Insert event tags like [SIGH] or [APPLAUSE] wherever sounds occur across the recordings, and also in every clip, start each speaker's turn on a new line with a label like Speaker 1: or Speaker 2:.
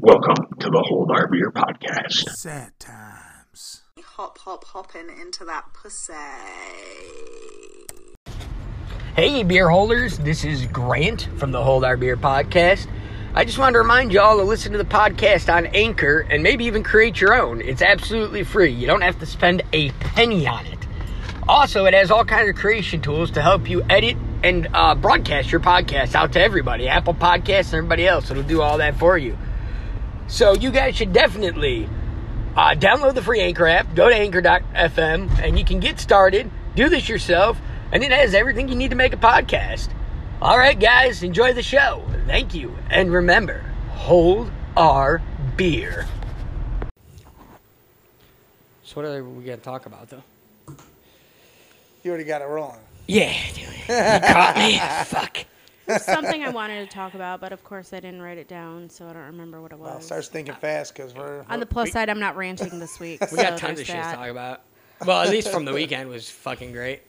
Speaker 1: Welcome to the Hold Our Beer podcast.
Speaker 2: Sad times.
Speaker 3: Hop, hop, hopping into that pussy.
Speaker 4: Hey, beer holders, this is Grant from the Hold Our Beer podcast. I just wanted to remind y'all to listen to the podcast on Anchor and maybe even create your own. It's absolutely free, you don't have to spend a penny on it. Also, it has all kinds of creation tools to help you edit and uh, broadcast your podcast out to everybody Apple Podcasts and everybody else. It'll do all that for you. So, you guys should definitely uh, download the free Anchor app, go to anchor.fm, and you can get started, do this yourself, and it has everything you need to make a podcast. All right, guys, enjoy the show. Thank you. And remember, hold our beer. So, what are we going to talk about, though?
Speaker 2: You already got it wrong.
Speaker 4: Yeah, dude. You caught [LAUGHS] me. Fuck.
Speaker 2: [LAUGHS]
Speaker 5: something I wanted to talk about, but of course I didn't write it down, so I don't remember what it
Speaker 2: Well,
Speaker 5: was.
Speaker 2: starts thinking fast because we're
Speaker 5: On the plus side, I'm not ranting this week.
Speaker 4: We
Speaker 5: so
Speaker 4: got tons of
Speaker 5: Oh, there's
Speaker 4: shit to
Speaker 5: that.
Speaker 4: talk about. Well, at least from the weekend was fucking great.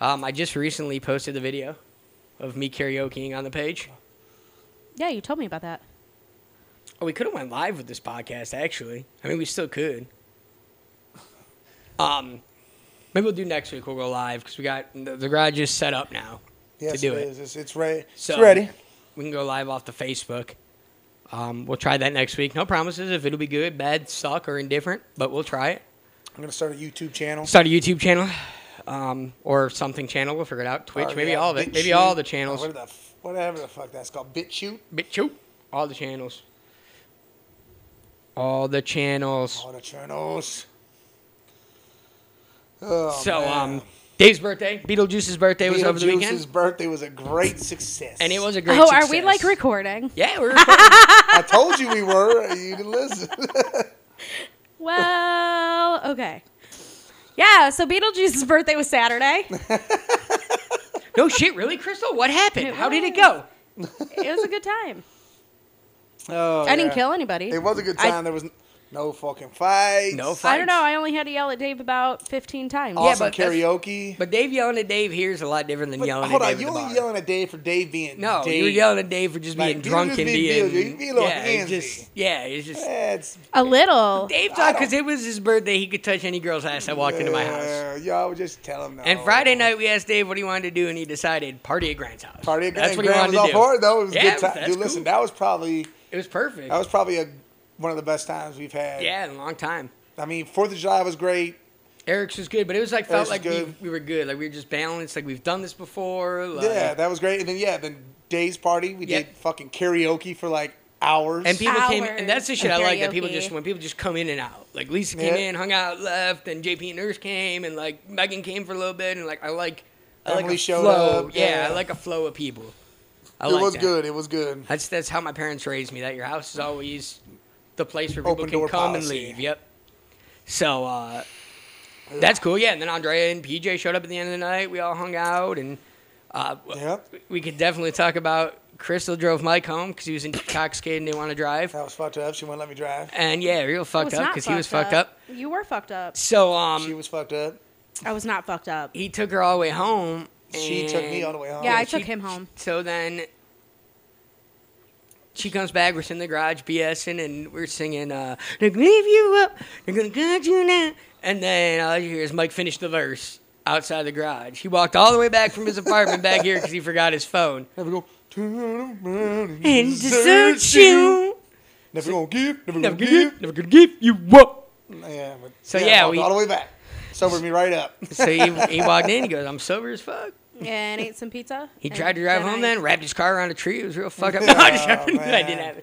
Speaker 4: Um, I just recently posted the video of me karaokeing on the page.
Speaker 5: Yeah, you told me about that.
Speaker 4: Oh, we could have went live with this podcast actually. I mean, we still could. Um, maybe we'll do next week. We're We'll go live because we got the, the garage is set up now.
Speaker 2: yes,
Speaker 4: to do
Speaker 2: it
Speaker 4: it.
Speaker 2: is. It's, it's ready.
Speaker 4: So
Speaker 2: it's ready.
Speaker 4: We can go live off the Facebook. Um, we'll try that next week. No promises if it'll be good, bad, suck, or indifferent, but we'll try it.
Speaker 2: I'm gonna start a YouTube channel.
Speaker 4: Start a YouTube channel, um, or something channel. We'll figure it out. Twitch,
Speaker 2: Or,
Speaker 4: maybe
Speaker 2: yeah,
Speaker 4: all of it. Maybe
Speaker 2: BitChute,
Speaker 4: all the
Speaker 2: or
Speaker 4: channels.
Speaker 2: Whatever the, f- whatever the fuck that's called. BitChute.
Speaker 4: BitChute. All the channels. All the channels.
Speaker 2: All the channels. Oh,
Speaker 4: so,
Speaker 2: man.
Speaker 4: um, Dave's birthday, Beetlejuice's birthday was over the
Speaker 2: Beetlejuice's
Speaker 4: weekend,
Speaker 2: birthday was a great success.
Speaker 4: and it was a great.
Speaker 5: Oh,
Speaker 4: success.
Speaker 5: are we like recording?
Speaker 4: Yeah,
Speaker 5: [LAUGHS]
Speaker 4: we're recording.
Speaker 2: I told you we were. [LAUGHS] You
Speaker 4: [LAUGHS]
Speaker 2: can listen.
Speaker 5: Well, okay. Yeah, so Beetlejuice's birthday was
Speaker 2: [LAUGHS]
Speaker 5: Saturday.
Speaker 4: no shit, really, Crystal. What happened?
Speaker 5: It
Speaker 4: How did it
Speaker 5: was.
Speaker 4: go?
Speaker 5: It was a good time.
Speaker 2: oh,
Speaker 5: I didn't
Speaker 2: yeah.
Speaker 5: kill anybody.
Speaker 2: It was a good
Speaker 5: I-
Speaker 2: time. there was n- no fucking fights.
Speaker 4: No fight.
Speaker 5: I don't know. I only had to yell at Dave about 15 times.
Speaker 4: Yeah,
Speaker 2: Awesome
Speaker 4: but that's-
Speaker 2: karaoke.
Speaker 4: But Dave yelling at Dave here is a lot different than
Speaker 2: But
Speaker 4: yelling
Speaker 2: hold
Speaker 4: at
Speaker 2: on,
Speaker 4: Dave.
Speaker 2: you
Speaker 4: at the bar.
Speaker 2: only yelling at Dave for Dave being
Speaker 4: No,
Speaker 2: Dave.
Speaker 4: you were yelling at Dave for just
Speaker 2: Like,
Speaker 4: being
Speaker 2: you
Speaker 4: drunk
Speaker 2: just
Speaker 4: and
Speaker 2: be
Speaker 4: being.
Speaker 2: Beetlejuice. You be a little
Speaker 4: yeah, it's
Speaker 2: handsy.
Speaker 4: just yeah, it's just.
Speaker 2: That's
Speaker 5: A little.
Speaker 4: Dave thought because it was his birthday, he could touch any girl's ass that walked into my house.
Speaker 2: Uh, y'all would just tell him no.
Speaker 4: And Friday night, we asked Dave what he wanted to do, and he decided party at Grant's house.
Speaker 2: party at
Speaker 4: That's
Speaker 2: Grand
Speaker 4: what he wanted
Speaker 2: was all
Speaker 4: to do.
Speaker 2: for it. That was a
Speaker 4: Yeah,
Speaker 2: good
Speaker 4: that's
Speaker 2: time. Dude, listen,
Speaker 4: cool.
Speaker 2: that was probably
Speaker 4: It was perfect.
Speaker 2: that was probably a, one of the best times we've had.
Speaker 4: yeah, in a long time.
Speaker 2: I mean, Fourth of July was great.
Speaker 4: Eric's was good, but it was like felt
Speaker 2: Eric's
Speaker 4: like
Speaker 2: was
Speaker 4: we,
Speaker 2: good.
Speaker 4: we were good. Like we were just balanced. Like we've done this before. Like,
Speaker 2: yeah, that was great. And then yeah, then Day's party. We
Speaker 4: Yeah.
Speaker 2: did fucking karaoke for like hours.
Speaker 4: and people came, and that's the
Speaker 5: Hours
Speaker 4: shit I
Speaker 5: of
Speaker 4: like. That people
Speaker 5: karaoke.
Speaker 4: just when people just come in and out. Like Lisa came
Speaker 2: Yeah.
Speaker 4: in, hung out, left, and JP and Nurse came, and like Megan came for a little bit, and like I like, I like
Speaker 2: Emily
Speaker 4: a
Speaker 2: showed
Speaker 4: flow.
Speaker 2: up,
Speaker 4: Yeah,
Speaker 2: yeah.
Speaker 4: I like a flow of people. I
Speaker 2: it
Speaker 4: like
Speaker 2: was
Speaker 4: that.
Speaker 2: good. It was good.
Speaker 4: That's that's how my parents raised me. That your house is always the place where people
Speaker 2: Open
Speaker 4: can
Speaker 2: door
Speaker 4: come and
Speaker 2: policy.
Speaker 4: leave. Yep. So uh, that's cool. Yeah, and then Andrea and PJ showed up at the end of the night. We all hung out, and uh, w-
Speaker 2: Yep.
Speaker 4: we could definitely talk about. Crystal drove Mike home because he was intoxicated and didn't want to drive.
Speaker 2: That was fucked up. She wouldn't let me drive.
Speaker 4: And yeah, real
Speaker 5: I
Speaker 4: fucked
Speaker 5: was
Speaker 4: up
Speaker 5: not
Speaker 4: because he was fucked up.
Speaker 5: You were fucked up.
Speaker 4: So
Speaker 2: She
Speaker 4: um,
Speaker 2: was fucked up.
Speaker 5: I was not fucked up.
Speaker 4: he took her all the way home.
Speaker 2: She took me
Speaker 4: and-
Speaker 2: all the way home.
Speaker 5: Yeah, I
Speaker 4: she-
Speaker 5: took him home.
Speaker 4: So then she comes back. We're sitting in the garage BSing, and we're singing, uh, They're gonna leave you up. They're gonna guard you now. And then all you hear is Mike finish the verse outside the garage. He walked all the way back from his apartment back here because he forgot his phone.
Speaker 2: Never go. Turn around
Speaker 4: [LAUGHS] And to search you.
Speaker 2: Never gonna give. Never
Speaker 4: Never gonna
Speaker 2: gonna give.
Speaker 4: give, never gonna give you up.
Speaker 2: Yeah, but
Speaker 4: So, yeah,
Speaker 2: walked
Speaker 4: we-
Speaker 2: all the way back. Sobered me right up.
Speaker 4: So he, he walked in. He goes, I'm sober as fuck.
Speaker 5: and ate some pizza.
Speaker 4: He
Speaker 5: and
Speaker 4: tried to drive
Speaker 5: then
Speaker 4: home
Speaker 5: I-
Speaker 4: then, wrapped his car around a tree. It was real fucked up. No, [LAUGHS] I just-
Speaker 2: [LAUGHS] Oh,
Speaker 4: that
Speaker 2: man.
Speaker 4: didn't happen.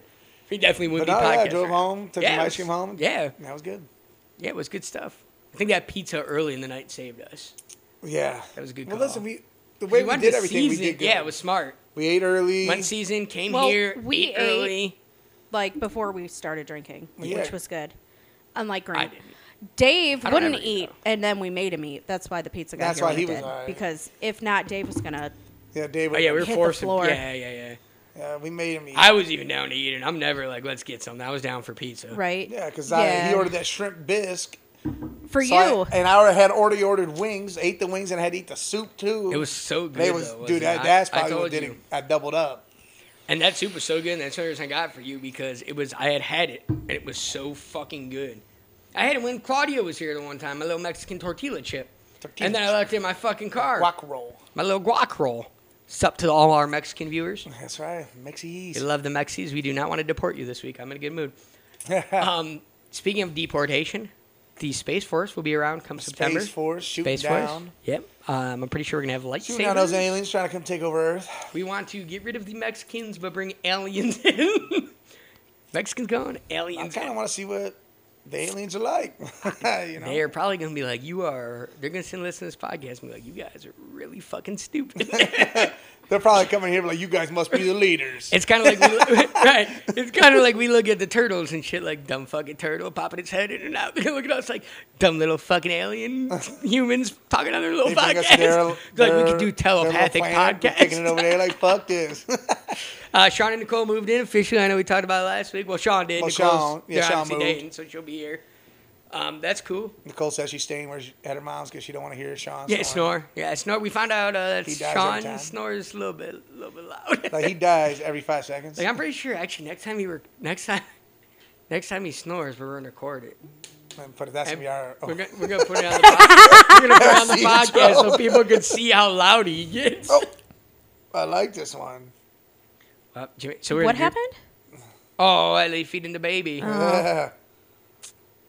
Speaker 4: He definitely
Speaker 2: But
Speaker 4: wouldn't
Speaker 2: no,
Speaker 4: be
Speaker 2: yeah, I
Speaker 4: podcasting.
Speaker 2: drove home, took
Speaker 4: Yeah,
Speaker 2: some
Speaker 4: it
Speaker 2: ice cream
Speaker 4: was-
Speaker 2: home.
Speaker 4: Yeah.
Speaker 2: That was good.
Speaker 4: Yeah, it was good stuff. I think that pizza early in the night saved us.
Speaker 2: Yeah.
Speaker 4: That was a good
Speaker 2: Well,
Speaker 4: call.
Speaker 2: listen, we the way we,
Speaker 4: went
Speaker 2: did
Speaker 4: to
Speaker 2: everything,
Speaker 4: season-
Speaker 2: we did good.
Speaker 4: Yeah, it was smart.
Speaker 2: we ate early.
Speaker 4: Went season, came
Speaker 5: Well,
Speaker 4: here,
Speaker 5: we ate-
Speaker 4: ate early.
Speaker 5: like before we started drinking,
Speaker 2: Yeah.
Speaker 5: which was good. Unlike
Speaker 4: I
Speaker 5: Grant,
Speaker 4: didn't.
Speaker 5: Dave
Speaker 4: I don't
Speaker 5: wouldn't
Speaker 4: ever eat,
Speaker 5: eat, and then we made him eat. That's why the pizza guy.
Speaker 2: That's
Speaker 5: here
Speaker 2: why
Speaker 5: went
Speaker 2: he
Speaker 5: and
Speaker 2: was
Speaker 5: did,
Speaker 2: alright.
Speaker 5: because if not, Dave was gonna.
Speaker 2: yeah, Dave.
Speaker 4: Oh yeah, we were
Speaker 5: hit the
Speaker 4: forced. to-
Speaker 5: floor.
Speaker 4: Yeah, yeah, yeah.
Speaker 2: yeah, we made him eat.
Speaker 4: I was even down to eat, and I'm never like, let's get something. I was down for pizza.
Speaker 5: Right?
Speaker 2: yeah, because
Speaker 5: Yeah.
Speaker 2: he ordered that shrimp bisque.
Speaker 5: for
Speaker 2: so
Speaker 5: you.
Speaker 2: I, and I already had already ordered wings, ate the wings, and had to eat the soup too.
Speaker 4: It was so good.
Speaker 2: They was
Speaker 4: though, wasn't it?
Speaker 2: dude. That, that's
Speaker 4: I, I
Speaker 2: probably what
Speaker 4: told
Speaker 2: did
Speaker 4: you.
Speaker 2: it. I doubled up.
Speaker 4: And that soup was so good, and that's the only reason I got it for you because it was I had had it, and it was so fucking good. I had it when Claudia was here the one time, my little Mexican tortilla chip.
Speaker 2: Tortilla
Speaker 4: and then I
Speaker 2: chip.
Speaker 4: left it in my fucking car.
Speaker 2: Rock roll.
Speaker 4: My little guac roll. Sup to all our Mexican viewers.
Speaker 2: That's right. Mexi
Speaker 4: We love the Mexis. We do not want to deport you this week. I'm in a good mood.
Speaker 2: [LAUGHS]
Speaker 4: um, speaking of deportation, the Space Force will be around come September.
Speaker 2: Space Force shooting
Speaker 4: Space
Speaker 2: down.
Speaker 4: Force. Yep. Um, I'm pretty sure we're gonna have
Speaker 2: Shooting down those
Speaker 4: lightsabers.
Speaker 2: aliens trying to come take over Earth.
Speaker 4: We want to get rid of the Mexicans, but bring aliens [LAUGHS] in. Mexicans gone,
Speaker 2: I
Speaker 4: aliens.
Speaker 2: kind of
Speaker 4: in.
Speaker 2: want to see what the aliens are like. [LAUGHS] you know,
Speaker 4: They are probably gonna be like, you are. They're gonna send listen to this podcast and be like, you guys are really fucking
Speaker 2: [LAUGHS]
Speaker 4: stupid.
Speaker 2: they're probably coming here like you guys
Speaker 4: [LAUGHS]
Speaker 2: must be the leaders.
Speaker 4: It's kind of like we look, [LAUGHS] right. It's kind of like we look at the turtles and shit, like dumb fucking turtle popping its head in and out. [LAUGHS] They look at us like dumb little fucking
Speaker 2: [LAUGHS]
Speaker 4: alien humans talking on their little
Speaker 2: They bring us
Speaker 4: podcast.
Speaker 2: their-
Speaker 4: [LAUGHS] like we
Speaker 2: their-
Speaker 4: could do
Speaker 2: their little
Speaker 4: telepathic
Speaker 2: planet, we're Taking
Speaker 4: podcasts.
Speaker 2: it over there
Speaker 4: [LAUGHS]
Speaker 2: like fuck this. [LAUGHS]
Speaker 4: Uh, Sean and Nicole moved in officially. I know we talked about it last week. Well, Sean did.
Speaker 2: Well,
Speaker 4: Nicole's,
Speaker 2: Sean- yeah,
Speaker 4: they're
Speaker 2: Sean
Speaker 4: obviously
Speaker 2: moved.
Speaker 4: dating, so she'll be here. Um, that's cool.
Speaker 2: Nicole says she's staying where she, at her mom's because she don't want to hear Sean.
Speaker 4: Yeah,
Speaker 2: snoring.
Speaker 4: snore. Yeah, snore. We found out uh, that
Speaker 2: He dies every
Speaker 4: Sean
Speaker 2: time.
Speaker 4: snores a little bit, a little bit loud.
Speaker 2: Like he dies every five
Speaker 4: [LAUGHS]
Speaker 2: seconds.
Speaker 4: Like I'm pretty sure actually next time he were next time [LAUGHS] next time he snores we're gonna record it.
Speaker 2: And put it- that's gonna be our. Oh,
Speaker 4: We're gonna, we're gonna put it on the podcast. we're gonna put it on
Speaker 2: [LAUGHS]
Speaker 4: the podcast so people can see how loud he gets.
Speaker 2: Oh. I like this one.
Speaker 4: Uh, Jimmy, so we're
Speaker 5: what
Speaker 4: gonna do-
Speaker 5: happened?
Speaker 4: Oh, I lay feeding the
Speaker 2: Oh.
Speaker 4: baby. Uh-huh.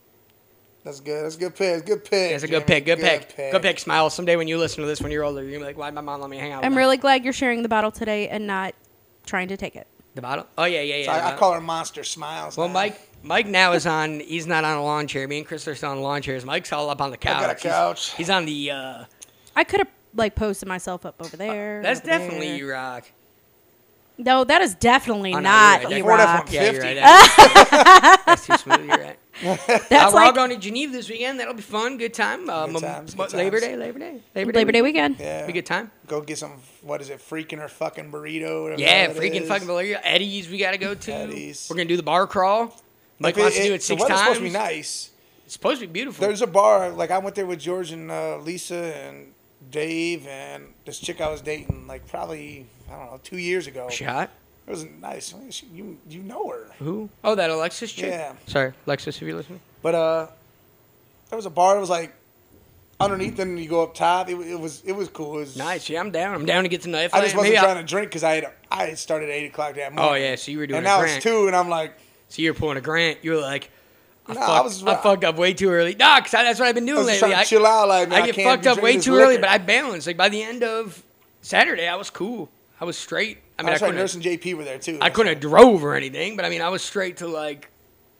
Speaker 2: [LAUGHS] that's good. That's a good pick. Good pick.
Speaker 4: That's a good
Speaker 2: Jimmy.
Speaker 4: pick. Good, pick. Good pick. Smile. Someday when you listen to this when you're older, you're gonna be like, "Why'd my mom let me hang out?"
Speaker 5: I'm
Speaker 4: with
Speaker 5: really glad you're sharing the bottle today and not trying to take it.
Speaker 4: her?" the bottle. Oh yeah, yeah, yeah.
Speaker 2: So I, I
Speaker 4: Uh,
Speaker 2: call her Monster Smiles.
Speaker 4: Well,
Speaker 2: now.
Speaker 4: Mike, Mike now is on. He's not on a lawn chair. Me and Chris are still on lawn chairs. Mike's all up on the couch.
Speaker 2: got a
Speaker 4: He's-
Speaker 2: couch.
Speaker 4: He's, on the. Uh,
Speaker 5: I could have like posted myself up over there.
Speaker 4: that's
Speaker 5: over
Speaker 4: definitely
Speaker 5: there.
Speaker 4: you, Rock.
Speaker 5: No, that is definitely
Speaker 4: Oh, no,
Speaker 5: not
Speaker 4: you're right.
Speaker 5: you,
Speaker 2: Ford
Speaker 5: Rock.
Speaker 2: F-150.
Speaker 4: Yeah, you're right. That's, that's too smooth.
Speaker 5: [LAUGHS]
Speaker 4: You're right.
Speaker 5: That's
Speaker 4: uh, we're all
Speaker 5: like
Speaker 4: going to Geneva this weekend. That'll be fun. Good time. Uh,
Speaker 2: Good
Speaker 4: Mem-
Speaker 2: times, good
Speaker 4: what, Labor
Speaker 2: times.
Speaker 4: Day. Labor Day.
Speaker 5: Labor Day weekend.
Speaker 2: Yeah.
Speaker 4: Be a good time.
Speaker 2: Go get some. What is it? Freaking or fucking burrito? whatever the
Speaker 4: Yeah,
Speaker 2: hell it
Speaker 4: freaking
Speaker 2: is.
Speaker 4: fucking Valeria. Eddie's. We gotta go to.
Speaker 2: Eddie's.
Speaker 4: We're gonna do the bar crawl. Mike wants to do it
Speaker 2: the
Speaker 4: six
Speaker 2: weather's
Speaker 4: times.
Speaker 2: supposed to be nice.
Speaker 4: It's supposed to be beautiful.
Speaker 2: There's a bar. Like I went there with George and uh, Lisa and Dave and this chick I was dating. Like probably I don't know two years ago.
Speaker 4: shot.
Speaker 2: It was nice. She- You you know her.
Speaker 4: Who? Oh, that Alexis chick.
Speaker 2: Yeah.
Speaker 4: Sorry, Alexis, if you're listening.
Speaker 2: But uh, there was a bar. It was like underneath, and you go up top. It, wa- it was it was cool. It was
Speaker 4: Nice. Yeah, I'm down. I'm down to get the knife.
Speaker 2: I just wasn't
Speaker 4: Maybe I'll-
Speaker 2: trying to drink because I had I had started at eight o'clock that morning.
Speaker 4: Oh yeah, so you were doing.
Speaker 2: and
Speaker 4: a
Speaker 2: now
Speaker 4: grant.
Speaker 2: it's two, and I'm like,
Speaker 4: So you're pulling a grant. You were like, I,
Speaker 2: Nah, I
Speaker 4: fucked,
Speaker 2: was-
Speaker 4: I fucked up way too early. Nah, cause I, that's what I've been doing
Speaker 2: I was just
Speaker 4: lately.
Speaker 2: trying to chill out, like, man,
Speaker 4: I
Speaker 2: I
Speaker 4: get
Speaker 2: can't
Speaker 4: fucked
Speaker 2: be
Speaker 4: up way
Speaker 2: drinking this
Speaker 4: too early,
Speaker 2: liquor.
Speaker 4: but I balanced. Like by the end of Saturday, I was cool. I was straight. I
Speaker 2: I
Speaker 4: mean, I,
Speaker 2: that's right.
Speaker 4: couldn't.
Speaker 2: Nurse and JP were there too.
Speaker 4: I
Speaker 2: That's
Speaker 4: couldn't have
Speaker 2: right.
Speaker 4: drove or anything, but I mean, I was straight to like,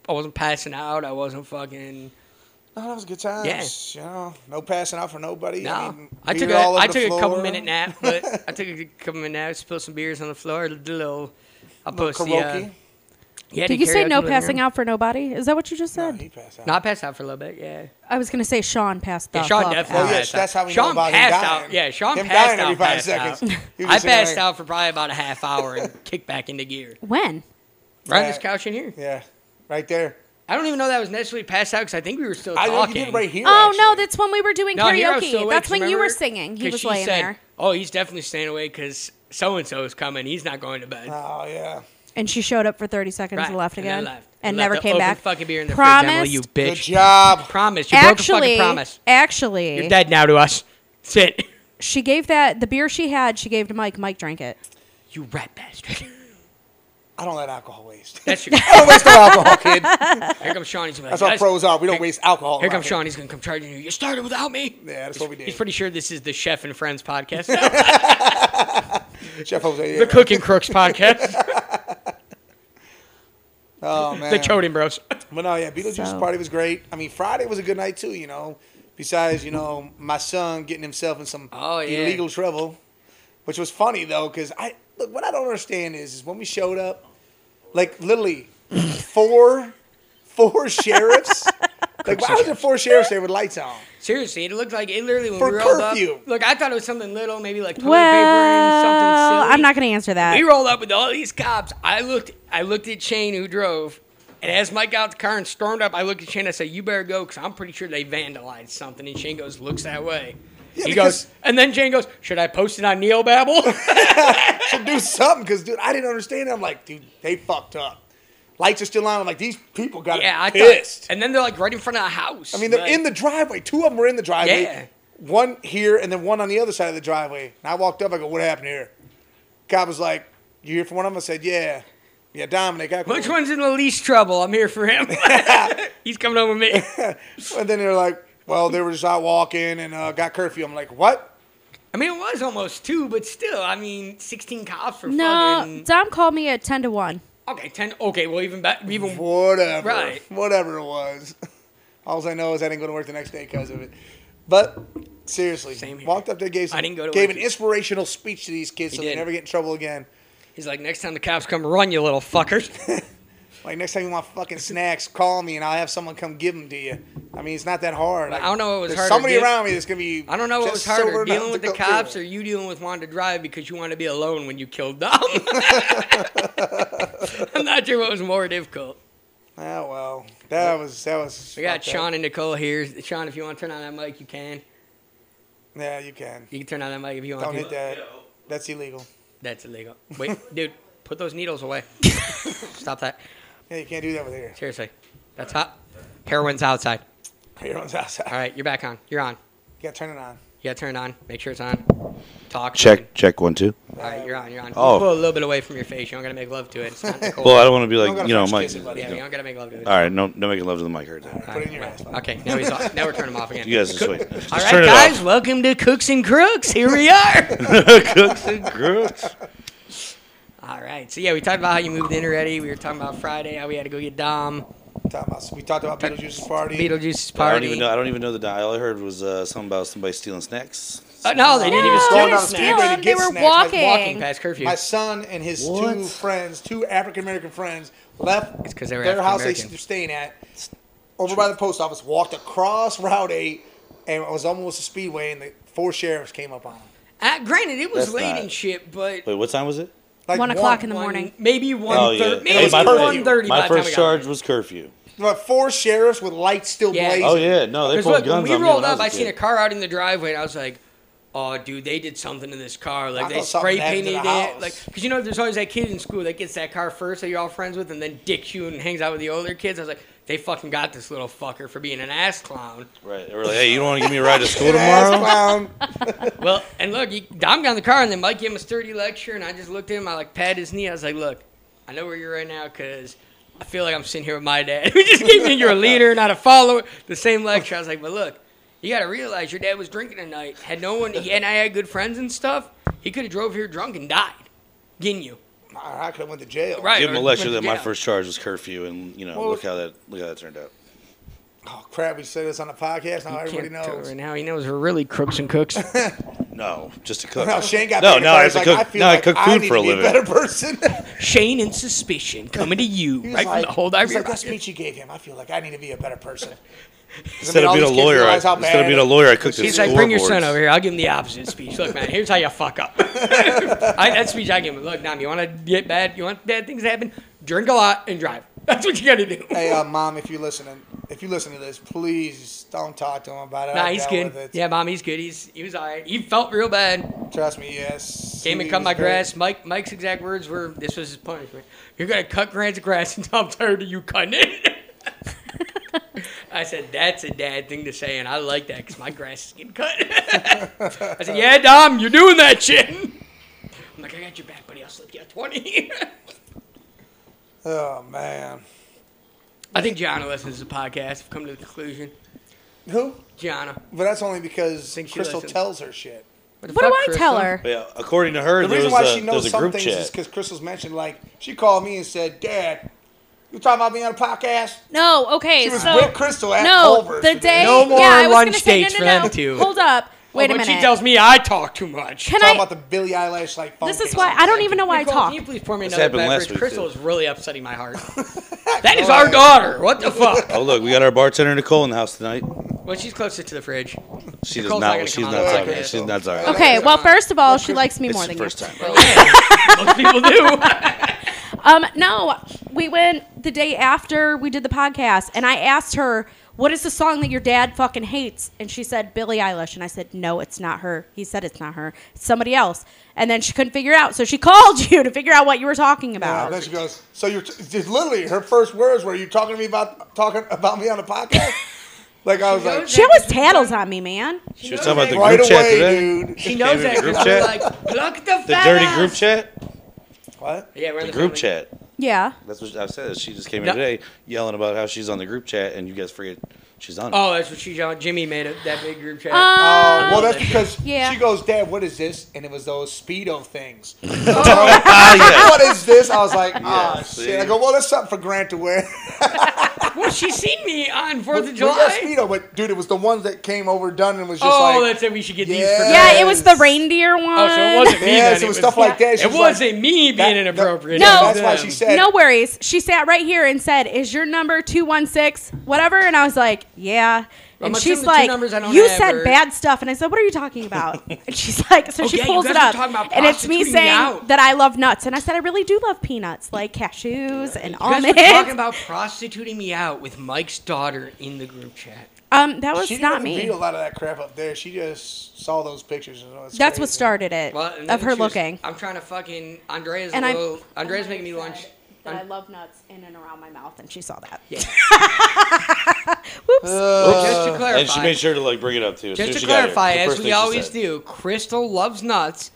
Speaker 4: I wasn't passing out. I wasn't fucking.
Speaker 2: No, that was good times. You know, no passing out for nobody.
Speaker 4: No, I,
Speaker 2: mean,
Speaker 4: took
Speaker 2: beer
Speaker 4: a
Speaker 2: all over
Speaker 4: I
Speaker 2: the
Speaker 4: took a couple
Speaker 2: floor.
Speaker 4: minute nap,
Speaker 2: [LAUGHS]
Speaker 4: but I took a couple minute nap, spilled some beers on the floor, did a little. I'll post the. Uh,
Speaker 2: Karaoke.
Speaker 4: yeah,
Speaker 5: Did you say no passing out for nobody? Is that what you just
Speaker 2: No,
Speaker 5: said?
Speaker 2: he passed out.
Speaker 4: Not pass out for a little bit, yeah.
Speaker 5: I was gonna say Sean passed the
Speaker 4: Yeah, Sean
Speaker 5: Oh, fuck
Speaker 4: definitely
Speaker 5: out.
Speaker 2: Well, Oh, yeah,
Speaker 4: passed
Speaker 2: that's
Speaker 4: out.
Speaker 2: how we know
Speaker 4: Sean
Speaker 2: about him
Speaker 4: passed
Speaker 2: dying.
Speaker 4: out. Yeah, Sean
Speaker 2: Him
Speaker 4: passed
Speaker 2: dying every
Speaker 4: out.
Speaker 2: five
Speaker 4: passed
Speaker 2: seconds. [LAUGHS] He
Speaker 4: Out.
Speaker 2: was
Speaker 4: I
Speaker 2: just sitting
Speaker 4: passed
Speaker 2: there.
Speaker 4: out for probably about a half hour and kicked back into gear.
Speaker 5: When?
Speaker 4: Right on
Speaker 2: Yeah.
Speaker 4: this couch in here.
Speaker 2: Yeah, right there.
Speaker 4: I don't even know that was necessarily passed out because I think we were still
Speaker 2: I
Speaker 4: talking.
Speaker 2: know you did it right here.
Speaker 5: Oh no,
Speaker 2: actually.
Speaker 5: that's when we were doing
Speaker 4: No, here I was
Speaker 5: karaoke.
Speaker 4: still awake,
Speaker 5: that's when you were
Speaker 4: remember?
Speaker 5: singing. He
Speaker 4: 'Cause
Speaker 5: was
Speaker 4: she
Speaker 5: laying
Speaker 4: said,
Speaker 5: there,
Speaker 4: Oh, he's definitely staying away because so and so is coming. He's not going to bed.
Speaker 2: Oh yeah.
Speaker 5: and she showed up for 30 seconds
Speaker 4: Right,
Speaker 5: and left
Speaker 4: and then
Speaker 5: again,
Speaker 4: left.
Speaker 5: and
Speaker 4: And left
Speaker 5: never
Speaker 4: the
Speaker 5: came
Speaker 4: open
Speaker 5: back.
Speaker 4: fucking beer in the fridge, Emily,
Speaker 5: Promised.
Speaker 4: you
Speaker 2: Good
Speaker 4: bitch.
Speaker 2: job.
Speaker 4: Promise. You broke a
Speaker 5: actually,
Speaker 4: fucking promise.
Speaker 5: actually,
Speaker 4: You're dead now to us. Sit.
Speaker 5: she gave that the beer she had. She gave to Mike. Mike drank it.
Speaker 4: You rat bastard.
Speaker 2: I don't let alcohol
Speaker 4: [LAUGHS]
Speaker 2: waste. [LAUGHS]
Speaker 4: That's your.
Speaker 2: I don't waste no alcohol, kid.
Speaker 4: Here comes Sean. He's gonna be like,
Speaker 2: That's what
Speaker 4: "Guys,
Speaker 2: pros are. We don't
Speaker 4: here-
Speaker 2: waste alcohol.
Speaker 4: Here
Speaker 2: around
Speaker 4: comes Sean. He's gonna come charging you. You started without me.
Speaker 2: Yeah, that's what we did.
Speaker 4: He's pretty sure this is the Chef and Friends
Speaker 2: [LAUGHS]
Speaker 4: podcast,
Speaker 2: Chef Jose.
Speaker 4: the Cooking Crooks podcast,
Speaker 2: Oh man.
Speaker 4: the Chodin Bros.
Speaker 2: But no, yeah, Beetlejuice
Speaker 5: So-
Speaker 2: party was great. I mean, Friday was a good night too. You know, besides you know my son getting himself in some
Speaker 4: Oh, yeah.
Speaker 2: illegal trouble, which was funny though because I look what I don't understand is is when we showed up, like literally [LAUGHS] four four [LAUGHS] sheriffs. like why was there four sheriffs there with lights on?
Speaker 4: [LAUGHS] Seriously, it looked like it literally when
Speaker 2: For
Speaker 4: we rolled
Speaker 2: curfew.
Speaker 4: up. Look, I thought it was something little, maybe like toilet paper and something
Speaker 5: Well,
Speaker 4: silly.
Speaker 5: I'm not going to answer that.
Speaker 4: We rolled up with all these cops. I looked. I looked at Shane who drove, and as Mike got out the car and stormed up, I looked at Shane. I said, "You better go, because I'm pretty sure they vandalized something." And Shane goes, "Looks that way." he
Speaker 2: because-
Speaker 4: goes, and then Jane goes, "Should I post it on
Speaker 2: [LAUGHS]
Speaker 4: NeoBabble?" [LAUGHS]
Speaker 2: should do something because, dude, I didn't understand. it. I'm like, dude, they fucked up. Lights are still on. I'm like, these people got
Speaker 4: yeah, I
Speaker 2: pissed.
Speaker 4: Thought, and then they're like right in front of the house.
Speaker 2: I mean, they're
Speaker 4: like,
Speaker 2: in the driveway. Two of them were in the driveway.
Speaker 4: Yeah.
Speaker 2: One here and then one on the other side of the driveway. And I walked up. I go, "What happened here?" Cop was like, "You here for one of them?" I said, "Yeah, yeah." Dominic, I
Speaker 4: Which one's in the least trouble? I'm here for him.
Speaker 2: [LAUGHS]
Speaker 4: [LAUGHS] He's coming home with me.
Speaker 2: And then they're like, "Well, they were just out walking and uh, got curfew." I'm like, "What?"
Speaker 4: I mean, it was almost two, but still, I mean, 16 cops for
Speaker 5: No,
Speaker 4: fucking.
Speaker 5: Dom called me at ten to one.
Speaker 4: Okay, 10. Okay, well, even better. Even
Speaker 2: Whatever.
Speaker 4: Right.
Speaker 2: Whatever it was. [LAUGHS] All I know is I didn't go to work the next day because of it. But seriously,
Speaker 4: Same here.
Speaker 2: walked up there, gave, some,
Speaker 4: I didn't go to
Speaker 2: gave
Speaker 4: work.
Speaker 2: an inspirational speech to these kids so they
Speaker 4: did.
Speaker 2: never get in trouble again.
Speaker 4: He's like, next time the cops come, run, you little fuckers. [LAUGHS]
Speaker 2: Like next time you want fucking snacks, call me and I'll have someone come give them to you. I mean, it's not that hard. Like,
Speaker 4: I don't know what was
Speaker 2: there's
Speaker 4: harder,
Speaker 2: Somebody
Speaker 4: dude.
Speaker 2: around me that's gonna be.
Speaker 4: I don't know what was
Speaker 2: just
Speaker 4: harder,
Speaker 2: sober
Speaker 4: dealing
Speaker 2: enough
Speaker 4: with
Speaker 2: to
Speaker 4: the
Speaker 2: go through
Speaker 4: cops
Speaker 2: it.
Speaker 4: or you dealing with wanting to drive because you want to be alone when you killed Dom. [LAUGHS] I'm not sure what was more difficult.
Speaker 2: Ah well, that was that was.
Speaker 4: We got
Speaker 2: fucked up.
Speaker 4: Sean and Nicole here. Sean, if you want to turn on that mic, you can.
Speaker 2: Yeah, you can.
Speaker 4: You can turn on that mic if you want
Speaker 2: Don't
Speaker 4: to.
Speaker 2: hit that. That's illegal.
Speaker 4: That's illegal.
Speaker 2: [LAUGHS]
Speaker 4: Wait, dude, put those needles away. Stop that.
Speaker 2: Yeah, you can't do that with [LAUGHS] here.
Speaker 4: Seriously. That's hot. Heroin's outside.
Speaker 2: Everyone's outside.
Speaker 4: All right, you're back on. You're on.
Speaker 2: You gotta turn it on.
Speaker 4: Yeah, turn it on. Make sure it's on. Talk.
Speaker 6: Check, check one, two.
Speaker 4: All right, you're on. You're on.
Speaker 6: Oh.
Speaker 4: Pull a little bit away from your face. You don't gotta make love to it. It's
Speaker 6: [LAUGHS]
Speaker 4: not Nicole.
Speaker 6: Well, I don't want to be
Speaker 2: Don't
Speaker 6: like,
Speaker 2: gotta
Speaker 6: you know,
Speaker 2: French
Speaker 6: Mike.
Speaker 2: kiss it, buddy.
Speaker 4: yeah, you don't gotta make love to it.
Speaker 6: All right, no, no making love to the mic. Heard that.
Speaker 2: Put it in your ass.
Speaker 4: Okay, now he's off. Now we're turning him off again.
Speaker 6: [LAUGHS] You guys are sweet.
Speaker 4: [LAUGHS]
Speaker 6: Just
Speaker 4: All right,
Speaker 6: turn it
Speaker 4: guys,
Speaker 6: off.
Speaker 4: welcome to Cooks and Crooks. Here
Speaker 6: [LAUGHS]
Speaker 4: we are.
Speaker 6: Cooks and crooks.
Speaker 4: All right, so yeah, we talked about how you moved in already. We were talking about Friday, how we had to go get Dom,
Speaker 2: Talking about- We talked about Beetlejuice's party.
Speaker 4: Beetlejuice's
Speaker 6: I
Speaker 4: party.
Speaker 6: don't even know. I don't even know the dial. All I heard was uh, something about somebody stealing snacks.
Speaker 4: Uh, no, they didn't even
Speaker 5: Yeah,
Speaker 4: steal
Speaker 2: Going down the
Speaker 4: snacks.
Speaker 2: speedway to
Speaker 5: They
Speaker 2: get
Speaker 5: were
Speaker 2: snacks. I was
Speaker 5: walking.
Speaker 4: Walking past curfew.
Speaker 2: My son and his two friends, two African American friends, left
Speaker 4: It's 'cause they were
Speaker 2: their house they
Speaker 4: African-American.
Speaker 2: were staying at over by the post office, walked across Route 8, and it was almost a speedway, and the four sheriffs came up on them.
Speaker 4: Uh, granted, it was
Speaker 6: That's
Speaker 4: late
Speaker 6: not-
Speaker 4: and shit, but
Speaker 6: Wait, what time was it?
Speaker 2: Like
Speaker 5: One o'clock in the
Speaker 4: one-
Speaker 5: morning.
Speaker 4: maybe one
Speaker 6: Oh yeah,
Speaker 4: thir-
Speaker 6: Hey,
Speaker 4: maybe
Speaker 6: my,
Speaker 2: curfew.
Speaker 4: one thirty.
Speaker 6: my
Speaker 4: by the time
Speaker 6: first
Speaker 4: we got
Speaker 6: charge
Speaker 4: there.
Speaker 6: was curfew.
Speaker 2: But four sheriffs with lights still
Speaker 4: Yeah.
Speaker 2: blazing.
Speaker 6: Oh yeah, no, they
Speaker 4: Because look,
Speaker 6: pulled
Speaker 4: when
Speaker 6: guns
Speaker 4: we
Speaker 6: on me
Speaker 4: rolled
Speaker 6: when I
Speaker 4: up, I
Speaker 6: was a
Speaker 4: seen
Speaker 6: kid.
Speaker 4: a car out in the driveway, and I was like, "Oh, dude, they did something to this car. Like
Speaker 2: I
Speaker 4: they
Speaker 2: thought something
Speaker 4: spray
Speaker 2: happened to
Speaker 4: painted
Speaker 2: the
Speaker 4: it.
Speaker 2: house.
Speaker 4: Like, because you know, there's always that kid in school that gets that car first that you're all friends with, and then dicks you and hangs out with the older kids. I was like, they fucking got this little fucker for being an ass clown.
Speaker 6: Right, they were like, hey, you don't want to give me
Speaker 4: [LAUGHS]
Speaker 6: a ride to school
Speaker 2: Good ass
Speaker 6: tomorrow?
Speaker 2: clown.
Speaker 4: well, and look, you, Dom got in the car, and then Mike gave him a sturdy lecture, and I just looked at him. I like pat his knee. I was like, look, I know where you're right now, cause. I feel like I'm sitting here with my dad. [LAUGHS] We just gave me you're a leader, not a follower. The same lecture. I was like, but look, you gotta realize your dad was drinking tonight. Had no one, he, and I had good friends and stuff. He could have drove here drunk and died. Getting you
Speaker 2: I could have went to jail.
Speaker 4: right.
Speaker 6: Give him a
Speaker 4: or
Speaker 6: lecture
Speaker 4: went
Speaker 6: that
Speaker 4: to
Speaker 6: my
Speaker 4: jail.
Speaker 6: first charge was curfew, and you know,
Speaker 2: Well,
Speaker 6: look how that look how that turned out.
Speaker 2: Oh, crap. We said this on the podcast. Now
Speaker 4: Can't
Speaker 2: everybody
Speaker 4: tell
Speaker 2: knows.
Speaker 4: Right now, he knows we're really crooks and cooks. [LAUGHS]
Speaker 6: No, just to cook.
Speaker 2: No, Shane got
Speaker 6: no,
Speaker 2: back
Speaker 6: no.
Speaker 2: and
Speaker 6: I
Speaker 2: was
Speaker 6: have to
Speaker 2: like, I
Speaker 6: cook.
Speaker 2: feel
Speaker 6: no,
Speaker 2: like
Speaker 6: I cook
Speaker 2: I
Speaker 6: food
Speaker 2: need
Speaker 6: for
Speaker 2: to
Speaker 6: a
Speaker 2: be
Speaker 6: living.
Speaker 2: better person. [LAUGHS]
Speaker 4: Shane and suspicion coming to you
Speaker 2: He was
Speaker 4: right from
Speaker 2: like-
Speaker 4: the whole
Speaker 2: he was
Speaker 4: diary.
Speaker 2: like, that speech you gave him, I feel like I need to be a better
Speaker 6: [LAUGHS]
Speaker 2: person. 'Cause, I
Speaker 6: Instead
Speaker 2: mean,
Speaker 6: of
Speaker 2: all
Speaker 6: being a
Speaker 2: these kids
Speaker 6: lawyer, I,
Speaker 2: realize how
Speaker 6: instead of
Speaker 2: bad-
Speaker 6: being a lawyer, I cooked at
Speaker 4: He's like, bring your son
Speaker 6: scoreboards."
Speaker 4: over here. I'll give him the opposite speech. Look, man, here's how you fuck up. [LAUGHS] I, that speech I give him. Look, Nam, you want to get bad? You want bad things to happen? Drink a lot and drive. [LAUGHS] That's what you got to do.
Speaker 2: Hey, uh, mom, if you're listening, if you listen to this, please don't talk to him about it.
Speaker 4: nah,
Speaker 2: I've
Speaker 4: he's
Speaker 2: dealt
Speaker 4: good.
Speaker 2: with it.
Speaker 4: Yeah, mom, he's good. He's he was all right. He felt real bad.
Speaker 2: trust me. Yes,
Speaker 4: Came and
Speaker 2: He
Speaker 4: cut
Speaker 2: was
Speaker 4: my
Speaker 2: very-
Speaker 4: grass. Mike Mike's exact words were, "This was his punishment. You're gonna cut Grant's grass until I'm tired of you cutting it." [LAUGHS] I said, "That's a dad thing to say," and I like that because my grass is getting cut. [LAUGHS] I said, "Yeah, Dom, you're doing that shit." I'm like, "I got your back, buddy. I'll slip you a 20.
Speaker 2: Oh man,
Speaker 4: [LAUGHS] I think Gianna listens to the podcast. I've come to the conclusion.
Speaker 2: who?
Speaker 4: Gianna,
Speaker 2: But that's only because
Speaker 4: Think she
Speaker 2: Crystal
Speaker 4: listens.
Speaker 2: tells her shit.
Speaker 4: the
Speaker 5: What do
Speaker 4: fuck,
Speaker 5: I
Speaker 4: Crystal?
Speaker 5: tell her?
Speaker 6: Yeah, according to her,
Speaker 2: The
Speaker 6: there
Speaker 2: reason
Speaker 6: was
Speaker 2: why
Speaker 6: a,
Speaker 2: she knows
Speaker 6: there was a
Speaker 2: some
Speaker 6: group
Speaker 2: things
Speaker 6: chat.
Speaker 2: is because Crystal's mentioned. Like she called me and said, "Dad, you talking about me on a podcast?"
Speaker 5: No, okay,
Speaker 2: She was
Speaker 5: so
Speaker 2: with Crystal at
Speaker 5: no,
Speaker 2: Culver's
Speaker 5: the
Speaker 2: today. Oh,
Speaker 5: day.
Speaker 4: No more
Speaker 5: yeah, I was
Speaker 4: lunch
Speaker 5: gonna say, no,
Speaker 4: dates
Speaker 5: no,
Speaker 4: for
Speaker 5: no.
Speaker 4: them two.
Speaker 5: Hold up.
Speaker 4: Well,
Speaker 5: Wait a
Speaker 4: but
Speaker 5: minute.
Speaker 4: Oh, she tells me I talk too much.
Speaker 5: Can
Speaker 2: Talking
Speaker 5: I?
Speaker 2: about the Billie Eilish like. phone
Speaker 5: This is
Speaker 2: case.
Speaker 5: why I don't even know why I
Speaker 4: Nicole,
Speaker 5: talk.
Speaker 4: Can you please pour me
Speaker 6: This
Speaker 4: another
Speaker 6: happened last
Speaker 4: beverage?
Speaker 6: week,
Speaker 4: Crystal
Speaker 6: too.
Speaker 4: is really upsetting my heart. that is our daughter. What the fuck?
Speaker 6: Oh look, we got our bartender Nicole in the house tonight.
Speaker 4: Well, she's closer to the fridge.
Speaker 6: She does
Speaker 4: Nicole's not
Speaker 6: not.
Speaker 4: gonna
Speaker 6: She's
Speaker 4: come on
Speaker 6: not
Speaker 4: the
Speaker 6: talking.
Speaker 2: podcast.
Speaker 6: She's not talking.
Speaker 5: Okay, well, first of all, she likes me
Speaker 6: It's
Speaker 5: more
Speaker 6: the
Speaker 5: than you.
Speaker 6: first time.
Speaker 4: Most people do.
Speaker 5: Um, no, we went the day after we did the podcast, and I asked her, "What is the song that your dad fucking hates?" And she said Billie Eilish, and I said, "No, it's not her." He said, "It's not her. It's somebody else." And then she couldn't figure it out, so she [LAUGHS] called you to figure out what you were talking
Speaker 2: Yeah,
Speaker 5: about.
Speaker 2: then she goes. So you're t- just literally her first words were, "You talking to me about talking about me on
Speaker 5: [LAUGHS]
Speaker 2: the podcast?" like I was like,
Speaker 5: she always tattles on me, man.
Speaker 6: She was talking about the
Speaker 2: right
Speaker 6: group chat
Speaker 2: away,
Speaker 6: today.
Speaker 2: dude.
Speaker 4: She knows that
Speaker 6: Group
Speaker 4: because we're
Speaker 6: chat?
Speaker 4: like, look at the
Speaker 6: The dirty group chat.
Speaker 2: [LAUGHS] What?
Speaker 4: Yeah, we're
Speaker 6: The
Speaker 4: the family.
Speaker 6: group chat.
Speaker 5: Yeah.
Speaker 6: That's what I said. She just came
Speaker 4: No.
Speaker 6: in today yelling about how she's on the group chat, and you guys forget she's on. it.
Speaker 4: Oh, that's what she's on. Jimmy made up that big group chat.
Speaker 5: Uh,
Speaker 2: Oh, well, that's because
Speaker 5: Yeah.
Speaker 2: she goes, Dad, what is this? And it was those Speedo
Speaker 6: [LAUGHS]
Speaker 2: things.
Speaker 6: Ah, yeah.
Speaker 2: what is this? I was
Speaker 6: [LAUGHS]
Speaker 2: like, ah,
Speaker 6: Yeah, see?
Speaker 2: shit. I go, well, that's something for Grant to wear. [LAUGHS]
Speaker 4: well, she's seen me on Fourth of
Speaker 2: We got
Speaker 4: July.
Speaker 2: Speedo, but dude, it was the ones that came overdone and was just
Speaker 4: Oh,
Speaker 2: like,
Speaker 4: that's it. We should get these.
Speaker 2: Yeah.
Speaker 4: For
Speaker 5: Yeah, it was the
Speaker 2: Yes.
Speaker 5: reindeer one.
Speaker 4: Oh, so it wasn't me.
Speaker 2: yes,
Speaker 4: then.
Speaker 2: it was stuff like that. She
Speaker 4: It
Speaker 2: was like,
Speaker 4: wasn't me being
Speaker 2: that- that-
Speaker 4: inappropriate.
Speaker 5: No.
Speaker 4: It was
Speaker 2: that's why
Speaker 4: them.
Speaker 2: she said,
Speaker 5: No worries. She sat right here and said, "Is your number two one six whatever?" And I was like, "Yeah." And
Speaker 4: assume
Speaker 5: she's
Speaker 4: the two
Speaker 5: like,
Speaker 4: numbers I don't
Speaker 5: "You
Speaker 4: have
Speaker 5: said
Speaker 4: are-
Speaker 5: bad stuff," and I said, "What are you talking
Speaker 4: [LAUGHS]
Speaker 5: about?" and she's like, so
Speaker 4: Oh,
Speaker 5: she
Speaker 4: yeah, you
Speaker 5: pulls
Speaker 4: guys
Speaker 5: it
Speaker 4: were
Speaker 5: up,
Speaker 4: talking about
Speaker 5: and it's me
Speaker 4: prostituting me
Speaker 5: saying
Speaker 4: out.
Speaker 5: that I love nuts, and I said I really do love peanuts, like cashews and
Speaker 4: You guys
Speaker 5: almonds.
Speaker 4: were talking about prostituting me out with Mike's daughter in the group chat.
Speaker 5: [LAUGHS] um, that was
Speaker 2: she didn't
Speaker 5: not
Speaker 2: even read
Speaker 5: me.
Speaker 2: a lot of that crap up there. She just saw those pictures. And it was
Speaker 5: That's what
Speaker 2: crazy.
Speaker 5: started it
Speaker 4: Well, and then
Speaker 5: of her
Speaker 4: she was-
Speaker 5: looking.
Speaker 4: I'm trying to fucking Andrea's
Speaker 5: And
Speaker 4: a
Speaker 5: I-
Speaker 4: little. Andrea's making me lunch.
Speaker 5: That I love nuts in and around my mouth, and she saw that.
Speaker 4: Yeah.
Speaker 5: Whoops.
Speaker 4: just to clarify.
Speaker 6: and she made sure to like bring it up too. as soon
Speaker 4: Just
Speaker 6: as
Speaker 4: to
Speaker 6: she got here.
Speaker 4: clarify,
Speaker 6: The
Speaker 4: as
Speaker 6: first
Speaker 4: we
Speaker 6: thing she
Speaker 4: always
Speaker 6: said.
Speaker 4: do, Crystal loves nuts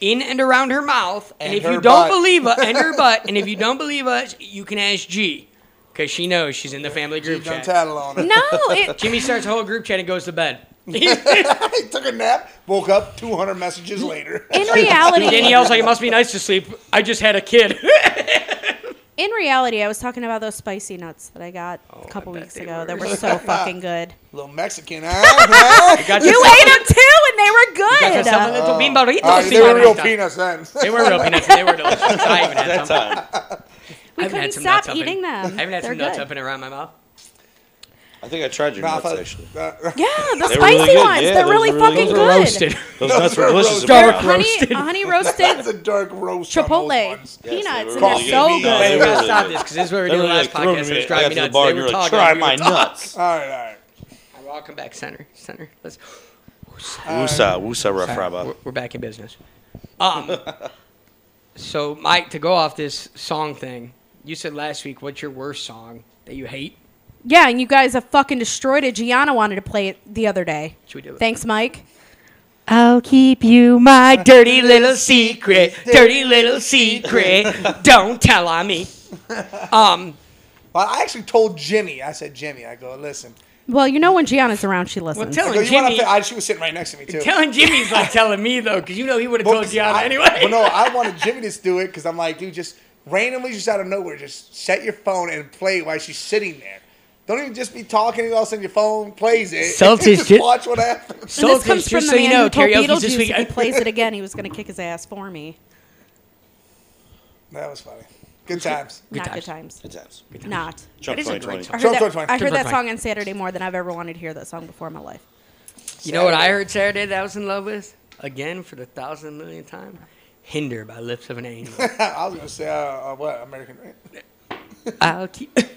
Speaker 4: in and around her mouth. And,
Speaker 2: And
Speaker 4: if
Speaker 2: her
Speaker 4: you don't
Speaker 2: butt.
Speaker 4: believe us, and
Speaker 6: [LAUGHS]
Speaker 4: her butt, and if you don't believe us, you can ask G, because she knows she's in the family
Speaker 2: She
Speaker 4: group
Speaker 2: done
Speaker 4: chat.
Speaker 2: tattle on
Speaker 5: [LAUGHS]
Speaker 2: it. [LAUGHS]
Speaker 5: no, it,
Speaker 4: Jimmy starts a whole group chat and goes to
Speaker 6: [LAUGHS]
Speaker 4: bed. [LAUGHS]
Speaker 2: I took a nap, woke up 200
Speaker 5: [LAUGHS]
Speaker 2: messages later.
Speaker 5: in reality,
Speaker 4: Danielle's like, it must be nice to sleep. I just had a kid. [LAUGHS]
Speaker 5: In reality, I was talking about those spicy nuts that I got a couple
Speaker 4: Oh, bet
Speaker 5: weeks
Speaker 4: they
Speaker 5: ago
Speaker 4: were. [LAUGHS]
Speaker 5: that were so fucking good.
Speaker 2: Little Mexican, huh? [LAUGHS] huh?
Speaker 4: Got
Speaker 5: You
Speaker 4: yourself-
Speaker 5: ate them too, and they were
Speaker 4: got
Speaker 5: good.
Speaker 4: yourself a little bean burrito,
Speaker 6: Oh,
Speaker 2: All right, they were
Speaker 4: señorita.
Speaker 2: real peanuts then. [LAUGHS]
Speaker 4: They were real peanuts. and They were delicious. I haven't had some.
Speaker 6: That time,
Speaker 5: we
Speaker 4: I haven't
Speaker 5: couldn't
Speaker 4: had some
Speaker 5: stop
Speaker 4: nuts up in-
Speaker 5: eating them.
Speaker 4: I haven't had
Speaker 5: They're
Speaker 4: some nuts
Speaker 5: good.
Speaker 4: up and around my mouth.
Speaker 6: I think I tried your
Speaker 2: Nah, I
Speaker 6: nuts
Speaker 2: thought- [LAUGHS]
Speaker 6: actually.
Speaker 2: uh,
Speaker 4: [LAUGHS]
Speaker 5: Yeah, the
Speaker 6: They were really
Speaker 5: spicy
Speaker 6: good.
Speaker 5: ones.
Speaker 6: Yeah,
Speaker 5: They're
Speaker 6: those
Speaker 5: really
Speaker 6: were really
Speaker 5: fucking
Speaker 6: good.
Speaker 5: good. [LAUGHS]
Speaker 4: Roasted.
Speaker 6: Those nuts were
Speaker 2: Those are roasted.
Speaker 6: delicious. bro.
Speaker 4: Dark
Speaker 6: Yes,
Speaker 5: Honey,
Speaker 4: Roasted. [LAUGHS]
Speaker 5: honey
Speaker 2: That's
Speaker 5: roasted
Speaker 2: a dark roast. on those
Speaker 5: chipoles,
Speaker 2: ones.
Speaker 6: they were
Speaker 5: peanuts, and they're
Speaker 6: really
Speaker 5: so
Speaker 6: good. No,
Speaker 5: good.
Speaker 6: they
Speaker 4: Wait, we gotta
Speaker 6: were really
Speaker 4: stop
Speaker 6: good.
Speaker 4: this because this is what we do
Speaker 6: They were
Speaker 4: in the last
Speaker 6: like throwing
Speaker 4: podcast.
Speaker 6: me-
Speaker 4: It was
Speaker 6: I
Speaker 4: driving me
Speaker 6: got to the
Speaker 4: nuts.
Speaker 6: bar
Speaker 4: They
Speaker 6: and
Speaker 4: were
Speaker 6: you're like,
Speaker 4: talking.
Speaker 6: try
Speaker 4: we
Speaker 6: my
Speaker 4: were talking.
Speaker 6: nuts.
Speaker 2: All right, all right.
Speaker 4: Welcome back, center, center. Let's.
Speaker 6: Wusa, wusa, rough
Speaker 4: We're,
Speaker 6: rabba.
Speaker 4: we're back in business. Um. [LAUGHS] so, Mike, to go off this song thing, you said last week, "What's your worst song that you hate?"
Speaker 5: Yeah, and you guys have fucking destroyed it. Gianna wanted to play it the other day.
Speaker 4: Should we do it?
Speaker 5: Thanks, Mike.
Speaker 4: I'll keep you
Speaker 2: [LAUGHS]
Speaker 4: my dirty little secret, dirty little secret. Don't tell on me. Um,
Speaker 2: Well, I actually told Jimmy. I said, Jimmy, I go, listen.
Speaker 5: Well, you know when Gianna's around, she
Speaker 4: well,
Speaker 5: listens.
Speaker 2: I
Speaker 4: telling
Speaker 2: go, you want
Speaker 4: Jimmy,
Speaker 2: to? I, she was sitting right next to me too.
Speaker 4: telling Jimmy's not telling me though, because you know he would have
Speaker 2: Well,
Speaker 4: told Gianna
Speaker 2: I-
Speaker 4: anyway.
Speaker 2: [LAUGHS] Well, no, I wanted Jimmy to do it because I'm like, dude, just randomly, just out of nowhere, just set your phone and play while she's sitting there. Don't even just be talking. All of a sudden, your phone plays it. [LAUGHS]
Speaker 4: Salty
Speaker 2: just
Speaker 4: shit.
Speaker 2: watch what happens.
Speaker 5: And
Speaker 4: So
Speaker 5: this comes
Speaker 4: just
Speaker 5: from the
Speaker 4: so
Speaker 5: man
Speaker 4: you know,
Speaker 5: who told
Speaker 4: karaoke's
Speaker 5: Beetlejuice
Speaker 4: this week.
Speaker 5: if he plays it again, he was going to kick his ass for me.
Speaker 2: That was funny. Good times. [LAUGHS]
Speaker 5: Not
Speaker 4: times.
Speaker 5: good times.
Speaker 6: Good times.
Speaker 5: Not.
Speaker 6: Trump
Speaker 4: That is a great
Speaker 5: I
Speaker 6: 2020.
Speaker 2: Sure,
Speaker 5: heard,
Speaker 2: sure,
Speaker 5: that,
Speaker 2: fine.
Speaker 5: I heard
Speaker 4: Sure,
Speaker 5: that
Speaker 4: fine.
Speaker 5: song on Saturday more than I've ever wanted to hear that song before in my life.
Speaker 4: [LAUGHS] You know what I heard Saturday that I was in love with? Again, for the thousand millionth time? Hinder by Lips of an
Speaker 2: [LAUGHS]
Speaker 4: Angel.
Speaker 2: I was gonna say, uh, uh, what American?
Speaker 4: I'll keep. [LAUGHS]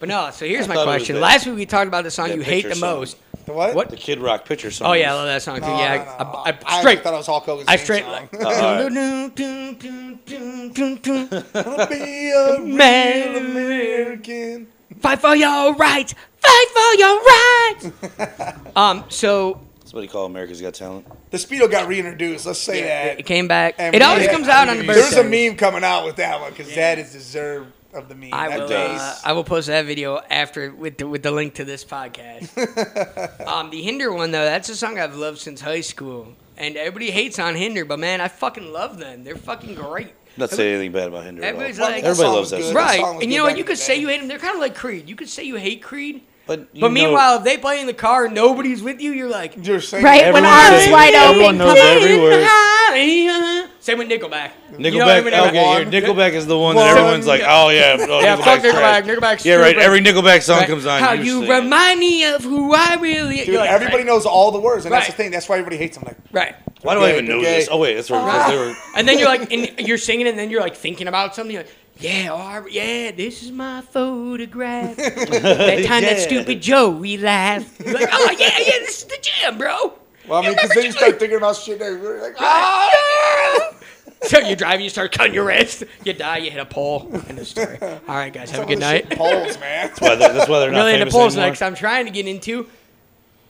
Speaker 4: But no, so here's
Speaker 6: I
Speaker 4: my
Speaker 6: thought it was
Speaker 4: question.
Speaker 6: that-
Speaker 4: Last week we talked about the song
Speaker 6: that
Speaker 4: you hate
Speaker 6: picture
Speaker 4: the
Speaker 6: song.
Speaker 4: most.
Speaker 2: The what?
Speaker 4: What?
Speaker 6: The Kid Rock picture song.
Speaker 4: Oh, yeah, I love that song too.
Speaker 2: No,
Speaker 4: yeah,
Speaker 2: no, no, no.
Speaker 4: I, I, I
Speaker 2: actually
Speaker 4: straight.
Speaker 2: thought it was Hulk Hogan's
Speaker 4: I
Speaker 2: theme
Speaker 4: straight. [LAUGHS]
Speaker 2: song.
Speaker 4: Like,
Speaker 2: be a
Speaker 4: Man.
Speaker 2: real American.
Speaker 4: Fight for your rights. Fight for your rights. um, so
Speaker 6: That's what he called America's Got Talent.
Speaker 2: The Speedo got reintroduced. Let's say that.
Speaker 4: it came back.
Speaker 2: And
Speaker 4: it
Speaker 2: we-
Speaker 4: always comes out on the
Speaker 2: There's
Speaker 4: birthday.
Speaker 2: a meme coming out with that one because that is deserved of the meme.
Speaker 4: I
Speaker 2: that
Speaker 4: will.
Speaker 2: face.
Speaker 4: Uh, I will post that video after with the, with the link to this
Speaker 2: [LAUGHS]
Speaker 4: podcast. um, the Hinder one though, that's a song I've loved since high school, and everybody hates on Hinder, but man, I fucking love them. They're fucking great.
Speaker 6: Not saying anything bad about Hinder at all.
Speaker 4: Everybody's like-
Speaker 6: Everybody loves that
Speaker 2: That song was
Speaker 6: song.
Speaker 2: good.
Speaker 4: Right,
Speaker 2: song was
Speaker 4: and you
Speaker 2: good
Speaker 4: know what?
Speaker 2: back
Speaker 4: You
Speaker 2: in
Speaker 4: could
Speaker 2: the
Speaker 4: say
Speaker 2: day.
Speaker 4: you hate them. They're kind of like Creed. You could say you hate Creed,
Speaker 6: But, you
Speaker 4: but
Speaker 6: know-
Speaker 4: meanwhile, if they play in the car and nobody's with you, you're like,
Speaker 2: You're saying
Speaker 5: Right,
Speaker 2: that
Speaker 5: when
Speaker 6: Everyone
Speaker 5: arms
Speaker 6: knows-
Speaker 5: wide
Speaker 6: everyone
Speaker 5: open,
Speaker 6: knows
Speaker 5: come
Speaker 6: every word.
Speaker 4: Same uh-huh. with Nickelback.
Speaker 6: Nickelback.
Speaker 4: You know what I mean?
Speaker 6: okay,
Speaker 2: Everyone-
Speaker 6: here, Nickelback is the one
Speaker 2: One.
Speaker 6: that everyone's like, oh yeah, oh,
Speaker 4: Yeah, fuck
Speaker 6: Nickelback's trash.
Speaker 4: Nickelback, Nickelback's
Speaker 6: Yeah, right.
Speaker 4: stupid.
Speaker 6: Every Nickelback song
Speaker 4: Right.
Speaker 6: comes on.
Speaker 4: How
Speaker 6: you
Speaker 4: you
Speaker 6: sing it.
Speaker 4: remind me of who I really.
Speaker 2: Dude,
Speaker 4: You're like,
Speaker 2: everybody knows all the words, and that's
Speaker 4: Right.
Speaker 2: the thing. That's why everybody hates them. Like,
Speaker 4: Right. right.
Speaker 6: Why do I
Speaker 2: Okay,
Speaker 6: even know
Speaker 4: [LAUGHS]
Speaker 2: okay.
Speaker 6: this? Oh wait, that's right. Because they were.
Speaker 4: And then you're like, and you're singing, and then you're like thinking about something. You're like, Yeah, all right, yeah, this is my
Speaker 6: [LAUGHS]
Speaker 4: photograph. that time that
Speaker 6: Yeah.
Speaker 4: stupid Joey laughed. You're like, oh, yeah, yeah, this is the jam, bro.
Speaker 2: Well, I mean, because then you start thinking about shit that you're like, ah!
Speaker 4: Oh, [LAUGHS] so you drive, you start cutting your wrist, you die, you hit a pole. End of story. All right, guys, have a good
Speaker 2: This shit
Speaker 4: night. [LAUGHS]
Speaker 2: Poles, man.
Speaker 6: Why they- that's why they're not
Speaker 4: Really into
Speaker 6: famous
Speaker 4: poles
Speaker 6: anymore.
Speaker 4: next. I'm trying to get into.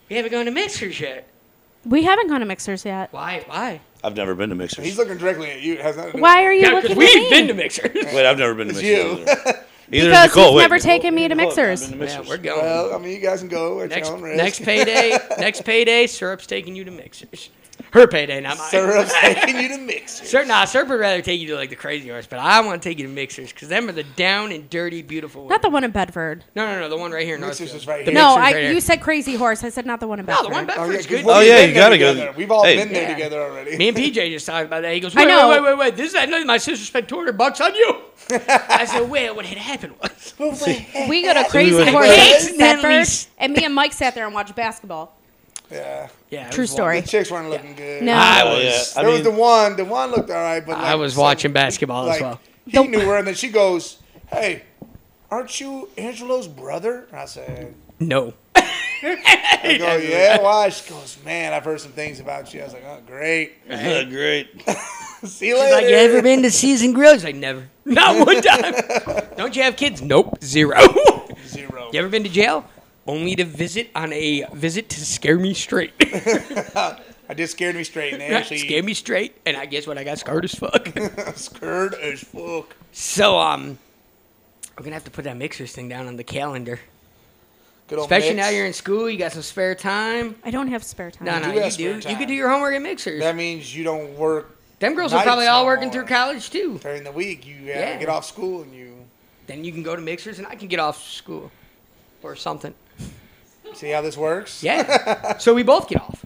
Speaker 4: We haven't gone to mixers yet.
Speaker 5: We haven't gone to mixers yet.
Speaker 4: Why? Why?
Speaker 6: I've never been to
Speaker 2: [LAUGHS]
Speaker 6: mixers.
Speaker 2: He's looking directly at you. It has nothing to do
Speaker 5: Why are you
Speaker 4: Yeah,
Speaker 5: looking
Speaker 4: because
Speaker 5: at me?
Speaker 4: we've been to mixers. [LAUGHS]
Speaker 6: Wait, I've never been to
Speaker 2: It's
Speaker 6: mixers.
Speaker 2: you.
Speaker 6: Either. Either
Speaker 5: Because
Speaker 6: Nicole,
Speaker 5: he's
Speaker 6: wait,
Speaker 5: never
Speaker 6: Nicole-
Speaker 5: taken me to
Speaker 6: Nicole, I've never
Speaker 5: mixers.
Speaker 6: been to
Speaker 4: Yeah,
Speaker 6: mixers.
Speaker 4: we're going.
Speaker 2: [LAUGHS] Well, I mean, you guys can go at
Speaker 4: next,
Speaker 2: your own risk.
Speaker 4: next payday,
Speaker 2: [LAUGHS]
Speaker 4: next payday, syrup's taking you to mixers. Her payday, not mine. [LAUGHS]
Speaker 2: Syrup's taking you to mix.
Speaker 4: Sir, nah, Serp would rather take you to like the crazy horse, but I want to take you to Mixers because them are the down and dirty, beautiful ones.
Speaker 5: Not the one in Bedford.
Speaker 4: no, no, no, the one right here in
Speaker 2: Mixers
Speaker 4: Northfield.
Speaker 2: is right
Speaker 4: The
Speaker 2: here.
Speaker 5: No,
Speaker 4: Mixers
Speaker 5: I,
Speaker 4: right here.
Speaker 5: you said Crazy Horse. I said not the one in
Speaker 4: No,
Speaker 5: Bedford.
Speaker 4: the one back
Speaker 2: Oh,
Speaker 4: there
Speaker 2: yeah,
Speaker 4: is
Speaker 2: 'cause
Speaker 4: good.
Speaker 2: we've
Speaker 6: Oh, yeah,
Speaker 2: been
Speaker 6: you
Speaker 2: there
Speaker 6: gotta go-
Speaker 2: together. We've all
Speaker 6: Hey.
Speaker 2: been there
Speaker 5: Yeah.
Speaker 2: together already.
Speaker 4: Me and PJ just talked about that. He goes,
Speaker 5: I
Speaker 4: wait, wait,
Speaker 5: know.
Speaker 4: wait, wait, wait. This is I know my sister spent 200 bucks on
Speaker 2: [LAUGHS]
Speaker 4: you. I said, well, what had happened was.
Speaker 5: We go to Crazy
Speaker 6: went-
Speaker 5: Horse
Speaker 4: We
Speaker 5: in
Speaker 4: accidentally
Speaker 5: Bedford,
Speaker 4: s-
Speaker 5: and me and Mike sat there and watched basketball.
Speaker 2: [LAUGHS] yeah,
Speaker 4: Yeah, it
Speaker 5: True
Speaker 4: was
Speaker 5: story.
Speaker 2: the chicks weren't looking good.
Speaker 5: No.
Speaker 4: I
Speaker 6: Oh,
Speaker 4: was,
Speaker 6: yeah. I
Speaker 2: there was
Speaker 6: mean-
Speaker 2: the one. The one looked all right, but like,
Speaker 4: I was
Speaker 2: some-
Speaker 4: watching basketball
Speaker 2: like,
Speaker 4: as well.
Speaker 2: He
Speaker 5: Don't-
Speaker 2: knew her, and then she goes, "Hey, aren't you Angelo's brother?" And I said,
Speaker 4: No.
Speaker 2: "I go, yeah." Why? She goes, "Man, I've heard some things about you." I was like, "Oh, great.
Speaker 6: Great.
Speaker 2: See you later."
Speaker 4: Like, you ever been to Season Grills? Like, never. [LAUGHS] Not one time. Don't you have kids? Nope, zero. [LAUGHS]
Speaker 2: Zero.
Speaker 4: you ever been to jail? Only to visit on a visit to scare me straight. [LAUGHS]
Speaker 2: I just scared me straight, and they
Speaker 4: Right, Scared
Speaker 2: actually
Speaker 4: me straight, and I guess what I got scarred as fuck.
Speaker 2: [LAUGHS]
Speaker 4: [LAUGHS]
Speaker 2: scared as fuck.
Speaker 4: so um, we're gonna have to put that mixers thing down on the calendar.
Speaker 2: Good old
Speaker 4: Especially
Speaker 2: mix.
Speaker 4: now you're in school, you got some spare time.
Speaker 5: I don't have spare time.
Speaker 4: No, no,
Speaker 2: do
Speaker 4: you
Speaker 2: have spare
Speaker 4: do. You
Speaker 2: time.
Speaker 4: could do your homework at mixers.
Speaker 2: That means you don't work
Speaker 4: Them girls are
Speaker 2: nights
Speaker 4: probably all
Speaker 2: no
Speaker 4: working
Speaker 2: more.
Speaker 4: through college too.
Speaker 2: during the week. You uh,
Speaker 4: Yeah.
Speaker 2: get off school and you
Speaker 4: Then you can go to mixers, and I can get off school or something.
Speaker 2: see how this works.
Speaker 4: Yeah. [LAUGHS] so we both get off,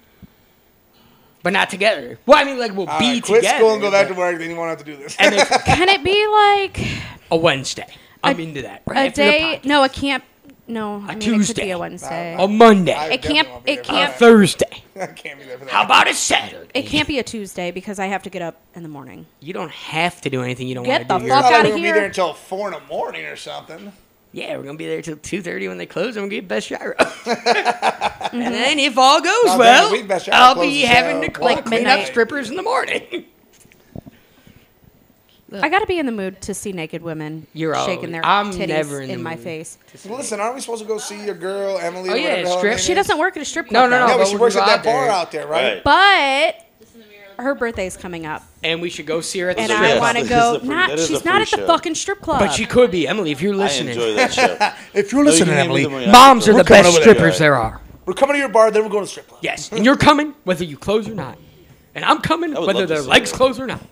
Speaker 4: but not together. Well, I mean, like we'll
Speaker 2: All
Speaker 4: be
Speaker 2: right, quit
Speaker 4: together.
Speaker 2: school and go back to
Speaker 4: but-
Speaker 2: work. Then you won't have to do this.
Speaker 4: And it's [LAUGHS]
Speaker 5: Can it be like
Speaker 4: a Wednesday. I'm
Speaker 5: A-
Speaker 4: into that. Right
Speaker 5: a
Speaker 4: after the
Speaker 5: day?
Speaker 4: podcast.
Speaker 5: No, it can't. No, I mean, It could
Speaker 4: Tuesday.
Speaker 5: be a Wednesday.
Speaker 4: A Monday.
Speaker 2: [LAUGHS] I
Speaker 5: it
Speaker 2: definitely
Speaker 5: can't-
Speaker 2: won't be
Speaker 5: it
Speaker 2: there for
Speaker 4: a
Speaker 5: can't-
Speaker 2: that.
Speaker 4: Thursday.
Speaker 2: [LAUGHS] I can't be there for that.
Speaker 4: How about a Saturday?
Speaker 5: It can't be a Tuesday because I have to get up in the morning.
Speaker 4: You don't have to do anything you don't
Speaker 5: Get
Speaker 4: want to do.
Speaker 5: the
Speaker 4: You're-
Speaker 5: fuck
Speaker 2: Not like
Speaker 5: outta
Speaker 2: we'll be
Speaker 5: here.
Speaker 2: there until four in the morning or something.
Speaker 4: Yeah, we're gonna be there till two thirty when they close. I'm gonna get best gyro. [LAUGHS]
Speaker 5: Mm-hmm.
Speaker 4: And then if all goes
Speaker 2: man,
Speaker 4: well,
Speaker 2: we best gyro
Speaker 4: I'll be
Speaker 2: closes
Speaker 4: having to
Speaker 2: at, uh,
Speaker 4: call
Speaker 2: like
Speaker 4: clean up
Speaker 2: midnight.
Speaker 4: strippers in the morning. [LAUGHS]
Speaker 5: I got to be in the mood to see naked women
Speaker 4: You're
Speaker 5: shaking
Speaker 4: always-
Speaker 5: their
Speaker 4: I'm
Speaker 5: titties
Speaker 4: never in
Speaker 5: in,
Speaker 4: the
Speaker 5: my
Speaker 4: mood.
Speaker 5: face.
Speaker 2: Well, listen, aren't we supposed to go see your girl Emily?
Speaker 4: Oh,
Speaker 2: or
Speaker 4: yeah,
Speaker 2: whatever the hell her
Speaker 4: strip-
Speaker 2: name
Speaker 5: She
Speaker 2: is?
Speaker 5: doesn't work at a strip
Speaker 4: No,
Speaker 5: club.
Speaker 4: no,
Speaker 5: though.
Speaker 2: Yeah,
Speaker 4: but
Speaker 2: but she
Speaker 4: we
Speaker 2: works
Speaker 4: go
Speaker 2: at
Speaker 4: out
Speaker 2: that
Speaker 4: there.
Speaker 2: bar out there, right?
Speaker 6: Right.
Speaker 5: But her birthday's coming up,
Speaker 4: and we should go see her at the
Speaker 5: and
Speaker 6: a
Speaker 4: strip
Speaker 5: I
Speaker 6: yes,
Speaker 4: club.
Speaker 5: want to
Speaker 6: this
Speaker 5: go.
Speaker 6: is a free-
Speaker 5: not
Speaker 6: that is a
Speaker 5: she's not
Speaker 6: free
Speaker 5: at the
Speaker 6: show.
Speaker 5: fucking strip club.
Speaker 4: But she could be Emily if you're
Speaker 6: I
Speaker 4: listening.
Speaker 5: [LAUGHS]
Speaker 6: enjoy that show.
Speaker 2: If you're
Speaker 6: No, you
Speaker 2: listening,
Speaker 6: can name
Speaker 2: Emily,
Speaker 6: them when
Speaker 4: [LAUGHS]
Speaker 6: you're
Speaker 4: Moms are
Speaker 6: out
Speaker 4: the
Speaker 6: there.
Speaker 2: coming
Speaker 4: best
Speaker 2: over there.
Speaker 4: strippers there are.
Speaker 2: we're coming to your bar, then we're going to strip club.
Speaker 4: Yes, and you're coming whether you close or not, and I'm coming
Speaker 6: I would
Speaker 4: whether
Speaker 6: love to
Speaker 4: their
Speaker 6: see
Speaker 4: legs
Speaker 6: her.
Speaker 4: close
Speaker 6: [LAUGHS]
Speaker 4: or not.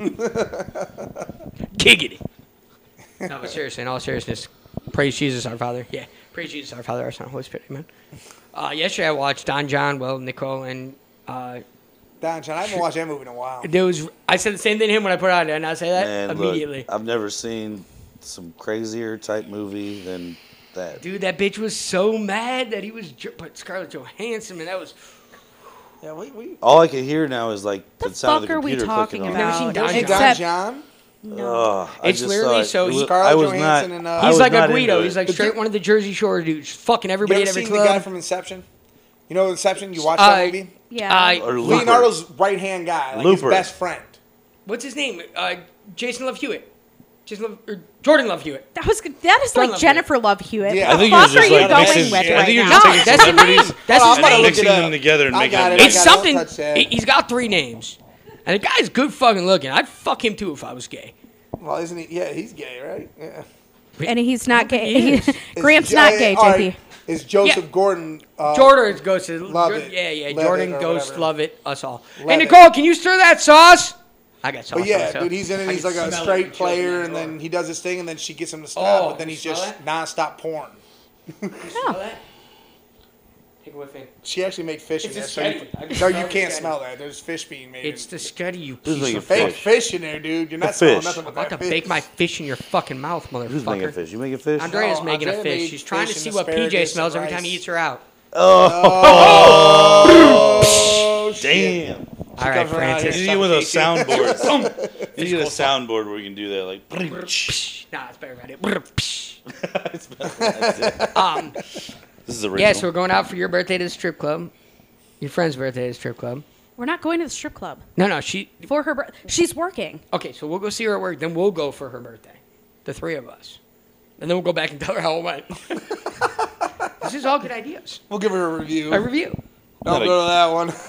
Speaker 4: Giggity. No, but seriously, in all seriousness, praise Jesus our Father. Yeah, praise Jesus our Father, our Son, Holy Spirit. Amen. Uh, yesterday I watched Don John, well, Nicole, and uh,
Speaker 2: Don John, I haven't watched that movie in a while.
Speaker 4: there was. I said the same thing to him when I put it on, and I say that
Speaker 6: Man, look,
Speaker 4: immediately.
Speaker 6: I've never seen some crazier type movie than that.
Speaker 4: Dude, that bitch was so mad that he was. jer- But Scarlett Johansson, and that was.
Speaker 2: Yeah, we, we,
Speaker 6: All I can hear now is like the,
Speaker 5: The
Speaker 6: sound of
Speaker 5: fuck
Speaker 6: the
Speaker 5: are we
Speaker 6: computer
Speaker 5: talking
Speaker 6: clicking on.
Speaker 4: Never
Speaker 5: about?
Speaker 4: seen Don
Speaker 2: hey,
Speaker 4: John.
Speaker 2: Don
Speaker 5: Except-
Speaker 2: John.
Speaker 6: Ugh, I
Speaker 4: It's
Speaker 6: just
Speaker 4: literally
Speaker 6: saw it.
Speaker 4: so
Speaker 6: It was-
Speaker 2: Scarlett
Speaker 6: I was
Speaker 2: Johansson
Speaker 6: not,
Speaker 2: and, uh,
Speaker 6: I
Speaker 4: He's
Speaker 6: was
Speaker 4: like a
Speaker 6: not into
Speaker 4: Guido.
Speaker 6: it.
Speaker 4: He's like
Speaker 2: Did
Speaker 4: straight
Speaker 2: you-
Speaker 4: one of the Jersey Shore dudes, fucking
Speaker 2: You
Speaker 4: everybody
Speaker 2: ever
Speaker 4: at every
Speaker 2: seen the guy
Speaker 4: club.
Speaker 2: from Inception? You know Inception? You watch
Speaker 4: Uh,
Speaker 2: that movie?
Speaker 5: yeah.
Speaker 4: I-
Speaker 6: Or Looper.
Speaker 2: Leonardo's right hand guy, like
Speaker 6: Looper.
Speaker 2: his best friend.
Speaker 4: what's his name? Uh, Jason Love Hewitt. Jason Love, or Jordan Love Hewitt.
Speaker 5: that was that is
Speaker 4: Don't
Speaker 5: like
Speaker 4: love
Speaker 5: Jennifer Love Hewitt.
Speaker 2: Yeah.
Speaker 5: What
Speaker 2: I think
Speaker 5: the
Speaker 2: you're
Speaker 5: fuck
Speaker 2: just
Speaker 5: are you
Speaker 2: like
Speaker 5: going
Speaker 2: mixing-
Speaker 5: with
Speaker 2: I
Speaker 5: right now?
Speaker 2: think you're
Speaker 4: just taking
Speaker 5: that's his
Speaker 4: celebrities.
Speaker 5: name.
Speaker 4: That's
Speaker 2: Hold
Speaker 4: his
Speaker 2: on, I'm gonna
Speaker 4: name.
Speaker 2: look it
Speaker 6: Mixing them
Speaker 2: up.
Speaker 6: together and
Speaker 2: I
Speaker 6: making
Speaker 2: got
Speaker 6: them
Speaker 2: it, I
Speaker 4: It's
Speaker 2: got it. Don't
Speaker 4: something.
Speaker 2: touch that.
Speaker 4: he- He's got three names, and the guy's good fucking looking. I'd fuck him too if I was gay.
Speaker 2: Well, isn't he? Yeah, he's gay, right? Yeah.
Speaker 5: And he's not
Speaker 4: think he
Speaker 5: gay.
Speaker 4: is.
Speaker 2: Is
Speaker 5: [LAUGHS] Graham's
Speaker 2: Jo-
Speaker 5: not gay,
Speaker 2: all
Speaker 5: JP.
Speaker 2: right, Is Joseph
Speaker 4: Yeah.
Speaker 2: Gordon? Uh,
Speaker 4: Jordan goes to
Speaker 2: Love
Speaker 4: Jordan-
Speaker 2: it.
Speaker 4: Yeah, yeah.
Speaker 2: Love
Speaker 4: Jordan
Speaker 2: it or
Speaker 4: goes
Speaker 2: whatever.
Speaker 4: love it us all. hey
Speaker 2: it.
Speaker 4: Nicole, can you stir that sauce? I got sauce.
Speaker 2: But
Speaker 4: on
Speaker 2: yeah,
Speaker 4: myself.
Speaker 2: dude, he's in it.
Speaker 4: I
Speaker 2: He's
Speaker 4: can
Speaker 2: like a
Speaker 4: smell it
Speaker 2: straight
Speaker 4: choking
Speaker 2: player,
Speaker 4: that
Speaker 2: and then
Speaker 4: door.
Speaker 2: he does his thing, and then she gets him to stop.
Speaker 4: Oh,
Speaker 2: but then
Speaker 4: you
Speaker 2: he's
Speaker 4: smell that?
Speaker 2: just nonstop porn.
Speaker 4: Smell that? Take a whiff in.
Speaker 2: She actually made fish in
Speaker 4: It's a
Speaker 2: there, so you,
Speaker 4: sketty. I just
Speaker 2: no,
Speaker 4: smell
Speaker 2: you
Speaker 4: the
Speaker 2: can't
Speaker 4: sketty.
Speaker 2: smell that. There's fish being made.
Speaker 4: It's the scuddy you
Speaker 6: This is
Speaker 4: piece
Speaker 6: like
Speaker 4: of
Speaker 6: a
Speaker 2: fake
Speaker 4: fuck.
Speaker 6: fish.
Speaker 2: fish in there, dude. You're not
Speaker 6: The
Speaker 2: smelling
Speaker 6: fish.
Speaker 2: nothing but
Speaker 4: I'm about
Speaker 2: that
Speaker 4: to
Speaker 2: fish.
Speaker 4: bake my fish in your fucking mouth,
Speaker 6: Who's making a
Speaker 4: motherfucker.
Speaker 6: fish? You making fish?
Speaker 4: Andrea's
Speaker 2: No,
Speaker 4: making
Speaker 2: Andrea
Speaker 4: a fish.
Speaker 2: made
Speaker 4: She's trying to
Speaker 2: fish and
Speaker 4: see what PJ
Speaker 2: asparagus
Speaker 4: smells
Speaker 2: and
Speaker 4: every time he
Speaker 2: rice.
Speaker 4: eats her out.
Speaker 2: Oh, shit.
Speaker 6: Damn.
Speaker 4: All right,
Speaker 2: comes around here.
Speaker 4: Francis.
Speaker 6: You need one of those soundboards. You need a
Speaker 4: physical song.
Speaker 6: soundboard where you can do that, like.
Speaker 4: Nah, it's better than it.
Speaker 6: It's better than [LAUGHS] that.
Speaker 4: Um,
Speaker 6: this is original.
Speaker 4: yeah, so we're going out for your birthday to the strip club. Your friend's birthday to the strip club.
Speaker 5: We're not going to the strip club
Speaker 4: No, no, she.
Speaker 5: for her. Bir- She's working.
Speaker 4: Okay, so we'll go see her at work. Then we'll go for her birthday, the three of us, and then we'll go back and tell her how it went. [LAUGHS] this is all good ideas.
Speaker 2: We'll give her a review.
Speaker 4: A review.
Speaker 2: Don't go to that one. [LAUGHS]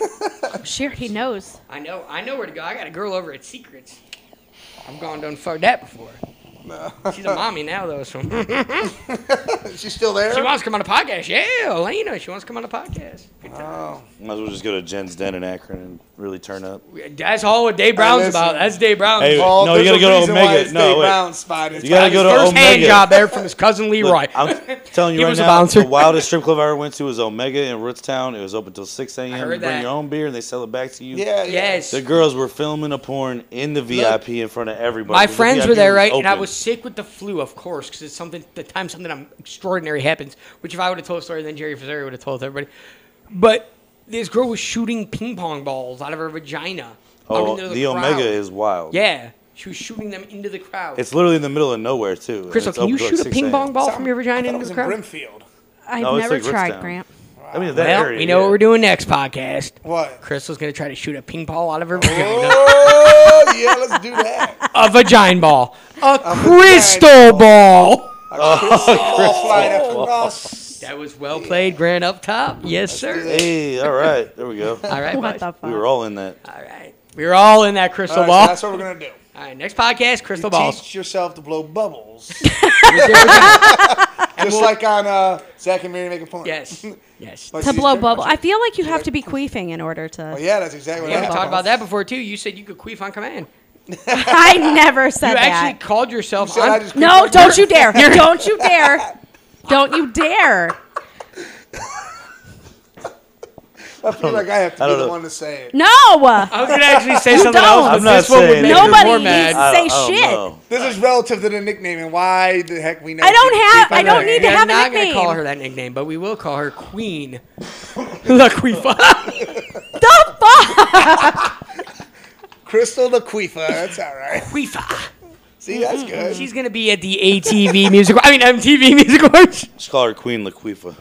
Speaker 5: She already knows.
Speaker 4: I know. I know where to go. I got a girl over at Secrets. I've gone done fucked that before. She's a mommy now though, so she
Speaker 2: She's still there.
Speaker 4: wants to come on a podcast. Yeah, Elena, she wants to come on a podcast. Good time.
Speaker 6: Might as well just go to Jen's Den in Akron and really turn up.
Speaker 4: That's all what Dave Brown's
Speaker 2: listen.
Speaker 4: about. That's Dave Brown's.
Speaker 6: Hey,
Speaker 2: Paul,
Speaker 6: No, you
Speaker 2: there's
Speaker 6: gotta
Speaker 2: a
Speaker 6: go to
Speaker 2: reason why
Speaker 6: Omega.
Speaker 2: it's
Speaker 6: No,
Speaker 2: Dave
Speaker 6: wait.
Speaker 2: Brown spot. It's
Speaker 6: You gotta
Speaker 2: got
Speaker 6: go to
Speaker 4: First hand
Speaker 6: Omega.
Speaker 4: job there from his cousin Leroy.
Speaker 6: I'm
Speaker 4: [LAUGHS]
Speaker 6: telling you
Speaker 4: He
Speaker 6: right
Speaker 4: was a
Speaker 6: now,
Speaker 4: bouncer.
Speaker 6: the wildest strip club I ever went to was Omega in Rootstown. It was open till 6 a.m. You
Speaker 4: heard
Speaker 6: bring
Speaker 4: that.
Speaker 6: your own beer and they sell it back to you.
Speaker 2: Yeah, yeah.
Speaker 4: yes.
Speaker 6: The girls were filming a porn in the VIP in front of everybody.
Speaker 4: My
Speaker 6: The
Speaker 4: friends
Speaker 6: VIP
Speaker 4: were there,
Speaker 6: was
Speaker 4: right? And I
Speaker 6: open.
Speaker 4: was sick with the flu, of course, because it's something the time something um, extraordinary happens. Which if I would have told a story, then Jerry Fazeri would have told everybody. But this girl was shooting ping pong balls out of her vagina. out
Speaker 6: Oh,
Speaker 4: into
Speaker 6: the Omega
Speaker 4: crowd.
Speaker 6: is wild.
Speaker 4: Yeah, she was shooting them into the crowd.
Speaker 6: It's literally in the middle of nowhere too. and
Speaker 4: Crystal,
Speaker 6: it's
Speaker 4: can you
Speaker 6: open till,
Speaker 4: shoot
Speaker 6: like,
Speaker 4: a
Speaker 6: 6
Speaker 4: ping
Speaker 6: a.m.
Speaker 4: pong ball
Speaker 2: Sound-
Speaker 4: from your vagina
Speaker 2: Oh, I thought it
Speaker 4: into
Speaker 2: was
Speaker 4: the
Speaker 2: in
Speaker 4: crowd?
Speaker 2: Brimfield.
Speaker 5: I've
Speaker 6: No, it's
Speaker 5: never
Speaker 6: like
Speaker 5: tried,
Speaker 6: Ritztown.
Speaker 5: Grant.
Speaker 6: I mean, that
Speaker 4: Well,
Speaker 6: area,
Speaker 4: we know
Speaker 6: yeah.
Speaker 4: what we're doing next podcast.
Speaker 2: What?
Speaker 4: Crystal's gonna try to shoot a ping pong out of her vagina.
Speaker 2: Oh yeah, let's do
Speaker 6: [LAUGHS]
Speaker 2: that.
Speaker 4: a vagina ball. A,
Speaker 2: vagina
Speaker 4: crystal ball.
Speaker 2: [LAUGHS]
Speaker 6: Oh,
Speaker 2: Flying up across.
Speaker 4: That was well played, Grant up top. Yes, sir.
Speaker 6: Hey, all right, there
Speaker 4: [LAUGHS]
Speaker 6: we go.
Speaker 4: All right,
Speaker 5: What
Speaker 4: bud.
Speaker 5: the fuck?
Speaker 6: We were all in that.
Speaker 4: All right. We were all in that crystal
Speaker 2: All right, so
Speaker 4: ball.
Speaker 2: that's what we're gonna do.
Speaker 4: all right, next podcast, crystal balls.
Speaker 2: Teach yourself to blow
Speaker 6: [LAUGHS]
Speaker 2: bubbles,
Speaker 4: yes.
Speaker 2: just like on uh, Zach and Mary make a porn.
Speaker 4: [LAUGHS] Yes.
Speaker 2: Like
Speaker 5: To
Speaker 2: these
Speaker 5: blow
Speaker 2: different
Speaker 5: bubble.
Speaker 2: ones.
Speaker 5: I feel like you have to be queefing in order to.
Speaker 2: Oh, yeah, that's exactly what
Speaker 4: Yeah, we
Speaker 2: happened.
Speaker 4: talked about that before too. You said you could queef on command.
Speaker 5: [LAUGHS] I never said
Speaker 4: You
Speaker 5: that.
Speaker 4: actually called yourself
Speaker 2: You said I
Speaker 4: on.
Speaker 2: just-
Speaker 5: No, don't you
Speaker 4: [LAUGHS]
Speaker 5: dare. Don't you dare. Don't you dare.
Speaker 2: I feel like I have to
Speaker 6: I
Speaker 2: be
Speaker 6: don't
Speaker 2: the
Speaker 6: know.
Speaker 2: one to say it.
Speaker 5: No.
Speaker 4: I was gonna actually
Speaker 5: [LAUGHS]
Speaker 4: say
Speaker 5: You
Speaker 4: something
Speaker 5: don't.
Speaker 4: else, but
Speaker 5: I'm
Speaker 6: not
Speaker 4: this one would
Speaker 6: saying
Speaker 4: make me
Speaker 6: it.
Speaker 4: more
Speaker 5: Nobody
Speaker 4: mad.
Speaker 5: needs-
Speaker 6: I don't-
Speaker 5: Say
Speaker 6: I don't
Speaker 5: shit.
Speaker 6: know.
Speaker 2: This is relative to the nickname and why the heck we know.
Speaker 5: I don't
Speaker 2: people
Speaker 5: have-
Speaker 2: keep
Speaker 5: I
Speaker 2: on
Speaker 5: don't
Speaker 2: that.
Speaker 5: need to
Speaker 4: We're
Speaker 5: have a
Speaker 4: not gonna
Speaker 5: nickname.
Speaker 4: call her that nickname, but we will call her Queen.
Speaker 5: [LAUGHS]
Speaker 4: La Queefa.
Speaker 5: The fuck?
Speaker 2: Crystal the Queefa. That's all right.
Speaker 4: Queefa.
Speaker 2: See, that's good.
Speaker 4: She's gonna be at the ATV music. I mean MTV music awards.
Speaker 6: Just call her Queen Laquifa.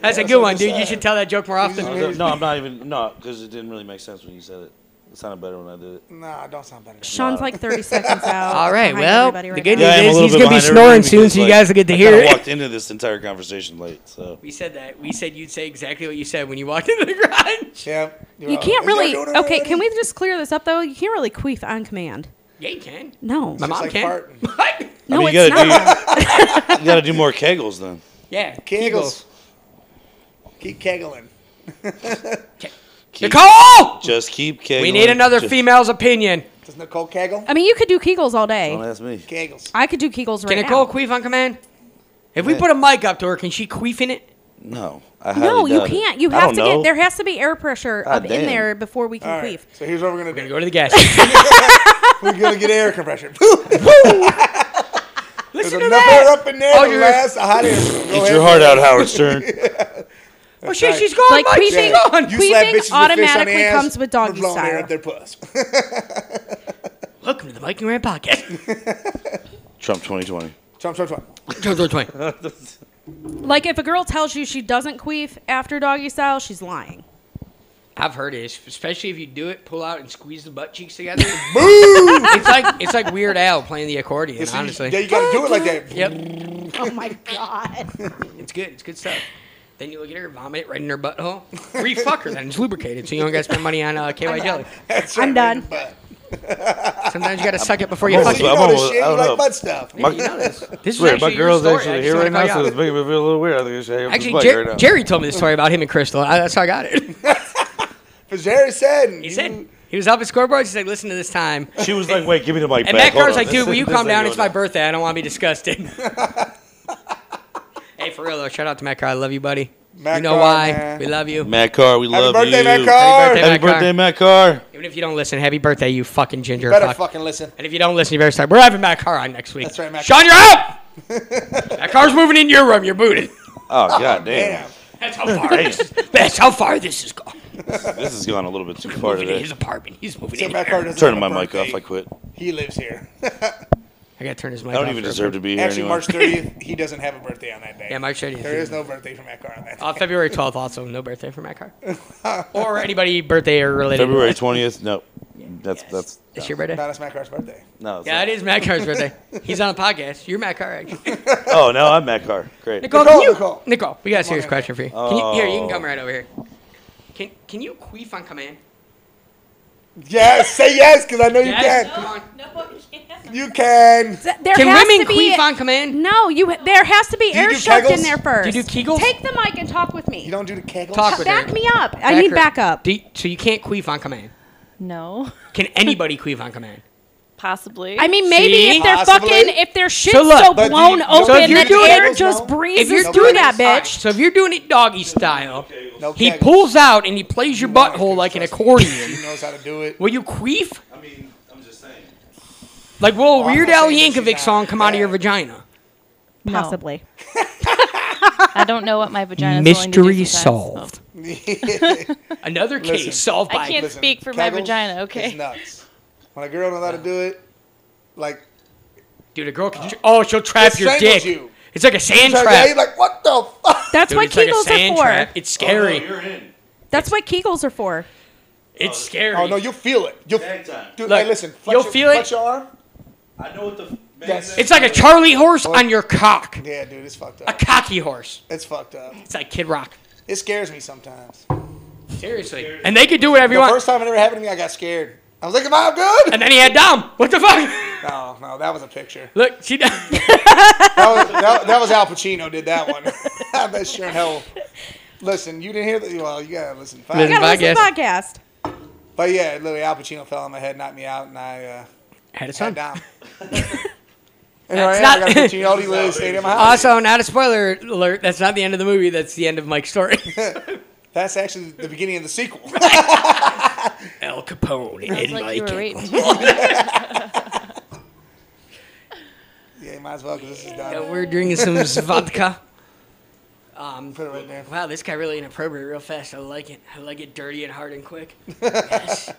Speaker 4: That's a good one, dude. You should tell that joke more often.
Speaker 6: [LAUGHS] No, I'm not even. No, because it didn't really make sense when you said it. It sounded better when I did it.
Speaker 2: nah, don't sound better.
Speaker 5: Sean's like 30 seconds out.
Speaker 4: All right,
Speaker 5: behind
Speaker 4: well,
Speaker 5: everybody
Speaker 4: the
Speaker 5: right
Speaker 4: good
Speaker 5: now.
Speaker 6: I am a
Speaker 4: news
Speaker 6: little
Speaker 4: is he's
Speaker 6: bit
Speaker 4: gonna be
Speaker 6: behind everybody
Speaker 4: snoring soon,
Speaker 6: because,
Speaker 4: so you
Speaker 6: like,
Speaker 4: guys will get to
Speaker 6: I
Speaker 4: hear
Speaker 6: kinda
Speaker 4: it.
Speaker 6: walked into this entire conversation late, so
Speaker 4: We said that. We said you'd say exactly what you said when you walked into the garage.
Speaker 2: Yeah,
Speaker 5: You can't really. Okay, can we just clear this up, though? You can't really queef on command.
Speaker 4: Yeah, you can.
Speaker 5: No.
Speaker 4: My mom
Speaker 2: like
Speaker 4: can. [LAUGHS]
Speaker 2: farting.
Speaker 4: What?
Speaker 5: No,
Speaker 6: mean, you
Speaker 5: it's
Speaker 6: gotta
Speaker 5: not.
Speaker 6: you got to do more kegels then.
Speaker 4: yeah.
Speaker 2: Kegels. Keep kegeling.
Speaker 6: Keep,
Speaker 4: Nicole!
Speaker 6: just keep kegels.
Speaker 4: We need another
Speaker 6: just,
Speaker 4: female's opinion.
Speaker 2: Does Nicole kegel?
Speaker 5: I mean, you could do Kegels all
Speaker 6: Don't
Speaker 5: day.
Speaker 6: ask me.
Speaker 2: Kegels.
Speaker 5: I could do Kegels
Speaker 4: Can
Speaker 5: right
Speaker 4: Nicole
Speaker 5: now.
Speaker 4: queef on command? If we put a mic up to her, can she queef in it?
Speaker 6: No, I
Speaker 5: No,
Speaker 6: highly
Speaker 5: you
Speaker 6: doubt it.
Speaker 5: can't. You
Speaker 6: I
Speaker 5: have to
Speaker 6: don't
Speaker 5: get.
Speaker 6: know.
Speaker 5: There has to be air pressure
Speaker 6: Ah,
Speaker 5: up in
Speaker 6: damn.
Speaker 5: there before we
Speaker 2: All
Speaker 5: can
Speaker 2: right.
Speaker 5: queef.
Speaker 2: So here's what we're gonna
Speaker 4: We're gonna
Speaker 2: do.
Speaker 4: go to the
Speaker 2: [LAUGHS]
Speaker 4: gas station.
Speaker 2: We're gonna get air
Speaker 6: [LAUGHS]
Speaker 2: compression. There's
Speaker 4: Listen to
Speaker 2: enough air
Speaker 4: that.
Speaker 2: up in there
Speaker 4: Oh,
Speaker 2: to
Speaker 4: you're-
Speaker 2: last a hot air. Go
Speaker 6: Get your heart out, Howard Stern.
Speaker 4: Oh shit,
Speaker 2: right.
Speaker 4: she's gone.
Speaker 5: Like
Speaker 4: Mike,
Speaker 5: queefing-
Speaker 4: she's gone.
Speaker 5: You- Queefing automatically comes with doggy
Speaker 2: blowing air
Speaker 5: style.
Speaker 2: up their puss. [LAUGHS]
Speaker 4: Welcome to the Mike and Rand podcast.
Speaker 6: [LAUGHS]
Speaker 4: [LAUGHS]
Speaker 6: Trump 2020.
Speaker 2: Chomp, chomp, chomp.
Speaker 4: Joe, Joe, Twain.
Speaker 5: Like, if a girl tells you she doesn't queef after doggy style, she's lying.
Speaker 4: I've heard it, especially if you do it, pull out and squeeze the butt cheeks
Speaker 2: [LAUGHS]
Speaker 4: together. Boom! It's like it's like Weird Al playing the accordion.
Speaker 2: So you-
Speaker 4: honestly,
Speaker 2: yeah, you gotta do it like that.
Speaker 4: yep, [LAUGHS]
Speaker 5: Oh my god.
Speaker 4: it's good. It's good stuff. Then you look at her, vomit it right in her butthole. Refuck her, then it's lubricated, so you don't got to spend money on uh, KY jelly.
Speaker 2: That's
Speaker 5: I'm
Speaker 2: right,
Speaker 5: done.
Speaker 2: in the butt.
Speaker 4: Sometimes you got to suck it before you
Speaker 2: So
Speaker 4: fuck
Speaker 6: almost-
Speaker 2: you
Speaker 4: it.
Speaker 2: know this shit. You
Speaker 6: I'm almost- I don't know.
Speaker 2: like butt stuff.
Speaker 4: You know this. This is
Speaker 6: Weird,
Speaker 4: actually
Speaker 6: my
Speaker 4: your
Speaker 6: girl's
Speaker 4: story. I
Speaker 6: actually
Speaker 4: just
Speaker 6: here
Speaker 4: wanna
Speaker 6: right now,
Speaker 4: call you
Speaker 6: so
Speaker 4: out.
Speaker 6: it's making me feel a little weird. I think I should hang up
Speaker 4: Actually,
Speaker 6: this mic
Speaker 4: Jer-
Speaker 6: right now.
Speaker 4: Jerry told me the story about him and Crystal. I, that's how I got it.
Speaker 2: But Jerry said.
Speaker 4: [LAUGHS] He
Speaker 2: you-
Speaker 4: said he was up at scoreboards. He's like, "Listen to this time."
Speaker 6: She was like, "Wait, give me the mic
Speaker 4: And that
Speaker 6: back." Hold
Speaker 4: girl's
Speaker 6: on.
Speaker 4: like, dude, will you
Speaker 6: This
Speaker 4: calm
Speaker 6: ain't
Speaker 4: down? It's my
Speaker 6: going down."
Speaker 4: birthday. I don't want to be disgusted.
Speaker 6: [LAUGHS]
Speaker 4: hey, for real though, shout out to Matt Carr. I love you, buddy.
Speaker 2: Matt
Speaker 4: you know
Speaker 2: Carr,
Speaker 4: why?
Speaker 2: man.
Speaker 4: We love you.
Speaker 6: Matt Carr, we
Speaker 2: Happy
Speaker 6: love
Speaker 2: birthday,
Speaker 6: you.
Speaker 2: Matt Carr.
Speaker 4: birthday,
Speaker 6: Happy
Speaker 4: Matt Carr.
Speaker 6: birthday, Matt Carr.
Speaker 4: Even if you don't listen, happy birthday, you fucking ginger
Speaker 2: Better
Speaker 4: fuck.
Speaker 2: fucking listen.
Speaker 4: And if you don't listen, you better start. We're having Matt Carr on next week.
Speaker 2: That's right, Matt [LAUGHS]
Speaker 4: Sean, you're out. Matt Carr's moving in your room. You're booted.
Speaker 6: Oh god damn.
Speaker 2: Damn.
Speaker 4: That's how far. this, that's how far this has gone.
Speaker 6: This has gone a little bit too far
Speaker 4: Moving to
Speaker 6: today.
Speaker 4: his apartment. He's moving
Speaker 2: Sir
Speaker 4: in.
Speaker 2: Matt
Speaker 4: here.
Speaker 2: Carter doesn't
Speaker 6: Turning my
Speaker 2: have a
Speaker 6: mic off.
Speaker 2: birthday.
Speaker 6: I quit.
Speaker 2: He lives here.
Speaker 4: I gotta turn his mic.
Speaker 6: I don't
Speaker 4: off
Speaker 6: even
Speaker 4: for a
Speaker 6: deserve
Speaker 4: bit.
Speaker 6: to be here
Speaker 2: Actually,
Speaker 6: anymore.
Speaker 2: March 30th, he doesn't have a birthday on that day.
Speaker 4: Yeah, March 30th.
Speaker 2: There is no birthday for Matt Carr on that day. [LAUGHS]
Speaker 4: Uh, February 12th, also no birthday for Matt Carr. or anybody birthday or related. to
Speaker 6: February
Speaker 4: that.
Speaker 6: twentieth. No, that's that's.
Speaker 4: It's your birthday.
Speaker 2: Not as Matt Carr's birthday.
Speaker 6: No, it's
Speaker 4: Yeah,
Speaker 6: not.
Speaker 4: it is Matt Carr's birthday. He's on a podcast. You're Matt Carr,
Speaker 2: [LAUGHS]
Speaker 4: actually.
Speaker 6: Oh no, I'm Matt Carr. Great.
Speaker 4: Nicole,
Speaker 2: Nicole,
Speaker 4: can you,
Speaker 2: Nicole.
Speaker 4: Nicole. we got a serious
Speaker 2: on,
Speaker 4: question for you. Can you. Here, you can come right over here. Can Can you queef on command?
Speaker 2: Yes, say yes, because I know you can.
Speaker 4: Come on.
Speaker 2: You can.
Speaker 5: Th- There
Speaker 4: Can
Speaker 5: has
Speaker 4: women
Speaker 5: to be
Speaker 4: queef on command?
Speaker 5: no, you. There has to be
Speaker 2: you
Speaker 5: air
Speaker 2: do
Speaker 5: shoved in
Speaker 2: Kegels?
Speaker 5: there first.
Speaker 4: Do you do Kegels?
Speaker 5: Take the mic and talk with me.
Speaker 2: You don't do the kegels?
Speaker 4: Talk with
Speaker 5: Back
Speaker 4: her.
Speaker 5: me up. I need
Speaker 4: her-
Speaker 5: backup.
Speaker 4: Do you- so you can't queef on command.
Speaker 7: No.
Speaker 4: Can anybody queef on
Speaker 5: [LAUGHS]
Speaker 4: command?
Speaker 7: Possibly.
Speaker 5: I mean, maybe
Speaker 4: See?
Speaker 5: if they're
Speaker 2: Possibly.
Speaker 5: fucking, if their shit's
Speaker 4: So
Speaker 5: so,
Speaker 4: look-
Speaker 2: But do
Speaker 5: blown
Speaker 2: you- so
Speaker 5: open
Speaker 2: if
Speaker 4: you're
Speaker 5: that
Speaker 4: doing
Speaker 5: air
Speaker 4: it-
Speaker 5: just
Speaker 2: No.
Speaker 5: breezes
Speaker 4: If you're
Speaker 5: through
Speaker 4: doing
Speaker 5: that
Speaker 4: it, alright,
Speaker 5: bitch.
Speaker 4: so if you're doing it doggy style,
Speaker 2: No
Speaker 4: he
Speaker 2: kegels.
Speaker 4: pulls out and he plays your butthole like an accordion.
Speaker 2: He knows how to do it. [LAUGHS]
Speaker 4: Will you queef?
Speaker 6: I mean, I'm just saying.
Speaker 4: Like, will a
Speaker 2: I'm
Speaker 4: Weird
Speaker 2: not
Speaker 4: Al
Speaker 2: saying that she's
Speaker 4: Yankovic song
Speaker 2: not
Speaker 4: come out of your
Speaker 2: bad.
Speaker 4: vagina?
Speaker 7: No.
Speaker 5: Possibly.
Speaker 7: I don't know what my vagina
Speaker 4: Mystery solved. Another case
Speaker 2: Listen.
Speaker 4: solved by.
Speaker 7: I can't speak for my
Speaker 2: Kegels
Speaker 7: vagina,
Speaker 2: is
Speaker 7: okay?
Speaker 2: nuts. When a girl knows how to do it, like,
Speaker 4: Dude, a girl can. oh, she'll trap
Speaker 2: It
Speaker 4: your
Speaker 2: strangles
Speaker 4: dick.
Speaker 2: you.
Speaker 4: It's like a sand
Speaker 2: yeah,
Speaker 4: trap.
Speaker 2: you're like, what the fuck?
Speaker 5: That's
Speaker 4: Dude,
Speaker 5: what
Speaker 4: it's like a
Speaker 5: Kegels
Speaker 4: sand
Speaker 5: are for.
Speaker 4: trap. It's
Speaker 2: Oh,
Speaker 4: scary.
Speaker 6: You're in.
Speaker 5: That's what Kegels are for.
Speaker 4: it's scary.
Speaker 2: Oh, no, you'll feel it. You'll,
Speaker 6: Tag time.
Speaker 2: dude,
Speaker 4: Look,
Speaker 2: hey, listen. Flex
Speaker 4: you'll
Speaker 2: your,
Speaker 4: feel it.
Speaker 2: Flex your arm.
Speaker 6: I know what the.
Speaker 2: Yes.
Speaker 4: it's like a Charlie horse on your cock.
Speaker 2: Yeah, dude, it's fucked
Speaker 4: A
Speaker 2: up.
Speaker 4: cocky horse.
Speaker 2: It's fucked up.
Speaker 4: It's like Kid Rock.
Speaker 2: It scares me sometimes.
Speaker 4: Seriously. And they could do whatever
Speaker 2: The
Speaker 4: you want.
Speaker 2: first time it ever happened to me, I got scared. I was like, am I good?
Speaker 4: and then he had Dom. What the fuck? [LAUGHS]
Speaker 2: No, no, that was a picture.
Speaker 4: Look, [LAUGHS] she.
Speaker 2: That was, that, that was Al Pacino did that one. [LAUGHS] I bet sure in hell. Listen, you didn't hear that. Well, you gotta listen. Fine.
Speaker 5: You gotta listen to the
Speaker 4: Podcast.
Speaker 5: podcast.
Speaker 2: But yeah, literally, Al Pacino fell on my head, knocked me out, and I uh,
Speaker 4: had a son. [LAUGHS]
Speaker 2: sat down. and here I am.
Speaker 4: That's
Speaker 2: I
Speaker 4: not-
Speaker 2: got Pacino. He lives stayed in my house.
Speaker 4: Also, not a spoiler alert. That's not the end of the movie. That's the end of Mike's story. [LAUGHS]
Speaker 2: That's actually the beginning of the sequel. [LAUGHS]
Speaker 4: Al Capone and
Speaker 7: It's like you were
Speaker 4: [LAUGHS]
Speaker 7: waiting.
Speaker 2: yeah, might as well because this is
Speaker 4: Uh,
Speaker 2: done.
Speaker 4: We're drinking some
Speaker 2: [LAUGHS]
Speaker 4: vodka. Um,
Speaker 2: Put it right there.
Speaker 4: wow, this guy really inappropriate real fast. I like it. I like it dirty and hard and quick. Yes.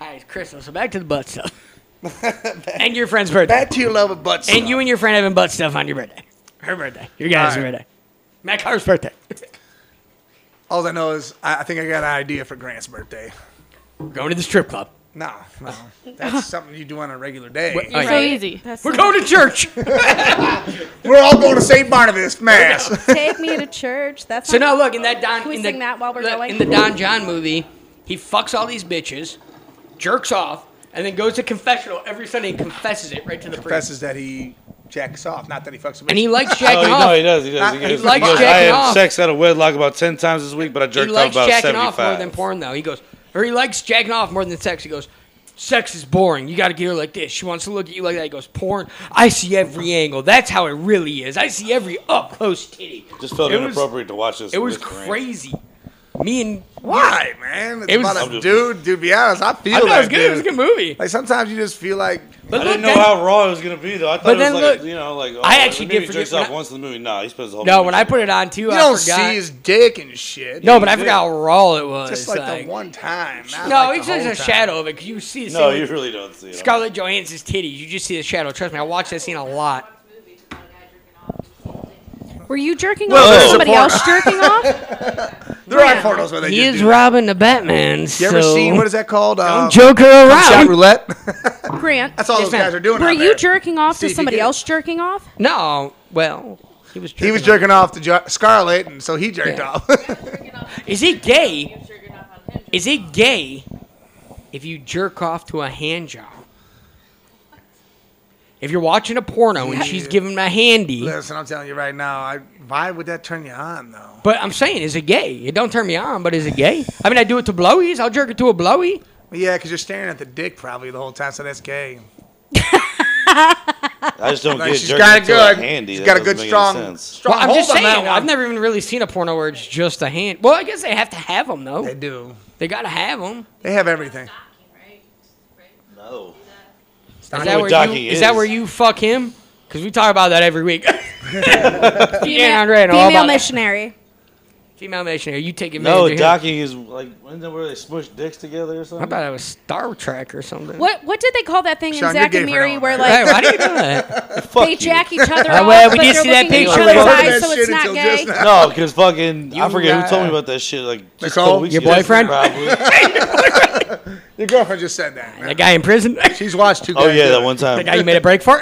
Speaker 4: All right, Crystal. So back to the butt stuff. and your friend's birthday.
Speaker 2: Back to your love of butts.
Speaker 4: and you and your friend having butt stuff on your birthday. Her birthday. Your guys' birthday. Matt Carr's birthday.
Speaker 2: All I know is I, I think I got an idea for Grant's birthday.
Speaker 4: We're going to the strip club.
Speaker 2: No, no,
Speaker 4: [LAUGHS]
Speaker 2: that's something you do on a regular day.
Speaker 4: Wait,
Speaker 7: You're
Speaker 4: oh,
Speaker 7: so
Speaker 4: yeah.
Speaker 7: easy.
Speaker 4: We're going to church.
Speaker 2: We're all going to St. Barnabas Mass.
Speaker 5: Take me to church. That's
Speaker 4: So
Speaker 5: not-
Speaker 4: now look in that Don
Speaker 5: Can we
Speaker 4: in the,
Speaker 5: sing that while we're
Speaker 4: look,
Speaker 5: going?
Speaker 4: in the Don John movie, he fucks all these bitches, jerks off, and then goes to confessional every Sunday and confesses it right to the priest.
Speaker 2: Confesses that he jacks off, not that he fucks. a bitch.
Speaker 4: And he likes
Speaker 6: Oh,
Speaker 4: jacking
Speaker 6: he-
Speaker 4: off.
Speaker 6: no, he does. He does. He,
Speaker 2: He
Speaker 6: goes, he
Speaker 4: likes
Speaker 6: goes, I
Speaker 4: jacking
Speaker 6: had
Speaker 4: off."
Speaker 6: sex out of wedlock about ten times this week, but I
Speaker 4: He
Speaker 6: jerked off
Speaker 4: likes
Speaker 6: about
Speaker 4: jacking
Speaker 6: seventy-five.
Speaker 4: off more than porn though. He goes, or he likes jacking off more than sex. He goes, sex is boring. You got to get her like this. She wants to look at you like that. He goes, porn. I see every angle. That's how it really is. I see every up close titty.
Speaker 6: Just felt
Speaker 4: It was-
Speaker 6: inappropriate to watch this.
Speaker 4: It was
Speaker 6: with Grant.
Speaker 4: crazy. Me and
Speaker 2: Why, man? It's
Speaker 4: It was-
Speaker 2: about
Speaker 6: I'm
Speaker 2: a
Speaker 6: just-
Speaker 2: dude. Dude, be honest, I feel
Speaker 4: I thought
Speaker 2: that
Speaker 4: it was good. It was a
Speaker 2: dude.
Speaker 4: good movie.
Speaker 2: Like sometimes you just feel like
Speaker 4: But
Speaker 6: I didn't know
Speaker 4: look, that-
Speaker 6: how raw it was gonna be though. I thought it was
Speaker 4: then
Speaker 6: like
Speaker 4: look-
Speaker 6: you know like oh,
Speaker 4: I actually
Speaker 6: the movie
Speaker 4: did
Speaker 6: jerks
Speaker 4: forget-
Speaker 6: off once in the movie. Nah, he spends the whole
Speaker 4: No,
Speaker 6: movie
Speaker 4: when I
Speaker 6: jerking
Speaker 4: put it on too,
Speaker 2: you
Speaker 4: I
Speaker 2: don't
Speaker 4: forgot.
Speaker 2: see his dick and shit.
Speaker 4: no, but I
Speaker 6: dick.
Speaker 4: forgot how raw it was.
Speaker 2: just like, the one time. not
Speaker 4: No,
Speaker 2: like
Speaker 4: it's
Speaker 2: the
Speaker 4: just
Speaker 2: whole
Speaker 4: a
Speaker 2: time.
Speaker 4: shadow of it. 'cause you see the
Speaker 6: off.
Speaker 4: scene
Speaker 6: No,
Speaker 4: with
Speaker 6: you really don't see it.
Speaker 4: Scarlett Johansson's titties. You just see the shadow. Trust me, I watched that scene a lot.
Speaker 5: Were you jerking
Speaker 2: Well,
Speaker 5: off?
Speaker 2: there's
Speaker 5: or Somebody
Speaker 2: support.
Speaker 5: else jerking off?
Speaker 2: There are pornos where they
Speaker 4: He
Speaker 2: just
Speaker 4: is
Speaker 2: do that.
Speaker 4: robbing the Batman.
Speaker 2: You ever seen what is that called? Um,
Speaker 4: Joker
Speaker 2: shot
Speaker 4: around.
Speaker 2: roulette. [LAUGHS]
Speaker 5: Grant,
Speaker 2: That's all
Speaker 4: Yes,
Speaker 2: those guys
Speaker 4: ma'am.
Speaker 2: are doing.
Speaker 5: were
Speaker 2: out
Speaker 5: you
Speaker 2: there.
Speaker 5: jerking off
Speaker 2: See if
Speaker 5: to
Speaker 2: you
Speaker 5: somebody
Speaker 2: get it.
Speaker 5: else jerking off?
Speaker 4: No, well, he was. Jerking
Speaker 2: He was
Speaker 4: off.
Speaker 2: jerking off to jo- Scarlett, and so he jerked
Speaker 4: Yeah.
Speaker 2: off. [LAUGHS]
Speaker 4: Is it gay? Is it gay if you jerk off to a hand job? If you're watching a porno and she's giving him a handy,
Speaker 2: Listen, I'm telling you right now. I, why would that turn you on though?
Speaker 4: but I'm saying, is it gay? It don't turn me on, but is it gay? I mean, I do it to blowies. I'll jerk it to a blowie.
Speaker 2: Yeah, because you're staring at the dick probably the whole time, so that's gay.
Speaker 6: I just don't
Speaker 2: No,
Speaker 6: get
Speaker 2: she's
Speaker 6: jerking
Speaker 2: got a
Speaker 6: until
Speaker 2: good,
Speaker 6: handy.
Speaker 2: she's
Speaker 6: That
Speaker 2: got a
Speaker 6: doesn't
Speaker 2: good
Speaker 6: make any
Speaker 2: strong,
Speaker 6: sense.
Speaker 2: strong
Speaker 4: Well, I'm
Speaker 2: hold
Speaker 4: just
Speaker 2: on
Speaker 4: saying,
Speaker 2: that one.
Speaker 4: I've never even really seen a porno where it's just a hand. Well, I guess they have to have them though.
Speaker 2: They
Speaker 4: They,
Speaker 2: do.
Speaker 4: gotta have them.
Speaker 2: They have everything.
Speaker 6: No.
Speaker 4: Is
Speaker 6: know
Speaker 4: that
Speaker 6: what
Speaker 4: where you?
Speaker 6: docking
Speaker 4: Is. that
Speaker 6: is.
Speaker 4: where you fuck him? Because we talk about that every week. [LAUGHS]
Speaker 5: Female,
Speaker 4: Andre, and all
Speaker 5: female
Speaker 4: about-
Speaker 5: missionary.
Speaker 4: Female missionary, you take advantage
Speaker 6: No,
Speaker 4: of him.
Speaker 6: Docky is like, isn't that where they smush dicks together or
Speaker 4: How
Speaker 6: something?
Speaker 4: about it was Star Trek or something?
Speaker 5: What what did they call that thing
Speaker 2: Sean,
Speaker 5: in
Speaker 2: you're
Speaker 5: Zack
Speaker 2: gay
Speaker 5: and
Speaker 2: for
Speaker 5: Miri
Speaker 2: knowing
Speaker 5: where
Speaker 2: that.
Speaker 5: like
Speaker 4: Hey, why do you do
Speaker 2: [LAUGHS]
Speaker 4: that?
Speaker 6: Fuck
Speaker 5: they
Speaker 6: you.
Speaker 5: jack each other
Speaker 4: Oh,
Speaker 5: off,
Speaker 4: well, we
Speaker 5: but
Speaker 4: did
Speaker 5: they're
Speaker 4: see that
Speaker 5: looking at each
Speaker 4: picture.
Speaker 5: other's
Speaker 4: Over
Speaker 2: that
Speaker 5: eyes, so
Speaker 2: shit
Speaker 5: it's not
Speaker 2: until just
Speaker 5: gay.
Speaker 2: now.
Speaker 6: No, because fucking, I
Speaker 4: You,
Speaker 6: forget
Speaker 4: uh,
Speaker 6: who told me about that shit. Like just a
Speaker 2: Nicole,
Speaker 6: couple weeks
Speaker 4: your
Speaker 6: ago,
Speaker 4: boyfriend?
Speaker 6: [LAUGHS] probably.
Speaker 2: Your girlfriend just said that. man.
Speaker 4: That guy in prison? [LAUGHS]
Speaker 2: She's watched two.
Speaker 6: oh
Speaker 2: guys
Speaker 6: yeah,
Speaker 2: do
Speaker 6: that
Speaker 2: it.
Speaker 6: one
Speaker 4: the
Speaker 6: time.
Speaker 4: guy you made a break
Speaker 2: [LAUGHS]
Speaker 4: for?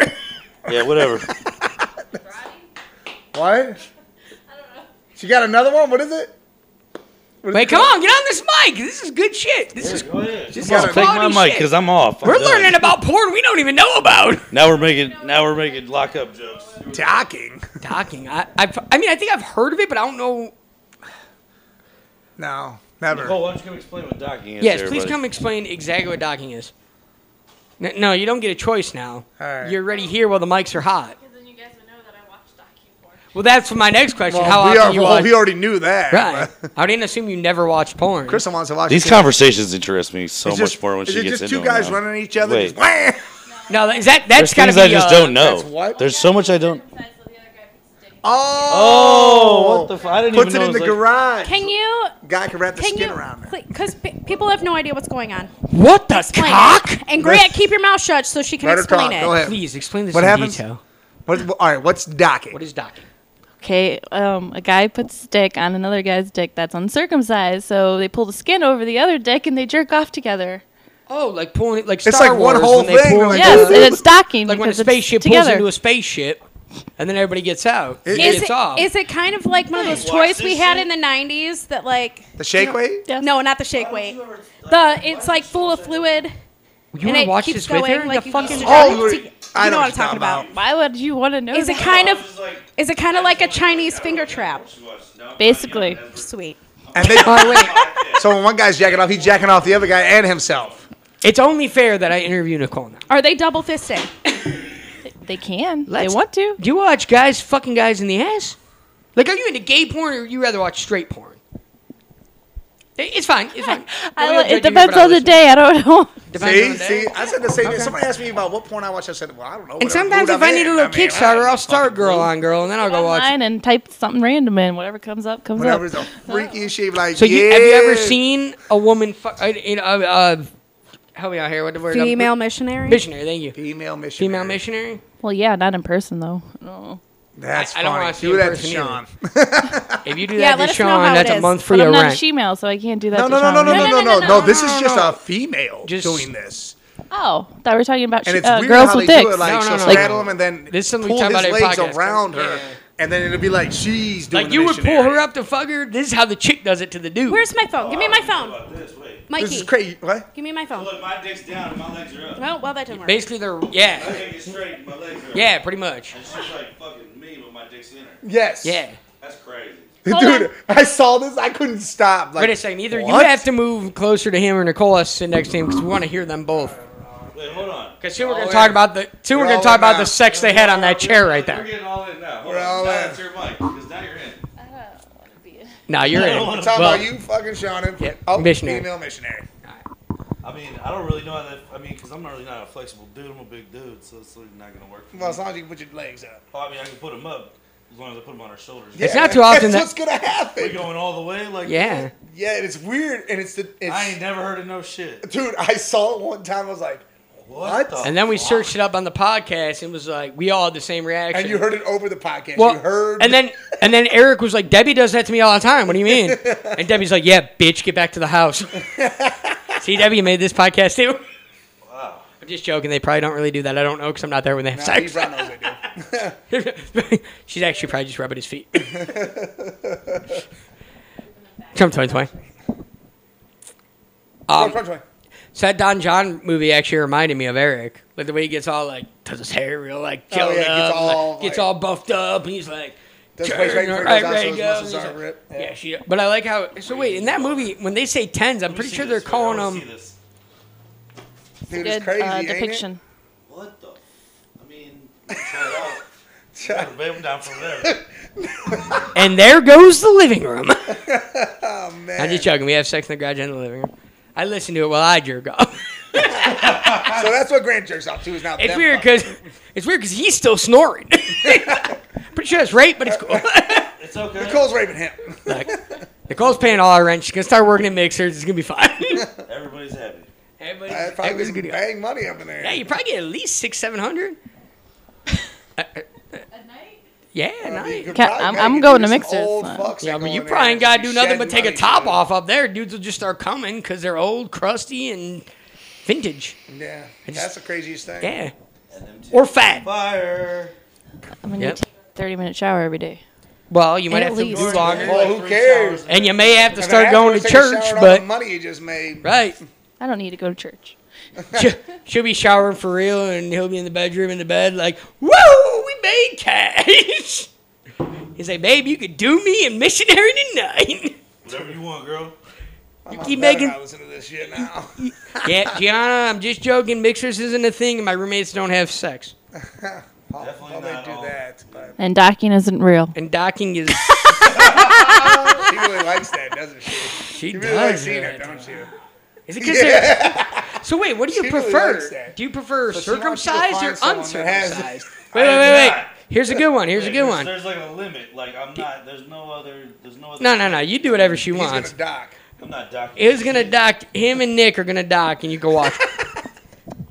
Speaker 6: Yeah, whatever.
Speaker 2: What? She got another one. What is it? What is
Speaker 4: Wait,
Speaker 2: it
Speaker 4: come
Speaker 2: called?
Speaker 4: on, get on this mic. This is good shit. This is this
Speaker 6: Come
Speaker 4: is
Speaker 6: on, take my
Speaker 4: quality
Speaker 6: mic
Speaker 4: shit.
Speaker 6: because I'm off. I'm
Speaker 4: We're
Speaker 6: done.
Speaker 4: learning about porn we don't even know about. [LAUGHS]
Speaker 6: Now we're making now we're making lockup jokes.
Speaker 2: Docking.
Speaker 4: Docking. I, I, I mean, I think I've heard of it, but I don't know.
Speaker 2: [LAUGHS] No, never.
Speaker 6: Nicole, why don't you come explain what docking is?
Speaker 4: Yes,
Speaker 6: to
Speaker 4: please
Speaker 6: everybody?
Speaker 4: come explain exactly what docking is. N- No, you don't get a choice now.
Speaker 2: All right.
Speaker 4: You're already here while the mics are hot.
Speaker 7: Then you guys would know that I watched docu
Speaker 4: Well, that's my next question.
Speaker 2: Well,
Speaker 4: How
Speaker 2: we
Speaker 4: often
Speaker 2: are,
Speaker 4: you
Speaker 2: well,
Speaker 4: watch?
Speaker 2: we already knew that.
Speaker 4: right.
Speaker 2: but-
Speaker 4: I didn't assume you never watched porn.
Speaker 2: [LAUGHS] Kristen wants to watch.
Speaker 6: These
Speaker 2: it.
Speaker 6: conversations interest me so
Speaker 2: It's
Speaker 6: much
Speaker 2: just-
Speaker 6: more when
Speaker 2: is
Speaker 6: she
Speaker 2: it
Speaker 6: gets
Speaker 2: just
Speaker 6: into
Speaker 2: two
Speaker 6: them
Speaker 2: guys
Speaker 6: now.
Speaker 2: running at each other.
Speaker 6: Wait,
Speaker 2: Just, wham!
Speaker 4: no, that, is that that's
Speaker 6: there's
Speaker 4: gotta
Speaker 6: things
Speaker 4: be.
Speaker 6: I just
Speaker 4: uh,
Speaker 6: don't know.
Speaker 2: that's what?
Speaker 6: There's so much I don't.
Speaker 2: Oh,
Speaker 6: what the f- I didn't
Speaker 2: Puts
Speaker 6: even
Speaker 2: it
Speaker 6: know
Speaker 2: in the
Speaker 6: it was
Speaker 2: garage.
Speaker 5: Can you
Speaker 2: Guy can wrap the
Speaker 5: can
Speaker 2: skin
Speaker 5: you
Speaker 2: around there.
Speaker 5: because people have no idea what's going on.
Speaker 4: What the
Speaker 5: Explain
Speaker 4: cock?
Speaker 5: it. And Grant, keep your mouth shut so she can
Speaker 2: Let her
Speaker 5: explain
Speaker 2: talk.
Speaker 5: it.
Speaker 2: Go ahead.
Speaker 4: Please explain this
Speaker 2: What
Speaker 4: in
Speaker 2: happens?
Speaker 4: detail.
Speaker 2: What, all right, what's docking?
Speaker 4: What is docking?
Speaker 7: Okay, um, a guy puts his dick on another guy's dick that's uncircumcised, so they pull the skin over the other dick and they jerk off together.
Speaker 4: Oh, like pulling it like Star
Speaker 2: It's like
Speaker 4: Wars
Speaker 2: one whole
Speaker 4: when they
Speaker 2: thing,
Speaker 4: pull
Speaker 2: like-
Speaker 4: it-
Speaker 7: Yes, and it's docking
Speaker 4: Oh like when a
Speaker 7: because
Speaker 4: spaceship
Speaker 7: it's together.
Speaker 4: pulls into a spaceship, and then everybody gets out. and
Speaker 2: Is
Speaker 5: Is it,
Speaker 4: gets off.
Speaker 5: is it kind of like one of those
Speaker 6: You watch
Speaker 5: toys we
Speaker 6: this
Speaker 5: had
Speaker 6: shit?
Speaker 5: in the 90s that like
Speaker 2: the shake weight?
Speaker 7: Yes.
Speaker 5: no, not the shake weight. The it's like full of fluid
Speaker 4: you
Speaker 5: and
Speaker 4: wanna
Speaker 5: it
Speaker 4: watch
Speaker 5: keeps
Speaker 4: this
Speaker 5: going
Speaker 4: with her?
Speaker 5: like
Speaker 4: the
Speaker 5: you
Speaker 4: fucking
Speaker 5: keep
Speaker 2: Oh,
Speaker 5: going to-
Speaker 2: I
Speaker 5: you
Speaker 2: know
Speaker 5: know what I'm
Speaker 2: what you're
Speaker 5: talking
Speaker 2: talking about.
Speaker 5: about.
Speaker 7: Why would you want to know?
Speaker 5: Is it
Speaker 7: that?
Speaker 5: kind of is it kind of like a Chinese finger trap?
Speaker 7: Basically,
Speaker 5: Sweet.
Speaker 2: And they,
Speaker 4: Oh, wait.
Speaker 2: so when one guy's jacking off, he's jacking off the other guy and himself.
Speaker 4: It's only fair that I interview Nicole now.
Speaker 5: Are they double fisting?
Speaker 7: they can.
Speaker 4: Let's-
Speaker 7: they want to.
Speaker 4: Do you watch guys fucking guys in the ass? Like, are you into gay porn or you rather watch straight porn? It- It's fine. It's fine. Nobody
Speaker 7: I,
Speaker 4: will
Speaker 7: li-
Speaker 4: judge you
Speaker 7: it depends
Speaker 4: for not
Speaker 7: on the
Speaker 4: listening.
Speaker 7: day. I don't [LAUGHS] know.
Speaker 4: Depends on
Speaker 2: See,
Speaker 4: the day.
Speaker 2: see, I said the same thing. Somebody asked me about what porn I watch. I said, well, I don't know.
Speaker 4: And
Speaker 2: whatever
Speaker 4: sometimes
Speaker 2: mood
Speaker 4: if
Speaker 2: I'm
Speaker 4: I need a
Speaker 2: in.
Speaker 4: little
Speaker 2: I mean,
Speaker 4: Kickstarter,
Speaker 2: I-
Speaker 4: I'll start girl on girl, and then I'll go watch.
Speaker 7: Online and type something random in. Whatever comes up, comes
Speaker 2: Whatever's
Speaker 7: up.
Speaker 2: the freakiest shape, like
Speaker 4: So you, have you ever
Speaker 2: yeah.
Speaker 4: seen a woman? Fu- uh, in, uh, uh, help me out here. What the word?
Speaker 5: Female missionary?
Speaker 4: missionary. Thank you.
Speaker 2: female missionary?
Speaker 4: Female missionary.
Speaker 7: Well, yeah, not in person though. No.
Speaker 2: That's
Speaker 4: I- I don't
Speaker 2: funny.
Speaker 4: wanna see
Speaker 2: Do
Speaker 4: in
Speaker 2: that to
Speaker 4: person
Speaker 2: Sean.
Speaker 4: either. [LAUGHS] If you do
Speaker 5: Yeah,
Speaker 4: that
Speaker 5: let
Speaker 4: to
Speaker 5: us know
Speaker 4: Sean,
Speaker 5: how it
Speaker 4: that's a
Speaker 5: is.
Speaker 4: month free
Speaker 7: But
Speaker 4: of
Speaker 7: I'm not
Speaker 4: rent.
Speaker 7: a she-male, so I can't do that.
Speaker 2: No,
Speaker 7: to
Speaker 2: no, no,
Speaker 7: Sean.
Speaker 2: no, no, no, no, no, no. This
Speaker 4: no,
Speaker 2: is
Speaker 4: no,
Speaker 2: just
Speaker 4: no.
Speaker 2: a female
Speaker 4: Just-
Speaker 2: doing this,
Speaker 7: Oh, I thought we were talking about
Speaker 2: and
Speaker 7: sh-
Speaker 2: it's
Speaker 7: uh,
Speaker 2: weird
Speaker 7: girls
Speaker 2: how
Speaker 7: with
Speaker 2: they
Speaker 7: dicks.
Speaker 2: do it. Like
Speaker 4: No, no,
Speaker 2: she'll
Speaker 4: no.
Speaker 2: straddle him and then
Speaker 4: This is something we
Speaker 2: pull
Speaker 4: talk
Speaker 2: his
Speaker 4: about every
Speaker 2: legs
Speaker 4: podcast.
Speaker 2: around her,
Speaker 4: Yeah.
Speaker 2: and then it'll be like she's doing.
Speaker 4: like
Speaker 2: the
Speaker 4: you would pull
Speaker 2: missionary.
Speaker 4: her up to fuck her. This is how the chick does it to the dude.
Speaker 5: Where's my phone? Give me my phone.
Speaker 2: This is
Speaker 5: Mikey.
Speaker 2: crazy. What?
Speaker 5: Give me my phone.
Speaker 6: my dick's down and my legs are up.
Speaker 5: No, well that didn't work.
Speaker 4: Basically, they're yeah,
Speaker 6: Take it straight and my legs are up.
Speaker 4: yeah, pretty much.
Speaker 6: And she's like fucking me with my dick's in her.
Speaker 2: Yes.
Speaker 4: Yeah.
Speaker 6: That's crazy.
Speaker 5: Hold
Speaker 2: Dude, I saw this. I couldn't stop. Like,
Speaker 4: Wait a second. Either
Speaker 2: what?
Speaker 4: you have to move closer to him or Nicole has to sit next to him because we want to hear them both.
Speaker 6: Wait, hold on.
Speaker 4: Because soon we're gonna
Speaker 2: Oh,
Speaker 4: talk
Speaker 2: yeah.
Speaker 4: about the soon we're
Speaker 2: We're
Speaker 4: gonna
Speaker 2: all
Speaker 4: talk
Speaker 2: in
Speaker 4: about
Speaker 2: now.
Speaker 4: the sex they had on that chair right
Speaker 6: We're
Speaker 4: there.
Speaker 2: [LAUGHS]
Speaker 6: getting all in now. Hold
Speaker 2: We're
Speaker 6: on.
Speaker 2: all
Speaker 6: now
Speaker 2: in.
Speaker 6: it's your mic because now you're in.
Speaker 4: No, you're in.
Speaker 2: We're talking
Speaker 4: Well,
Speaker 2: about you fucking Sean and
Speaker 4: Yeah,
Speaker 2: oh,
Speaker 4: missionary.
Speaker 2: female missionary.
Speaker 6: I mean, I don't really know how that. I mean, because I'm not really not a flexible dude. I'm a big dude, so it's really not gonna work. For
Speaker 2: Well, as
Speaker 6: me.
Speaker 2: long as you can put your legs up.
Speaker 6: Oh, I mean, I can put them up as long as I put them on our shoulders.
Speaker 4: It's not too often
Speaker 2: That's
Speaker 4: that-
Speaker 2: what's gonna
Speaker 6: We're
Speaker 2: happen.
Speaker 6: going all the way, like
Speaker 4: Yeah.
Speaker 2: Yeah, and it's weird, and it's the it's,
Speaker 6: I ain't never heard of no shit.
Speaker 2: dude. I saw it one time. I was like,
Speaker 6: What?
Speaker 2: What?
Speaker 6: The
Speaker 4: And then we
Speaker 6: fuck?
Speaker 4: searched it up on the podcast and it was like we all had the same reaction.
Speaker 2: and you heard it over the podcast.
Speaker 4: Well,
Speaker 2: you heard,
Speaker 4: and then and then Eric was like, "Debbie does that to me all the time." What do you mean?
Speaker 2: [LAUGHS]
Speaker 4: And Debbie's like, "Yeah, bitch, get back to the house." See, Debbie made this podcast too.
Speaker 6: Wow.
Speaker 4: I'm just joking. They probably don't really do that. I don't know because I'm not there when they have
Speaker 2: Nah,
Speaker 4: sex.
Speaker 2: Ebron knows I do.
Speaker 4: She's actually probably just rubbing his feet. Trump 2020.
Speaker 2: Go,
Speaker 4: [LAUGHS] Um,
Speaker 2: go, go.
Speaker 4: so that Don John movie actually reminded me of Eric. Like the way he gets all like, does his hair real like,
Speaker 2: Oh,
Speaker 4: gelled
Speaker 2: yeah, gets
Speaker 4: up, and,
Speaker 2: all,
Speaker 4: like, gets
Speaker 2: like-
Speaker 4: all buffed up, and he's like,
Speaker 2: Does
Speaker 4: turn
Speaker 2: waist right before he goes out so
Speaker 4: right
Speaker 2: his
Speaker 4: goes, and
Speaker 2: muscles
Speaker 4: he's
Speaker 2: aren't
Speaker 4: like-
Speaker 2: ripped.
Speaker 4: Yeah.
Speaker 2: Yeah.
Speaker 4: she. But I like how. So wait, in that movie, when they say tens, I'm
Speaker 6: Let me
Speaker 4: pretty
Speaker 6: see
Speaker 4: sure
Speaker 6: this.
Speaker 4: they're
Speaker 6: Wait, I
Speaker 4: calling
Speaker 6: wanna see
Speaker 4: them.
Speaker 6: this.
Speaker 2: Dude,
Speaker 7: Good
Speaker 2: it's crazy.
Speaker 7: uh,
Speaker 2: ain't it?
Speaker 7: depiction.
Speaker 6: What the? F- I mean, try
Speaker 2: [LAUGHS]
Speaker 6: it out. Babe, I'm down for whatever.
Speaker 4: And there goes the living
Speaker 2: [LAUGHS]
Speaker 4: room. I'm just joking. We have sex in the garage and the living room. I listen to it while I jerk off.
Speaker 2: So that's what Grant jerks off to is now.
Speaker 4: It's
Speaker 2: them
Speaker 4: weird
Speaker 2: fucking- [LAUGHS]
Speaker 4: because it's weird because he's still snoring. Pretty sure that's rape, but it's cool.
Speaker 6: It's okay.
Speaker 2: Nicole's
Speaker 4: [LAUGHS]
Speaker 2: raping him.
Speaker 4: Like, Nicole's paying all our rent. She's gonna start working at mixers. It's gonna be
Speaker 2: [LAUGHS]
Speaker 4: fine.
Speaker 6: Everybody's happy.
Speaker 4: Everybody's,
Speaker 2: I
Speaker 4: everybody's
Speaker 2: probably
Speaker 4: good to
Speaker 2: good
Speaker 4: go.
Speaker 2: bang money up in there.
Speaker 4: Yeah, you probably get at least six, seven hundred. [LAUGHS] Yeah,
Speaker 2: You
Speaker 4: nice.
Speaker 2: could
Speaker 7: Ca-
Speaker 2: probably
Speaker 7: I'm-
Speaker 2: make
Speaker 7: I'm
Speaker 2: it do
Speaker 7: going to
Speaker 2: some
Speaker 7: Mixers,
Speaker 2: old
Speaker 7: son.
Speaker 2: fucks
Speaker 4: Yeah,
Speaker 2: that
Speaker 4: but
Speaker 2: go
Speaker 4: you
Speaker 2: in there
Speaker 4: probably
Speaker 2: and
Speaker 4: gotta do
Speaker 2: just
Speaker 4: nothing
Speaker 2: shed
Speaker 4: but take a
Speaker 2: money,
Speaker 4: top
Speaker 2: dude.
Speaker 4: off up there. Dudes will just start coming because they're old, crusty, and vintage.
Speaker 2: Yeah,
Speaker 4: just-
Speaker 2: that's the craziest thing.
Speaker 4: Yeah,
Speaker 6: And them two.
Speaker 4: or fat.
Speaker 6: Fire.
Speaker 7: I'm gonna
Speaker 4: Yep.
Speaker 7: take a 30 minute shower every day.
Speaker 4: Well, you might
Speaker 7: At
Speaker 4: have to
Speaker 7: least.
Speaker 4: do longer,
Speaker 2: Well, who cares?
Speaker 4: and you may have to
Speaker 2: And
Speaker 4: start
Speaker 2: then
Speaker 4: going to
Speaker 2: afterwards, take a
Speaker 4: church.
Speaker 2: shower and all
Speaker 4: But
Speaker 2: the money you just made.
Speaker 4: right,
Speaker 7: I don't need to go to church.
Speaker 4: She- she'll be showering for real, and he'll be in the bedroom in the bed like, "Whoa, we made cash." [LAUGHS] He's like, "Babe, you could do me and missionary tonight." [LAUGHS]
Speaker 6: Whatever you want, girl.
Speaker 2: I'm
Speaker 4: keep
Speaker 2: better
Speaker 4: making-
Speaker 2: not listen to this shit
Speaker 4: [LAUGHS]
Speaker 2: now.
Speaker 4: yeah, Gianna, I'm just joking. Mixers isn't a thing, and my roommates don't have sex.
Speaker 2: I'll
Speaker 6: Definitely
Speaker 2: probably
Speaker 6: not
Speaker 2: do
Speaker 6: all.
Speaker 2: that, but
Speaker 7: And docking isn't real.
Speaker 4: And docking
Speaker 2: [LAUGHS]
Speaker 4: is
Speaker 2: she really likes that, doesn't she?
Speaker 4: she
Speaker 2: You
Speaker 4: does.
Speaker 2: really like seeing
Speaker 4: that.
Speaker 2: it, don't you?
Speaker 4: Is it 'cause they're- So wait, what do you
Speaker 2: She really
Speaker 4: prefer?
Speaker 2: likes that.
Speaker 4: do you prefer
Speaker 2: So she wants you to
Speaker 4: circumcised or
Speaker 2: find someone that has- [LAUGHS]
Speaker 4: uncircumcised? Wait, wait, wait,
Speaker 6: I'm
Speaker 4: wait.
Speaker 6: not.
Speaker 4: Here's a good one. Here's a good
Speaker 6: there's,
Speaker 4: one.
Speaker 6: There's like a limit. Like I'm not. There's no other. There's no other.
Speaker 4: No, no, no. You do whatever she
Speaker 2: He's
Speaker 4: wants.
Speaker 2: gonna dock.
Speaker 6: I'm not docking.
Speaker 4: Who's gonna dock? Him and Nick are gonna dock, and you can
Speaker 6: [LAUGHS]
Speaker 4: watch.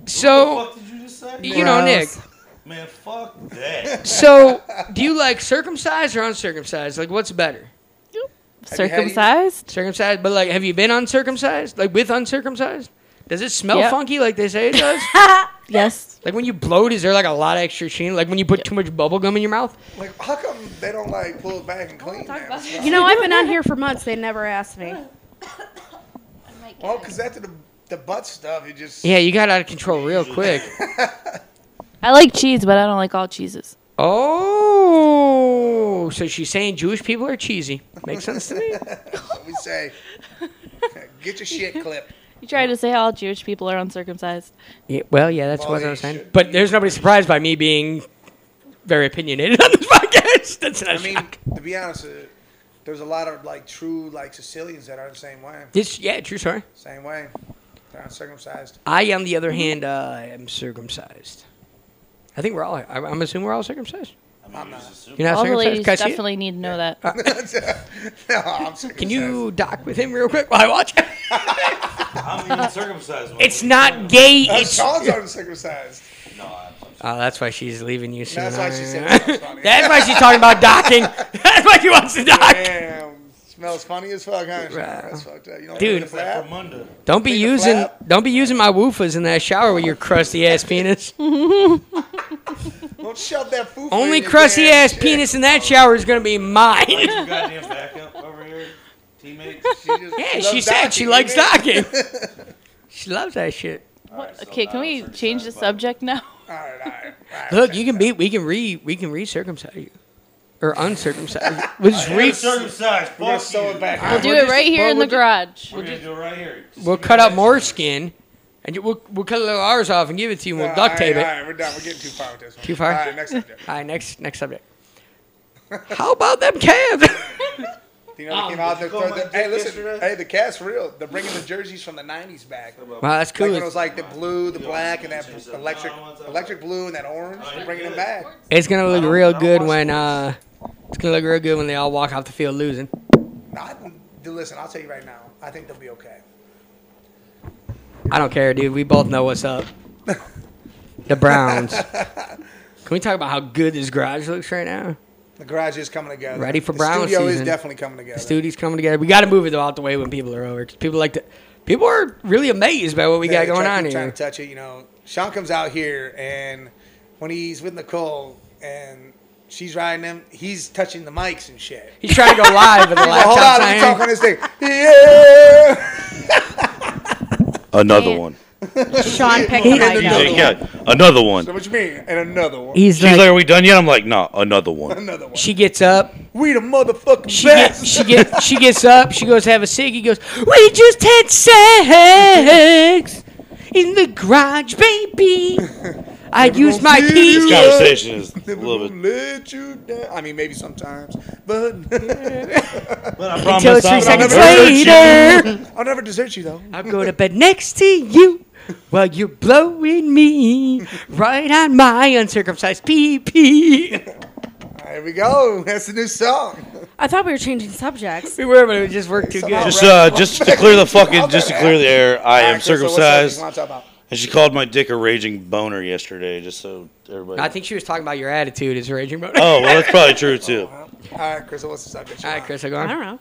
Speaker 4: so
Speaker 6: What the fuck did you just say?
Speaker 4: you know, Nick.
Speaker 7: Gross.
Speaker 6: Man, fuck
Speaker 4: [LAUGHS]
Speaker 6: that.
Speaker 4: So do you like circumcised or uncircumcised? Like, what's better?
Speaker 2: you had any-
Speaker 7: Circumcised?
Speaker 4: Circumcised, but like, have you been uncircumcised? Like with uncircumcised? Does it smell
Speaker 7: Yep.
Speaker 4: funky like they say it
Speaker 7: [LAUGHS]
Speaker 4: does?
Speaker 7: Yes.
Speaker 4: like when you bloat, is there like a lot of extra sheen? Like when you put too much bubble gum in your mouth?
Speaker 2: Like, how come they don't like pull it back and clean that?
Speaker 5: You know, I've been on here for months. They never asked me.
Speaker 2: Well, because after the the butt stuff, it just
Speaker 4: Yeah, you got out of control
Speaker 6: [LAUGHS]
Speaker 4: real
Speaker 7: [LAUGHS]
Speaker 4: quick.
Speaker 7: I like cheese, but I don't like all cheeses.
Speaker 4: Oh, so she's saying Jewish people are cheesy. Makes sense to me.
Speaker 2: we [LAUGHS] say, get your shit clipped.
Speaker 7: You try to say all Jewish people are uncircumcised.
Speaker 4: Yeah, well, yeah, that's what I
Speaker 2: Well,
Speaker 4: was
Speaker 2: they
Speaker 4: saying.
Speaker 2: should
Speaker 4: But
Speaker 2: be.
Speaker 4: there's nobody surprised by me being very opinionated [LAUGHS] on this podcast. That's not
Speaker 2: I mean,
Speaker 4: shock.
Speaker 2: to be honest, uh, there's a lot of like true like Sicilians that are the same way.
Speaker 4: This, yeah, true story.
Speaker 2: Same way. They're uncircumcised. [LAUGHS]
Speaker 4: I, on the other hand, uh, am circumcised. I think we're all. I- I'm assuming we're all circumcised.
Speaker 6: I mean, I'm not. Assume,
Speaker 4: You're not
Speaker 7: all the
Speaker 4: circumcised.
Speaker 7: ladies
Speaker 4: Can I see it?
Speaker 7: definitely need to know that.
Speaker 2: no, I'm circumcised.
Speaker 4: Can you dock with him real quick while I watch? [LAUGHS]
Speaker 6: I'm even circumcised. when
Speaker 4: it's
Speaker 6: we-
Speaker 4: not gay.
Speaker 2: Uh,
Speaker 4: It's
Speaker 2: Sean's uncircumcised.
Speaker 6: No, I'm, I'm
Speaker 4: Oh, that's why she's leaving you soon.
Speaker 2: That's why
Speaker 4: [LAUGHS]
Speaker 2: she said
Speaker 4: alright.
Speaker 2: it smells funny.
Speaker 4: That's why she's talking about
Speaker 2: [LAUGHS]
Speaker 4: docking. That's why she wants to dock.
Speaker 2: Damn. Smells funny as fuck, huh? Sean?
Speaker 4: Wow.
Speaker 2: That's fucked up. You don't
Speaker 4: Dude.
Speaker 2: Dude,
Speaker 6: It's like
Speaker 2: flap?
Speaker 6: Vermunda.
Speaker 4: Don't be
Speaker 2: Take a
Speaker 4: using
Speaker 2: flap.
Speaker 4: don't be using my woofahs in that shower with your crusty ass penis.
Speaker 2: don't shove that food.
Speaker 4: Only crusty ass penis in that shower is gonna be mine.
Speaker 6: You goddamn backup over here, teammates.
Speaker 4: [LAUGHS] Yeah, she said she likes
Speaker 2: [LAUGHS]
Speaker 4: docking. she loves that shit.
Speaker 7: What- okay, can we change the subject now?
Speaker 2: All right, all right. all right.
Speaker 4: Look, you can be we can re we can recircumcise you. Or uncircumcise you. We'll just re-
Speaker 6: Circumcised.
Speaker 2: We're going
Speaker 6: Fuck
Speaker 2: to sew it
Speaker 6: you.
Speaker 2: back.
Speaker 7: We'll
Speaker 2: on.
Speaker 7: [LAUGHS] do
Speaker 4: we're
Speaker 7: it
Speaker 4: just-
Speaker 7: right here
Speaker 4: well,
Speaker 7: in
Speaker 4: we're
Speaker 7: the
Speaker 4: ju-
Speaker 7: garage.
Speaker 6: We're gonna do it right here. Just
Speaker 4: we'll
Speaker 6: give me
Speaker 4: cut
Speaker 6: that
Speaker 4: out more
Speaker 6: shit.
Speaker 4: skin and you- we'll we'll cut a little ours off and give it to you and we'll
Speaker 2: All
Speaker 4: duct
Speaker 2: right,
Speaker 4: tape it.
Speaker 2: All right, we're done. We're getting too far with this one.
Speaker 4: Too far?
Speaker 2: All right, next subject.
Speaker 4: All right, next next subject. How about them calves? [LAUGHS]
Speaker 2: You know, they came out.
Speaker 6: Oh, did you
Speaker 2: The,
Speaker 6: call my
Speaker 2: the, hey,
Speaker 6: dick
Speaker 2: listen.
Speaker 6: yesterday?
Speaker 2: Hey, the cat's real. They're bringing the jerseys from the '90s back. Like
Speaker 4: wow, that's cool.
Speaker 2: when it was like the blue, the black, and that
Speaker 6: Change that.
Speaker 2: electric,
Speaker 6: No, I want that.
Speaker 2: electric blue, and that orange. They're bringing them back.
Speaker 4: it's gonna
Speaker 6: I
Speaker 4: look
Speaker 6: don't- I
Speaker 4: real
Speaker 6: don't
Speaker 4: good
Speaker 6: watch
Speaker 4: when uh,
Speaker 6: sports.
Speaker 4: it's gonna look real good when they all walk off the field losing.
Speaker 2: Now, I, dude, listen, I'll tell you right now. I think they'll be okay.
Speaker 4: I don't care, dude. We both know what's up. The Browns. Can we talk about how good this garage looks right now?
Speaker 2: The garage is coming together.
Speaker 4: Ready for
Speaker 2: the
Speaker 4: Brown
Speaker 2: studio
Speaker 4: season.
Speaker 2: is definitely coming together.
Speaker 4: Studio's coming together. We got to move it out the way when people are over. 'cause people like to. People are really amazed by what we got
Speaker 2: Yeah,
Speaker 4: going
Speaker 2: try-
Speaker 4: on
Speaker 2: keep Trying
Speaker 4: here.
Speaker 2: to touch it, you know. Sean comes out here, and when he's with Nicole, and she's riding him, he's touching the mics and shit.
Speaker 4: He's trying to go live,
Speaker 2: [LAUGHS]
Speaker 4: but the
Speaker 2: Hold on,
Speaker 4: laptop's not
Speaker 2: let me talk on
Speaker 4: in.
Speaker 2: this thing. Yeah.
Speaker 1: Another
Speaker 7: Yeah.
Speaker 1: one.
Speaker 5: Sean picked the mic up.
Speaker 1: DJ Cat. Another one.
Speaker 2: So what you mean? And another one.
Speaker 4: He's
Speaker 1: She's like,
Speaker 4: like,
Speaker 1: "Are we done yet?" I'm like, "No, another one."
Speaker 2: another one.
Speaker 4: she gets up,
Speaker 2: we the motherfucking
Speaker 4: She
Speaker 2: best.
Speaker 4: gets, she gets she gets up. She goes have a cig. He goes, we just had sex in the garage,
Speaker 2: [LAUGHS]
Speaker 4: baby. I used my
Speaker 2: did
Speaker 4: pee.
Speaker 2: you?
Speaker 1: This conversation is
Speaker 4: [LAUGHS]
Speaker 1: a little bit.
Speaker 2: Let you down. I mean, maybe sometimes, but [LAUGHS]
Speaker 6: But I promise
Speaker 4: Until three
Speaker 6: I'm not
Speaker 4: seconds
Speaker 6: gonna hurt you.
Speaker 4: later,
Speaker 2: I'll never desert you though.
Speaker 4: I'll go to bed next to you while you're blowing me right on [LAUGHS] my uncircumcised pee pee.
Speaker 2: There we go. That's the new song.
Speaker 5: I thought we were changing subjects.
Speaker 4: We were, but it just worked too good.
Speaker 1: Just uh, just to
Speaker 2: [LAUGHS]
Speaker 1: clear the fucking just to clear the air, I am
Speaker 2: Alright, Crystal, what's up?
Speaker 1: circumcised.
Speaker 2: You wanna talk about-
Speaker 1: And she called my dick a raging boner yesterday, just so everybody.
Speaker 4: I think she was talking about your attitude as a raging boner.
Speaker 1: Oh well, that's probably
Speaker 4: [LAUGHS]
Speaker 1: true too.
Speaker 2: All right, Crystal, what's the subject?
Speaker 4: All right, Chris, I go
Speaker 5: I
Speaker 4: on.
Speaker 5: don't know.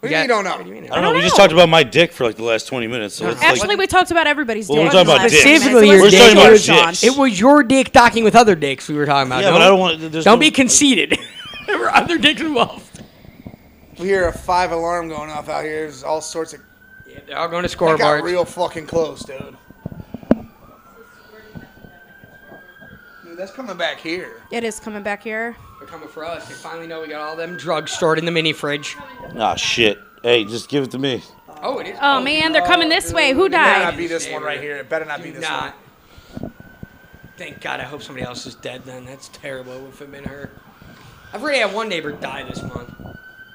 Speaker 2: What do you mean you don't know?
Speaker 4: What do you mean you
Speaker 1: I
Speaker 4: don't
Speaker 1: don't
Speaker 4: know?
Speaker 1: know. We just
Speaker 5: know.
Speaker 1: talked about my dick for like the last twenty minutes. So it's
Speaker 5: Actually,
Speaker 1: like,
Speaker 5: we talked about everybody's
Speaker 1: Well, we're
Speaker 5: dick.
Speaker 1: talking about Oh, dicks.
Speaker 4: Specifically
Speaker 5: Minutes.
Speaker 4: your
Speaker 5: We're
Speaker 4: dick.
Speaker 5: talking about
Speaker 4: We're
Speaker 5: Sean.
Speaker 1: dicks.
Speaker 4: It was your dick docking with other dicks we were talking about.
Speaker 1: yeah, but I don't want. there's
Speaker 4: Don't
Speaker 1: no-
Speaker 4: be conceited. [LAUGHS] there were other dicks involved.
Speaker 2: We hear a five alarm going off out here. There's all sorts of.
Speaker 4: Yeah, they're all going to
Speaker 2: I got
Speaker 4: scoreboards.
Speaker 2: real fucking close, dude. Dude, that's coming back here.
Speaker 5: It is coming back here.
Speaker 4: They're coming for us. They finally know we got all them drugs stored in the mini fridge.
Speaker 1: Ah shit. Hey, just give it to me.
Speaker 4: Oh, it is.
Speaker 5: Oh, man, they're coming this way. Who
Speaker 2: It better
Speaker 5: died?
Speaker 2: not be this one right here. It better not be this
Speaker 4: Not.
Speaker 2: one.
Speaker 4: Thank God. I hope somebody else is dead. Then that's terrible. If it had been her, I've already had one neighbor die this month.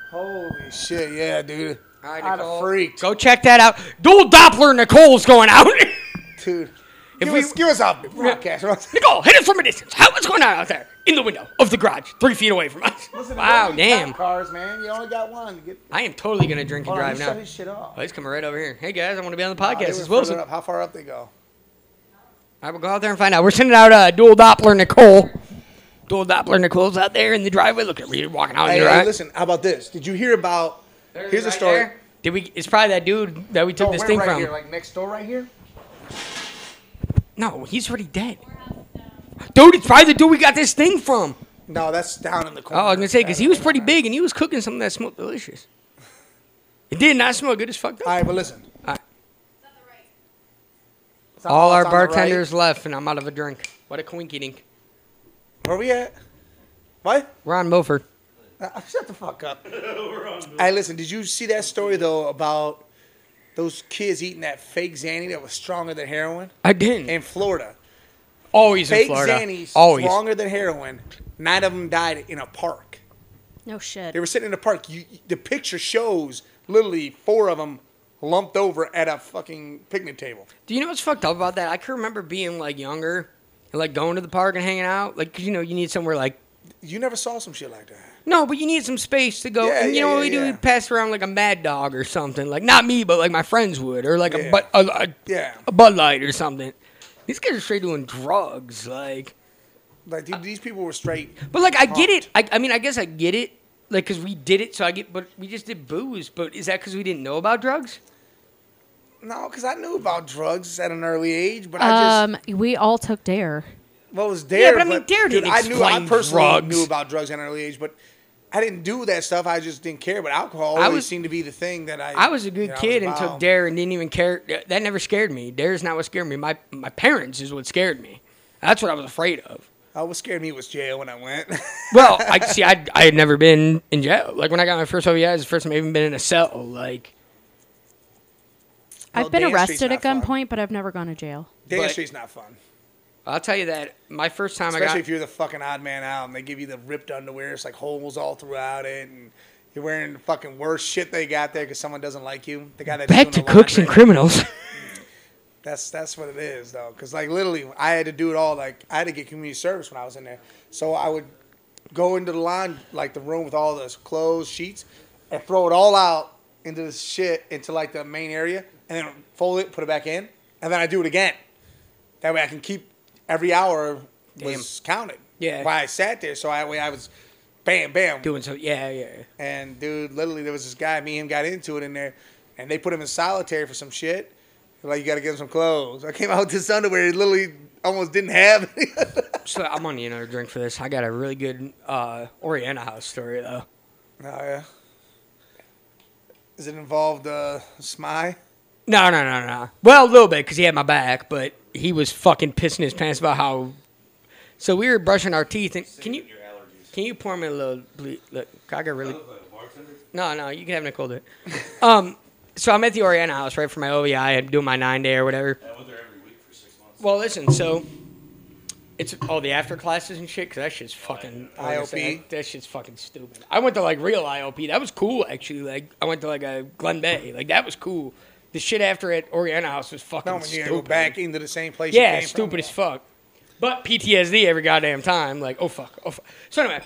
Speaker 2: Holy shit, yeah, dude.
Speaker 4: All right,
Speaker 2: I'd
Speaker 4: Nicole.
Speaker 2: have freaked.
Speaker 4: Go check that out. Dual Doppler Nicole's going out. [LAUGHS]
Speaker 2: Dude.
Speaker 4: If
Speaker 2: give,
Speaker 4: we-
Speaker 2: us, give us a broadcast.
Speaker 4: Nicole, hit it from a distance. How what's going on out there? In the window of the garage, three feet away from us.
Speaker 2: Listen,
Speaker 4: wow,
Speaker 2: don't use
Speaker 4: damn.
Speaker 2: cop Cars, man. You only got one. Get,
Speaker 4: I am totally gonna drink and
Speaker 2: hold on,
Speaker 4: drive
Speaker 2: you
Speaker 4: now.
Speaker 2: shut his shit off.
Speaker 4: Oh, he's coming right over here. Hey guys, I want to be on the
Speaker 2: Ah, they
Speaker 4: podcast.
Speaker 2: were
Speaker 4: it's Wilson.
Speaker 2: further up. How far up they go?
Speaker 4: I will go out there and find out. We're sending out uh, dual Doppler Nicole. Dual Doppler Nicole's out there in the driveway. Look at her. You're walking out
Speaker 2: Hey,
Speaker 4: in the
Speaker 2: hey,
Speaker 4: right.
Speaker 2: listen. How about this? Did you hear about? here's a story.
Speaker 4: Did we? It's probably that dude that we took
Speaker 2: Oh,
Speaker 4: this
Speaker 2: where,
Speaker 4: thing
Speaker 2: right
Speaker 4: from.
Speaker 2: here, like next door, right here.
Speaker 4: no, he's already dead. Dude, it's probably the dude we got this thing from.
Speaker 2: No, that's down in the corner.
Speaker 4: Oh, I was gonna say because he was pretty big and he was cooking something that smelled delicious. It did not smell good as fuck. Though.
Speaker 2: All right, but listen. It's not
Speaker 4: All
Speaker 2: it's
Speaker 4: our
Speaker 2: on the right.
Speaker 4: bartenders left, and I'm out of a drink. What a quinky dink.
Speaker 2: Where we at? What?
Speaker 4: Ron Mofer.
Speaker 2: Uh, shut the fuck up. Hey, listen. Did you see that story though about those kids eating that fake Xanny that was stronger than heroin
Speaker 4: I didn't.
Speaker 2: in Florida?
Speaker 4: Always in
Speaker 2: Fake
Speaker 4: Florida. Oh,
Speaker 2: Xannies
Speaker 4: Always.
Speaker 2: stronger than heroin. Nine of them died in a park.
Speaker 5: No shit.
Speaker 2: They were sitting in the park. You, the picture shows literally four of them lumped over at a fucking picnic table.
Speaker 4: Do you know what's fucked up about that? I can remember being like younger and like going to the park and hanging out. Like, 'cause, you know, you need somewhere like.
Speaker 2: You never saw some shit like that.
Speaker 4: No, but you need some space to go.
Speaker 2: Yeah,
Speaker 4: and you
Speaker 2: yeah,
Speaker 4: know what
Speaker 2: yeah,
Speaker 4: we do?
Speaker 2: yeah.
Speaker 4: We pass around like a mad dog or something. Like, not me, but like my friends would. Or like
Speaker 2: Yeah.
Speaker 4: a, but, a, a,
Speaker 2: Yeah.
Speaker 4: a Bud Light or something. These guys are straight doing drugs. Like,
Speaker 2: Like
Speaker 4: Uh,
Speaker 2: dude, these people were straight.
Speaker 4: But like I get it. I, I mean I guess I get it. Like because we did it, so I get. But we just did booze. But is that because we didn't know about drugs?
Speaker 2: No, because I knew about drugs at an early age, but I just
Speaker 5: Um, we all took dare.
Speaker 2: well, it was dare.
Speaker 4: yeah, but I mean, Dare
Speaker 2: dude,
Speaker 4: didn't
Speaker 2: I knew I
Speaker 4: explain
Speaker 2: personally
Speaker 4: drugs.
Speaker 2: knew about drugs at an early age, but I didn't do that stuff. I just didn't care. But alcohol
Speaker 4: I
Speaker 2: always
Speaker 4: was-
Speaker 2: seemed to be the thing that I.
Speaker 4: I was a
Speaker 2: you
Speaker 4: good
Speaker 2: know, I was
Speaker 4: kid and took
Speaker 2: about.
Speaker 4: Dare and didn't even care. That never scared me. Dare's not what scared me. My my parents is what scared me. That's what I was afraid of.
Speaker 2: Uh, what scared me was jail when I went. [LAUGHS]
Speaker 4: Well, I see. I I had never been in jail. Like when I got my first OVI, it's the first time I even been in a cell. Like
Speaker 2: Well,
Speaker 5: I've been
Speaker 2: Dan Street's
Speaker 5: arrested at
Speaker 2: not
Speaker 5: gunpoint,
Speaker 2: fun.
Speaker 5: but I've never gone to jail.
Speaker 2: Dare
Speaker 4: But-
Speaker 2: Street's not fun,
Speaker 4: I'll tell you that my first time
Speaker 2: especially
Speaker 4: I got
Speaker 2: if you're the fucking odd man out and they give you the ripped underwear. It's like holes all throughout it, and you're wearing the fucking worst shit they got there because someone doesn't like you. The guy that
Speaker 4: back to cooks and
Speaker 2: [LAUGHS]
Speaker 4: criminals.
Speaker 2: That's that's what it is though, because like literally, I had to do it all. Like I had to get community service when I was in there, so I would go into the line like the room with all those clothes, sheets, and throw it all out into the shit into like the main area, and then fold it, put it back in, and then I do it again. That way, I can keep every hour was counted.
Speaker 4: Yeah.
Speaker 2: While I sat there, so I way I was, bam, bam,
Speaker 4: Doing so, yeah, yeah. yeah.
Speaker 2: and dude, literally, there was this guy. Me and him got into it in there, and they put him in solitary for some shit. They're Like you got to give him some clothes. I came out [LAUGHS] with this underwear. He literally almost didn't have. Any. [LAUGHS]
Speaker 4: So I'm on another drink for this. I got a really good uh, Oriana House story though.
Speaker 2: oh yeah. Is it involved uh, Smy?
Speaker 4: No, no, no, no. Well, a little bit because he had my back, but he was fucking pissing his pants about how. So we were brushing our teeth, and can you can you pour me a little? Ble- look, I got really. No, no, you can have Nicole do it. [LAUGHS] Um, so I'm at the Oriana House right for my OVI. I'm doing my nine day or whatever.
Speaker 6: I went there every week for six months.
Speaker 4: Well, listen, so it's all the after classes and shit because that shit's fucking
Speaker 2: IOP.
Speaker 4: That, that shit's fucking stupid. I went to like real IOP. That was cool actually. Like I went to like a Glen Bay. Like that was cool. The shit after at Oriana House was fucking
Speaker 2: No, when you
Speaker 4: stupid.
Speaker 2: gotta go back into the same place. you
Speaker 4: yeah,
Speaker 2: came
Speaker 4: stupid
Speaker 2: from.
Speaker 4: as fuck. But PTSD every goddamn time. Like oh fuck, oh fuck. So anyway,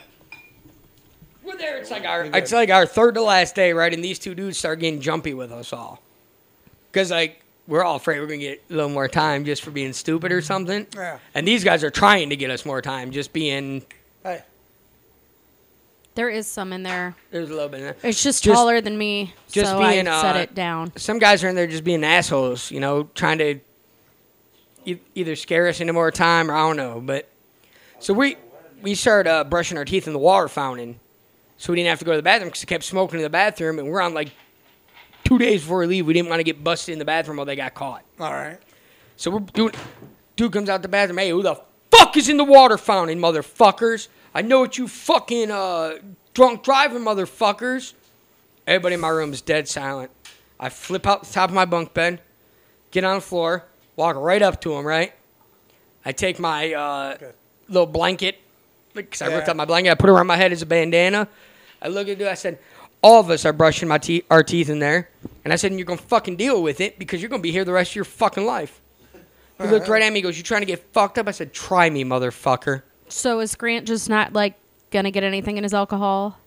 Speaker 4: We're there. It's like our it's like our third to last day, right? And these two dudes start getting jumpy with us all, because like we're all afraid we're gonna get a little more time just for being stupid or something.
Speaker 2: Yeah.
Speaker 4: And these guys are trying to get us more time, just being
Speaker 2: Hey,
Speaker 5: There is some in there.
Speaker 4: there's a little bit. Of,
Speaker 5: It's just,
Speaker 4: Just-
Speaker 5: taller than me,
Speaker 4: just
Speaker 5: so
Speaker 4: being,
Speaker 5: I
Speaker 4: uh,
Speaker 5: set it down.
Speaker 4: some guys are in there just being assholes, you know, trying to e- either scare us into more time or I don't know. But so we we started uh, brushing our teeth in the water fountain, so we didn't have to go to the bathroom because we kept smoking in the bathroom, and we're on like two days before we leave. We didn't want to get busted in the bathroom while they got caught.
Speaker 2: all right.
Speaker 4: So we're doing. Dude comes out the bathroom. Hey, who the fuck is in the water fountain, motherfuckers? I know what you fucking uh, drunk driving, motherfuckers. Everybody in my room is dead silent. I flip out the top of my bunk bed, get on the floor, walk right up to him. Right. I take my uh,
Speaker 2: Good.
Speaker 4: little blanket because I ripped
Speaker 2: Yeah.
Speaker 4: out my blanket. I put it around my head as a bandana. I look at it. I said, "All of us are brushing my teeth, our teeth in there." And I said, "And "You're gonna fucking deal with it because you're gonna be here the rest of your fucking life." He looked right at me. He goes, "You trying to get fucked up?" I said, "Try me, motherfucker."
Speaker 5: So is Grant just not like gonna get anything in his alcohol?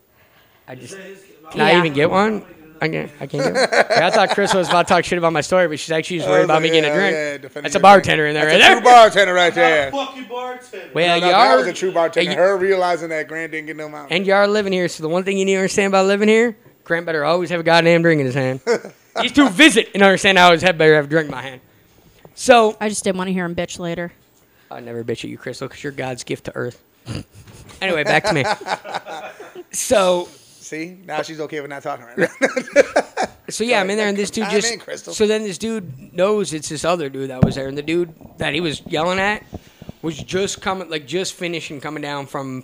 Speaker 4: I just did I
Speaker 5: Yeah.
Speaker 4: even get one. I can't. I can't get.
Speaker 2: [LAUGHS]
Speaker 4: One. Yeah, I thought Chris was about to talk shit about my story, but she's actually just
Speaker 2: Oh,
Speaker 4: worried about me getting a drink. That's a bartender in there,
Speaker 2: That's a
Speaker 4: right
Speaker 2: true
Speaker 4: there.
Speaker 2: bartender right there.
Speaker 6: Fuck you, bartender.
Speaker 4: Well,
Speaker 2: No,
Speaker 4: you
Speaker 2: that
Speaker 4: are-
Speaker 2: was a true bartender.
Speaker 4: and you-
Speaker 2: Her realizing that Grant didn't get no mountain.
Speaker 4: And you are living here, so the one thing you need to understand about living here, Grant better always have a goddamn drink in his
Speaker 2: [LAUGHS]
Speaker 4: hand. These two visit and understand I always have better have a drink in my hand. So
Speaker 5: I just didn't want to hear him bitch later.
Speaker 4: I never bitch at you, Crystal, because you're God's gift to
Speaker 2: [LAUGHS]
Speaker 4: Earth. anyway, back to me. So
Speaker 2: See, now she's okay with not talking
Speaker 4: [LAUGHS]
Speaker 2: right now. [LAUGHS]
Speaker 4: So yeah, I'm in there, and this dude
Speaker 2: I'm
Speaker 4: just.
Speaker 2: in, Crystal.
Speaker 4: So then this dude knows it's this other dude that was there, and the dude that he was yelling at was just coming, like just finishing coming down from,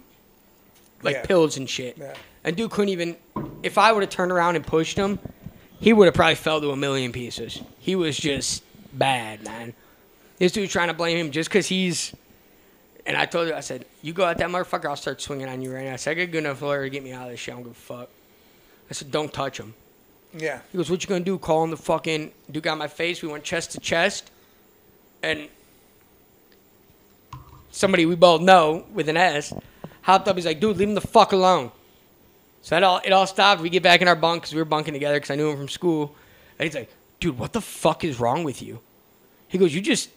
Speaker 4: like
Speaker 2: Yeah.
Speaker 4: pills and shit.
Speaker 2: Yeah.
Speaker 4: And dude couldn't even. If I would have turned around and pushed him, he would have probably fell to a million pieces. He was just bad, man. This dude's trying to blame him just because he's. And I told her, I said, "You go at that motherfucker, I'll start swinging on you right now." I said, "I got good enough lawyer to get me out of this shit. I don't give a fuck." I said, "Don't touch him."
Speaker 2: yeah.
Speaker 4: He goes, "What you gonna do? Call him the fucking dude got my face. We went chest to chest, and somebody we both know with an S hopped up. He's like, "Dude, leave him the fuck alone." So that all it all stopped. We get back in our bunk because we were bunking together because I knew him from school, and he's like, "Dude, what the fuck is wrong with you?" He goes, "You just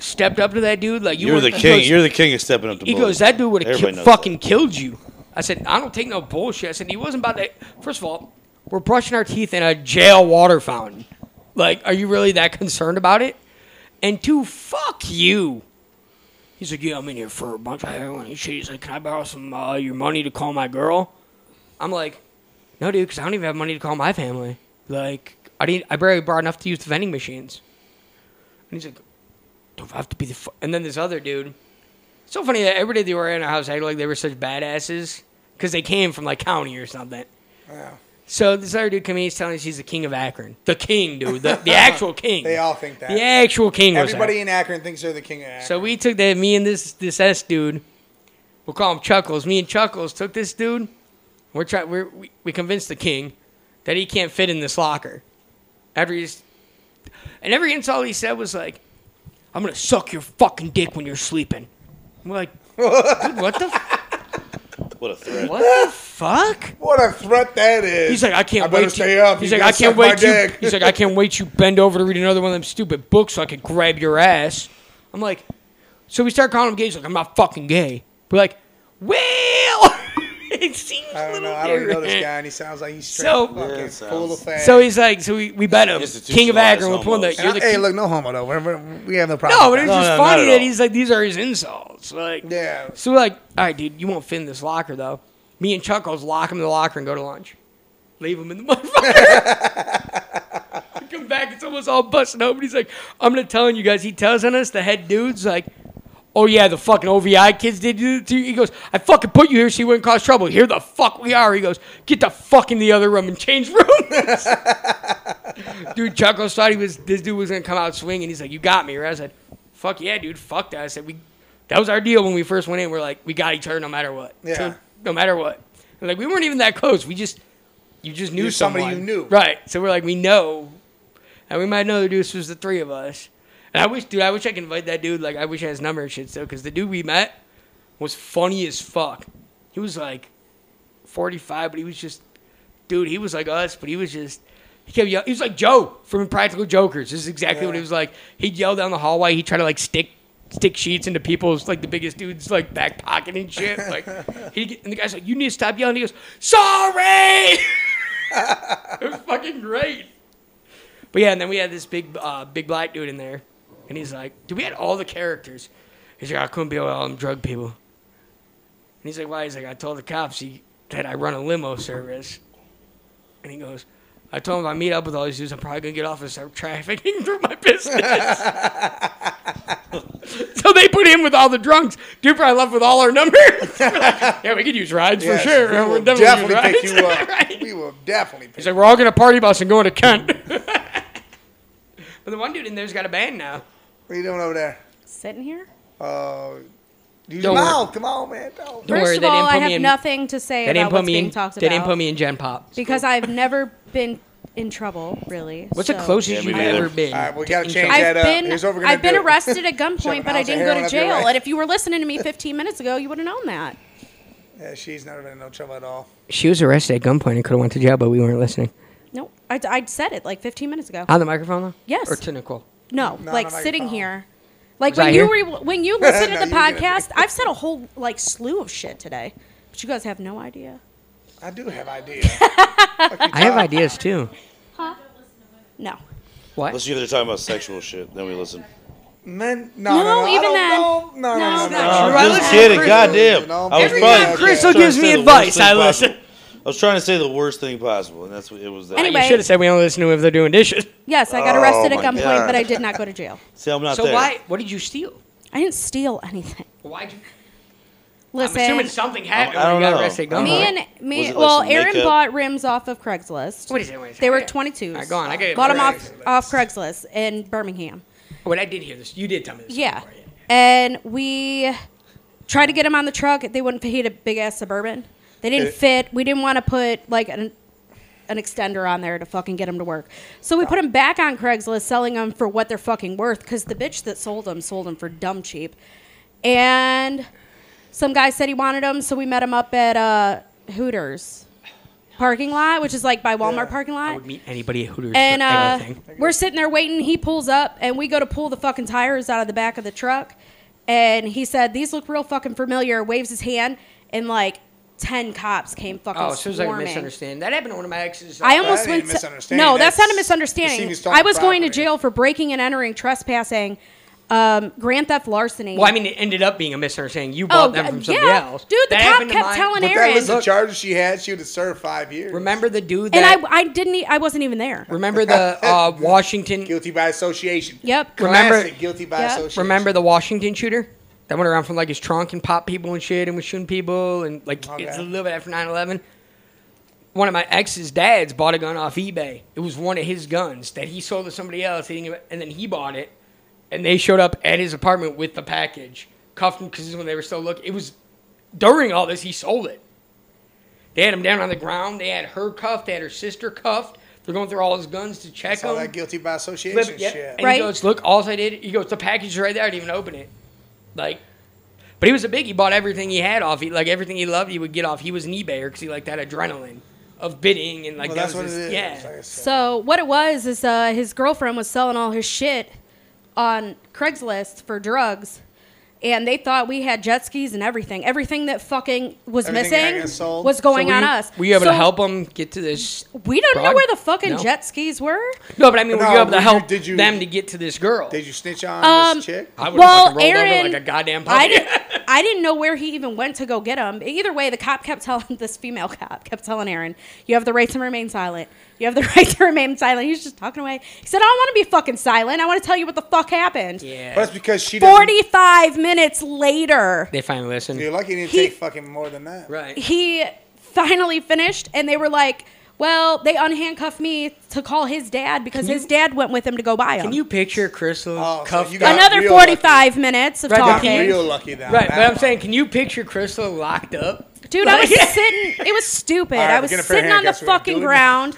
Speaker 4: stepped up to that dude like you
Speaker 1: You are
Speaker 4: were
Speaker 1: the
Speaker 4: he
Speaker 1: king.
Speaker 4: goes-
Speaker 1: You're the king of stepping up to
Speaker 4: he
Speaker 1: bullies.
Speaker 4: goes, that dude would have
Speaker 1: Everybody
Speaker 4: ki-
Speaker 1: knows
Speaker 4: fucking killed you. I said, I don't take no bullshit. I said, he wasn't about to. First of all, we're brushing our teeth in a jail water fountain. Like, are you really that concerned about it? And two, fuck you. He's like, yeah, I'm in here for a bunch of heroin and shit. He's like, can I borrow some uh, your money to call my girl? I'm like, no, dude, because I don't even have money to call my family. Like, I didn't. I barely brought enough to use the vending machines. And he's like, don't have to be the. Fu-. And then this other dude. So funny that everybody that were in our house acted like they were such badasses because they came from like county or something. So this other dude comes in, he's telling us he's the king of Akron. The king, dude. The,
Speaker 2: [LAUGHS]
Speaker 4: the actual king.
Speaker 2: They all think that.
Speaker 4: The actual king was there.
Speaker 2: Everybody in Akron thinks they're the king of Akron.
Speaker 4: So we took that me and this this S dude, we'll call him Chuckles. Me and Chuckles took this dude. We're try we're, we we convinced the king that he can't fit in this locker. After he's and every insult he said was like, "I'm gonna suck your fucking dick when you're sleeping." I'm like, [LAUGHS] dude, what the f-
Speaker 1: it. What a threat.
Speaker 4: what the fuck?
Speaker 2: what a threat that is.
Speaker 4: He's like, I can't
Speaker 2: I better
Speaker 4: wait.
Speaker 2: stay
Speaker 4: you,
Speaker 2: up.
Speaker 4: He's
Speaker 2: You
Speaker 4: like, I
Speaker 2: gotta
Speaker 4: can't
Speaker 2: suck my
Speaker 4: wait. You,
Speaker 2: dick."
Speaker 4: he's like, I
Speaker 2: [LAUGHS]
Speaker 4: can't wait. You bend over to read another one of them stupid books so I could grab your ass. I'm like, so we start calling him gay. He's like, I'm not fucking gay. We're like, well, [LAUGHS] it seems
Speaker 2: I
Speaker 4: a
Speaker 2: don't
Speaker 4: little
Speaker 2: know. I don't know this
Speaker 4: different.
Speaker 2: guy, and he sounds like he's straight
Speaker 4: So-
Speaker 2: fucking
Speaker 1: Yeah, it
Speaker 2: full of
Speaker 1: sounds-
Speaker 2: fat.
Speaker 4: So he's like, so we, we bet him. King of
Speaker 1: Institutionalized
Speaker 4: Akron. We're pulling the.
Speaker 1: homos.
Speaker 4: You're the
Speaker 2: hey,
Speaker 4: king-
Speaker 2: look, no homo though. We're, we're, we have no problem.
Speaker 4: No, but
Speaker 2: with
Speaker 4: it was
Speaker 2: that.
Speaker 1: No,
Speaker 4: just
Speaker 1: no, not
Speaker 4: funny
Speaker 1: at
Speaker 4: that
Speaker 1: all.
Speaker 4: he's like, these are his insults. Like,
Speaker 2: Yeah.
Speaker 4: So we're like, all right, dude, you won't fit in this locker though. Me and Chuckles lock him in the locker and go to lunch. Leave him in the [LAUGHS] motherfucker. We come back, it's almost all busting open. He's like, I'm gonna telling you guys. He tells on us the head dude's like, oh yeah, the fucking OVI kids did it to you. He goes, I fucking put you here so you wouldn't cause trouble. Here the fuck we are. He goes, get the fuck in the other room and change rooms. dude, Chuckles thought he was this dude was gonna come out swinging. He's like, you got me. Right? I said, fuck yeah, dude, fuck that. I said, we that was our deal when we first went in. We're like, we got each other no matter what.
Speaker 2: Yeah.
Speaker 4: So- no matter what. And, like we weren't even that close. We just you just knew
Speaker 2: You're somebody
Speaker 4: someone.
Speaker 2: you knew.
Speaker 4: Right. So we're like, we know. And we might know the dude was the three of us. And I wish, dude, I wish I could invite that dude. Like, I wish I had his number and shit still, because the dude we met was funny as fuck. He was like 45, but he was just, dude, he was like us, but he was just, he kept yelling. He was like Joe from Practical Jokers. This is exactly what he was like. He'd yell down the hallway. He'd try to like stick stick sheets into people's like the biggest dude's like back pocket and shit.
Speaker 2: [LAUGHS]
Speaker 4: Like he and the guy's like, you need to stop yelling. He goes, sorry. [LAUGHS] it was fucking great. But yeah, and then we had this big, uh, big black dude in there, and he's like, "Dude, we had all the characters." He's like, "I couldn't be with all them drug people." And he's like, "Why?" He's like, "I told the cops he, that I run a limo service," and he goes, "I told him if I meet up with all these dudes, I'm probably gonna get off and start [LAUGHS] trafficking through my business." [LAUGHS] so they put him with all the drunks. Dude probably left with all our numbers. [LAUGHS] We're like, yeah, we could use rides
Speaker 2: Yes,
Speaker 4: for sure.
Speaker 2: We
Speaker 4: We'll
Speaker 2: will
Speaker 4: definitely use
Speaker 2: definitely pick
Speaker 4: rides."
Speaker 2: you
Speaker 4: [LAUGHS]
Speaker 2: up.
Speaker 4: Right.
Speaker 2: We will definitely pick
Speaker 4: He's like, we're all gonna party bus and going to Kent. [LAUGHS] but the one dude in there's got a band now.
Speaker 2: What are you doing over there?
Speaker 5: Sitting here.
Speaker 2: Uh, use
Speaker 4: Don't
Speaker 2: your
Speaker 4: worry.
Speaker 2: mouth. Come on, man. Don't.
Speaker 4: Don't worry,
Speaker 5: First of
Speaker 4: they didn't
Speaker 5: all, I
Speaker 4: put me
Speaker 5: have
Speaker 4: in-
Speaker 5: nothing to say
Speaker 4: They didn't
Speaker 5: about
Speaker 4: put
Speaker 5: what's
Speaker 4: me
Speaker 5: being
Speaker 4: in.
Speaker 5: talked about.
Speaker 4: They didn't put me in Gen Pop.
Speaker 5: because I've never been in trouble, really.
Speaker 4: What's the
Speaker 5: so-
Speaker 1: Yeah,
Speaker 4: closest
Speaker 1: me
Speaker 4: you've
Speaker 1: neither.
Speaker 4: ever been?
Speaker 2: All right, we
Speaker 4: to
Speaker 2: gotta
Speaker 4: in
Speaker 2: change
Speaker 4: trouble?
Speaker 2: that
Speaker 5: I've
Speaker 2: up.
Speaker 5: been,
Speaker 2: Here's what we're gonna
Speaker 5: I've been
Speaker 2: do.
Speaker 5: arrested at gunpoint,
Speaker 2: Shoving
Speaker 5: but I
Speaker 2: ounce of
Speaker 5: didn't go
Speaker 2: heroin
Speaker 5: to
Speaker 2: up your
Speaker 5: jail.
Speaker 2: ass.
Speaker 5: And if you were listening to me 15 minutes ago, you would have known that.
Speaker 2: Yeah, she's never been in no trouble at all.
Speaker 4: She was arrested at gunpoint and could have went to jail, but we weren't listening.
Speaker 5: No, I, I said it like 15 minutes ago.
Speaker 4: On the microphone though?
Speaker 5: Yes.
Speaker 4: Or to Nicole.
Speaker 5: No,
Speaker 2: No,
Speaker 5: like
Speaker 2: no, no,
Speaker 5: sitting
Speaker 2: you're fine.
Speaker 5: here. Like
Speaker 4: Was I
Speaker 5: when you
Speaker 4: here?
Speaker 5: re- when you listen
Speaker 2: No,
Speaker 5: to the
Speaker 2: you didn't.
Speaker 5: podcast, I've said a whole like slew of shit today, but you guys have no idea.
Speaker 2: I do
Speaker 4: [LAUGHS]
Speaker 2: have ideas.
Speaker 4: I have ideas too.
Speaker 5: No,
Speaker 4: What?
Speaker 1: Let's either talk about sexual shit, then we listen.
Speaker 2: Man, no, no,
Speaker 5: No,
Speaker 2: no, I
Speaker 5: even
Speaker 2: don't
Speaker 5: then.
Speaker 2: know. No, no,
Speaker 5: No,
Speaker 2: no, no.
Speaker 5: that's
Speaker 2: no,
Speaker 4: true.
Speaker 2: no.
Speaker 4: I
Speaker 1: Just
Speaker 4: listen to
Speaker 1: kidding,
Speaker 4: Crystal.
Speaker 1: goddamn.
Speaker 2: No,
Speaker 1: I was
Speaker 2: every
Speaker 1: probably
Speaker 2: time Crystal
Speaker 1: trying to
Speaker 4: gives
Speaker 1: say
Speaker 4: me
Speaker 1: the worst
Speaker 4: advice,
Speaker 1: thing
Speaker 4: I
Speaker 1: possible.
Speaker 4: listen.
Speaker 1: I was trying to say the worst thing possible, and that's what it was. That.
Speaker 5: Anyway.
Speaker 4: You should have said we only listen to if they're doing dishes.
Speaker 5: yes, I got
Speaker 1: Oh,
Speaker 5: arrested at
Speaker 1: my
Speaker 5: gunpoint,
Speaker 1: God.
Speaker 5: but I did not go to jail.
Speaker 1: See, I'm not
Speaker 4: so
Speaker 1: there.
Speaker 4: why? What did you steal?
Speaker 5: I didn't steal anything.
Speaker 4: Why'd you?
Speaker 5: Listen,
Speaker 4: I'm assuming something happened
Speaker 1: I
Speaker 4: when
Speaker 1: don't
Speaker 4: you got
Speaker 1: know.
Speaker 4: arrested at
Speaker 1: I'm
Speaker 4: gunpoint.
Speaker 5: Me
Speaker 1: Alright.
Speaker 5: and me.
Speaker 1: Was it like
Speaker 5: well,
Speaker 1: some
Speaker 5: Aaron
Speaker 1: makeup?
Speaker 5: bought rims off of Craigslist.
Speaker 4: What is it? What is it?
Speaker 5: They were
Speaker 4: Yeah.
Speaker 5: 22s.
Speaker 4: All right, go on. I got it.
Speaker 5: Bought them
Speaker 4: All right.
Speaker 5: off, off Craigslist in Birmingham.
Speaker 4: What I did hear this. You did tell me this.
Speaker 5: Yeah.
Speaker 4: before,
Speaker 5: And we tried to get them on the truck. They wouldn't fit. He had a big ass Suburban. They didn't
Speaker 2: It-
Speaker 5: fit. We didn't want to put like an, an extender on there to fucking get them to work. So we put them back on Craigslist, selling them for what they're fucking worth because the bitch that sold them sold them for dumb cheap. And some guy said he wanted them, so we met him up at uh, Hooters parking lot, which is like by Walmart parking lot.
Speaker 4: I would meet anybody at Hooters
Speaker 5: And
Speaker 4: for
Speaker 5: uh,
Speaker 4: anything.
Speaker 5: we're sitting there waiting. He pulls up, and we go to pull the fucking tires out of the back of the truck. And he said, "These look real fucking familiar." Waves his hand, and like ten cops came fucking
Speaker 4: Oh, so it was like a
Speaker 5: swarming.
Speaker 4: misunderstanding. That happened to one of my exes. uh,
Speaker 5: I
Speaker 2: That
Speaker 5: almost
Speaker 2: ain't
Speaker 5: went.
Speaker 2: a
Speaker 5: to-
Speaker 2: misunderstanding.
Speaker 5: no, that's, not a
Speaker 2: That's
Speaker 5: misunderstanding.
Speaker 2: receiving stolen
Speaker 5: I was going to
Speaker 2: property.
Speaker 5: jail for breaking and entering, trespassing, um, grand theft larceny.
Speaker 4: Well, I mean, it ended up being a misunderstanding. You bought them from somebody
Speaker 5: Oh, yeah,
Speaker 4: else.
Speaker 5: dude. The
Speaker 4: That
Speaker 5: cop
Speaker 4: happened to
Speaker 5: kept
Speaker 4: my-
Speaker 5: telling
Speaker 2: If that
Speaker 5: Aaron,
Speaker 2: was the
Speaker 4: Look.
Speaker 2: charge she had, she would have served five years.
Speaker 4: Remember the dude that.
Speaker 5: and I, I didn't. e- I wasn't even there.
Speaker 4: remember the uh, Washington.
Speaker 2: Guilty by association.
Speaker 5: Yep.
Speaker 4: Remember-
Speaker 2: Classic guilty by
Speaker 5: Yep.
Speaker 2: association.
Speaker 4: Remember the Washington shooter that went around from like his trunk and popped people and shit and was shooting people and like
Speaker 2: Okay.
Speaker 4: it's a little bit after 9/11. One of my ex's dads bought a gun off eBay. It was one of his guns that he sold to somebody else, he didn't give a- and then he bought it. And they showed up at his apartment with the package, cuffed him because when they were still looking, it was during all this he sold it. They had him down on the ground. They had her cuffed. They had her sister cuffed. They're going through all his guns to check
Speaker 2: That's all
Speaker 4: them.
Speaker 2: that guilty by association
Speaker 4: Flip it, yeah.
Speaker 2: shit.
Speaker 4: And
Speaker 5: Right.
Speaker 4: he goes, look, all I did, he goes, the package is right there. I didn't even open it. Like, but he was a big. He bought everything he had off. He like everything he loved. He would get off. He was an eBayer because he liked that adrenaline of bidding and like
Speaker 2: Well,
Speaker 4: that
Speaker 2: that's
Speaker 4: was
Speaker 2: what it
Speaker 4: his-
Speaker 2: is.
Speaker 4: yeah.
Speaker 2: Like I said.
Speaker 5: So what it was is uh, his girlfriend was selling all his shit on Craigslist for drugs, and they thought we had jet skis and everything. Everything that fucking was
Speaker 2: Everything that got
Speaker 5: missing
Speaker 2: sold.
Speaker 5: was going
Speaker 4: So were
Speaker 5: on
Speaker 4: you-
Speaker 5: us.
Speaker 4: Were you able
Speaker 5: So
Speaker 4: to help him get to this?
Speaker 5: We don't know
Speaker 4: broad?
Speaker 5: where the fucking
Speaker 4: No.
Speaker 5: jet skis were.
Speaker 4: No, but I mean, were
Speaker 2: No,
Speaker 4: you able to
Speaker 2: were you-
Speaker 4: help
Speaker 2: did you-
Speaker 4: them to get to this girl?
Speaker 2: Did you snitch on
Speaker 5: Um,
Speaker 2: this chick?
Speaker 4: I would
Speaker 5: well,
Speaker 4: have rolled
Speaker 5: Aaron,
Speaker 4: over like a goddamn puppy.
Speaker 5: I
Speaker 4: [LAUGHS]
Speaker 5: didn't. I didn't know where he even went to go get him. Either way, the cop kept telling [LAUGHS] this female cop kept telling Aaron, "You have the right to remain silent. You have the [LAUGHS] right to remain silent." He was just talking away. He said, "I don't want to be fucking silent. I want to tell you what the fuck happened."
Speaker 4: yeah.
Speaker 2: Well, that's because she doesn't-
Speaker 5: 45 minutes later,
Speaker 4: they finally listened.
Speaker 2: You're lucky it didn't
Speaker 5: He-
Speaker 2: take fucking more than that.
Speaker 4: Right.
Speaker 5: he finally finished, and they were like, well, they unhandcuffed me to call his dad because his dad went with him to go buy him.
Speaker 4: Can you picture Crystal
Speaker 2: Oh, so
Speaker 4: cuffed
Speaker 2: you
Speaker 4: up?
Speaker 2: got
Speaker 5: Another
Speaker 2: real
Speaker 5: 45 minutes of
Speaker 4: Right, but
Speaker 2: Got
Speaker 5: talking.
Speaker 2: real lucky then. on
Speaker 4: Right,
Speaker 2: that
Speaker 4: but I'm
Speaker 2: one.
Speaker 4: saying, can you picture Crystal locked up?
Speaker 5: Dude, I was
Speaker 4: Like-
Speaker 2: [LAUGHS]
Speaker 5: sitting, it was stupid.
Speaker 2: All right,
Speaker 5: I
Speaker 2: we're
Speaker 5: was
Speaker 2: getting a pair of
Speaker 5: sitting on the
Speaker 2: handcuffs. We're gonna
Speaker 5: fucking
Speaker 2: do it.
Speaker 5: ground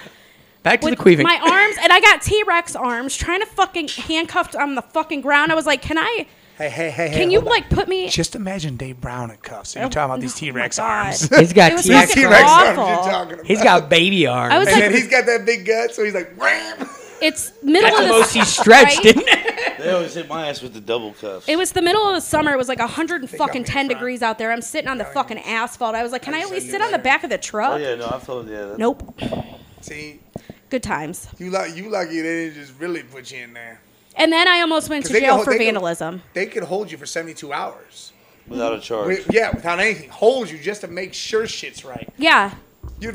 Speaker 4: Back to
Speaker 5: with
Speaker 4: the queeving.
Speaker 5: my arms, and I got T Rex arms trying to fucking handcuffed on the fucking ground. I was like, can I
Speaker 2: Hey, hey, hey, hey.
Speaker 5: Can you
Speaker 2: hold on.
Speaker 5: like put me? Oh
Speaker 2: Just imagine Dave Brown in cuffs. And you're talking about these T Rex [LAUGHS] arms.
Speaker 5: God.
Speaker 4: Oh He's got
Speaker 5: It was
Speaker 4: T-Rex
Speaker 5: fucking
Speaker 4: arms.
Speaker 2: arms
Speaker 5: awful.
Speaker 2: you're talking about.
Speaker 4: He's got baby arms.
Speaker 7: I was
Speaker 2: and
Speaker 7: like,
Speaker 2: then
Speaker 4: [LAUGHS]
Speaker 2: he's got that big gut, so he's like, wham!
Speaker 5: It's middle
Speaker 4: That's
Speaker 5: of
Speaker 4: the
Speaker 5: the
Speaker 4: most he stretched,
Speaker 5: right?
Speaker 4: didn't it?
Speaker 6: They always hit my ass with the double cuffs.
Speaker 5: It was the middle of the summer. It was like 100 and fucking
Speaker 2: me
Speaker 5: 10 degrees out there. I'm sitting on the fucking asphalt. I was like, can I at least sit on the back of the
Speaker 6: oh
Speaker 5: truck?
Speaker 6: yeah, no, I felt yeah. That's,
Speaker 5: Nope.
Speaker 2: See,
Speaker 5: Good times.
Speaker 2: you lucky, you lucky they didn't just really put you in there.
Speaker 5: And then I almost went
Speaker 2: 'Cause
Speaker 5: to
Speaker 2: they
Speaker 5: jail
Speaker 2: could-
Speaker 5: for
Speaker 2: they could-
Speaker 5: vandalism.
Speaker 2: They could hold you for 72 hours.
Speaker 6: Without a charge.
Speaker 2: Wi- yeah, without anything. Hold you just to make sure shit's right.
Speaker 5: Yeah.
Speaker 2: You've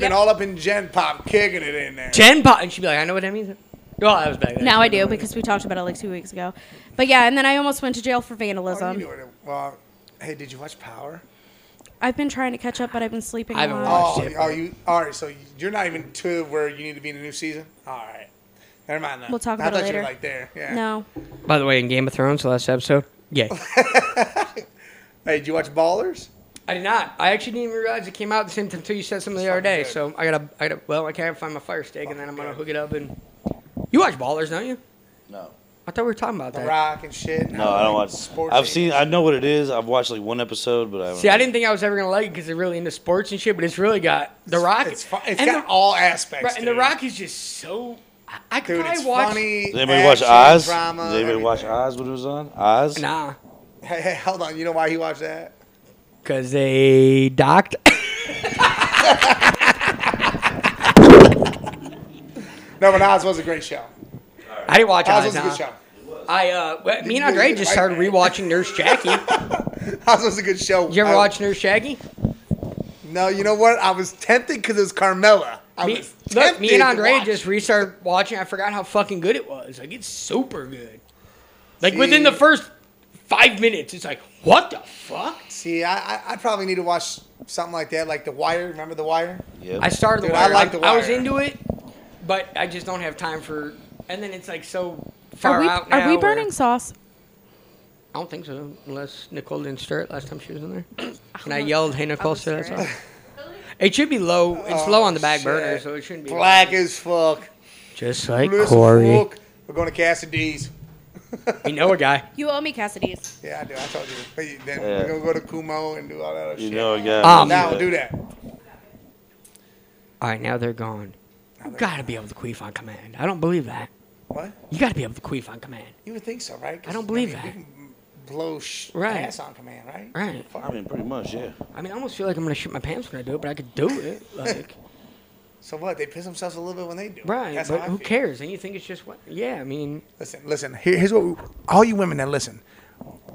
Speaker 5: Yep.
Speaker 2: been all up in Gen Pop kicking it in there.
Speaker 4: Jen Pot, and she'd be like, I know what Oh, that means. Well, I was back then.
Speaker 5: Now I do because we talked about it like two weeks ago. But yeah, and then I almost went to jail for
Speaker 2: Oh, you
Speaker 5: vandalism.
Speaker 2: knew it. Well, hey, did you watch Power?
Speaker 5: I've been trying to catch up, but I've been sleeping
Speaker 4: I
Speaker 5: a
Speaker 4: haven't
Speaker 5: lot.
Speaker 4: watched
Speaker 2: Oh,
Speaker 4: it.
Speaker 2: are you? All right, so you're not even to where you need to be in the new season. All right, never mind that.
Speaker 5: We'll talk
Speaker 2: I
Speaker 5: about it
Speaker 2: thought you
Speaker 5: later.
Speaker 2: were like there. Yeah.
Speaker 5: No.
Speaker 4: By the way, in Game of Thrones, last episode, yeah.
Speaker 2: Hey, did you watch Ballers?
Speaker 4: [LAUGHS] I did not. I actually didn't even realize it came out at the same time until you said something the other day.
Speaker 2: fucking
Speaker 4: So I gotta, I gotta. Well, I can't find my fire stick, and then I'm gonna
Speaker 2: good.
Speaker 4: hook it up and. You watch Ballers, don't you?
Speaker 6: No.
Speaker 4: I thought we were talking about
Speaker 2: The
Speaker 4: that.
Speaker 2: Rock and shit.
Speaker 6: No, I don't watch
Speaker 2: sports.
Speaker 6: I've
Speaker 2: shit.
Speaker 6: seen. I know what it is. I've watched like one episode, but I haven't.
Speaker 4: See, I didn't think I was ever gonna like it because they're really into sports and shit, but it's really got the Rock.
Speaker 2: It's fun. It's
Speaker 4: and
Speaker 2: got
Speaker 4: the,
Speaker 2: all aspects.
Speaker 4: right, and the
Speaker 2: dude.
Speaker 4: Rock is just so. I, I could
Speaker 2: Dude,
Speaker 4: probably
Speaker 2: it's
Speaker 4: watch.
Speaker 2: funny.
Speaker 6: Did anybody watch
Speaker 2: action,
Speaker 6: Oz?
Speaker 2: Drama,
Speaker 6: Did anybody watch
Speaker 2: everything.
Speaker 6: Oz when it was on? Oz.
Speaker 4: Nah,
Speaker 2: Hey, hey, hold on. You know why he watched that?
Speaker 4: because they docked. [COUGHS]
Speaker 2: No, but Oz was a great show.
Speaker 4: I didn't watch Oz.
Speaker 2: Oz was a
Speaker 4: Nah.
Speaker 2: good show.
Speaker 4: I uh, well, me and
Speaker 2: You
Speaker 4: Andre
Speaker 2: really
Speaker 4: just
Speaker 2: like
Speaker 4: started
Speaker 2: that.
Speaker 4: rewatching Nurse Jackie.
Speaker 2: Oz was a good show.
Speaker 4: You ever
Speaker 2: [LAUGHS] I-
Speaker 4: watch Nurse Jackie?
Speaker 2: No, you know what? I was tempted because it was Carmela. I
Speaker 4: Me,
Speaker 2: was
Speaker 4: look, me
Speaker 2: tempted
Speaker 4: and
Speaker 2: to
Speaker 4: Andre
Speaker 2: watch.
Speaker 4: just restarted watching. I forgot how fucking good it was. Like it's super good. Like within the
Speaker 2: See?
Speaker 4: first five minutes, it's like what the fuck.
Speaker 2: See, I, I, I probably need to watch something like that, like The Wire. Remember The Wire?
Speaker 6: Yep.
Speaker 4: I started the
Speaker 2: Dude, I
Speaker 4: wire. I,
Speaker 2: like The
Speaker 4: I was
Speaker 2: Wire.
Speaker 4: into it, but I just don't have time for. And then it's like so far
Speaker 5: Are we,
Speaker 4: out
Speaker 5: are we
Speaker 4: now where-
Speaker 5: burning sauce?
Speaker 4: I don't think so, unless Nicole didn't stir it last time she was
Speaker 5: [COUGHS]
Speaker 4: in there. And I yelled, "Hey Nicole, stir that
Speaker 5: stir
Speaker 4: sauce." It should be low. It's low on the back
Speaker 2: Oh, shit.
Speaker 4: burner, so it shouldn't be
Speaker 2: Black as fuck.
Speaker 4: Just like
Speaker 2: Blue as
Speaker 4: Corey.
Speaker 2: fuck. We're going to Cassidy's.
Speaker 4: We know a guy.
Speaker 5: You owe me Cassidy's.
Speaker 2: Yeah, I do. I told you. Hey, Then
Speaker 6: Yeah.
Speaker 2: we're going to go to Kumo and do all that other
Speaker 6: You
Speaker 2: shit.
Speaker 6: know again.
Speaker 4: Um,
Speaker 2: now do that.
Speaker 4: All right, now they're gone. You gotta be able to queef on command. I don't believe that.
Speaker 2: What?
Speaker 4: You gotta be able to queef on command.
Speaker 2: You would think so, right? 'Cause,
Speaker 4: I don't believe
Speaker 2: mean,
Speaker 4: that.
Speaker 2: we can Blow sh-
Speaker 4: Right.
Speaker 2: ass on command, right?
Speaker 4: Right.
Speaker 6: I mean, pretty much, yeah.
Speaker 4: I mean, I almost feel like I'm gonna shit my pants when I do it, but I could do it.
Speaker 2: [LAUGHS]
Speaker 4: Like,
Speaker 2: So what? They piss themselves a little bit when they do. it.
Speaker 4: right?
Speaker 2: That's
Speaker 4: but
Speaker 2: how I
Speaker 4: who
Speaker 2: feel.
Speaker 4: cares? And you think it's just what? Yeah, I mean,
Speaker 2: Listen, listen. Here, here's what we, all you women that listen,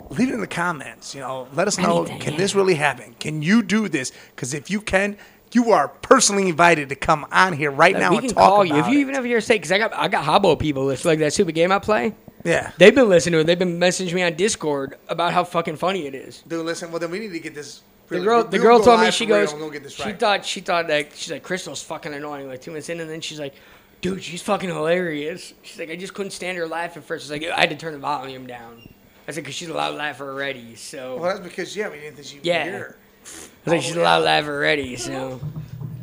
Speaker 2: leave it in the comments. You know, let us know.
Speaker 4: Anything,
Speaker 2: can
Speaker 4: yeah.
Speaker 2: this really happen? Can you do this? Because if you can, you are personally invited to come on here right
Speaker 4: like,
Speaker 2: now
Speaker 4: we
Speaker 2: and
Speaker 4: can
Speaker 2: talk
Speaker 4: call
Speaker 2: about
Speaker 4: you if you
Speaker 2: it.
Speaker 4: even have your say. Because I got I got hobo people that's like that stupid game I play.
Speaker 2: yeah.
Speaker 4: They've been listening to it. They've been messaging me on Discord about how fucking funny it is.
Speaker 2: Dude, listen. Well, then we need to get this.
Speaker 4: The
Speaker 2: really-
Speaker 4: girl,
Speaker 2: we-
Speaker 4: the
Speaker 2: we
Speaker 4: girl
Speaker 2: go
Speaker 4: told me
Speaker 2: live
Speaker 4: she
Speaker 2: for real
Speaker 4: goes.
Speaker 2: and We'll get this
Speaker 4: she
Speaker 2: right.
Speaker 4: thought she thought like she's like Crystal's fucking annoying. Like two minutes in, and then she's like, "Dude, she's fucking hilarious." She's like, "I just couldn't stand her laugh at first. She's like, "I had to turn the volume down." I said, "Cause she's a loud laugher already." So
Speaker 2: well, that's because yeah, we didn't think she would
Speaker 4: Yeah.
Speaker 2: hear.
Speaker 4: I was like, "She's a loud laugher already." So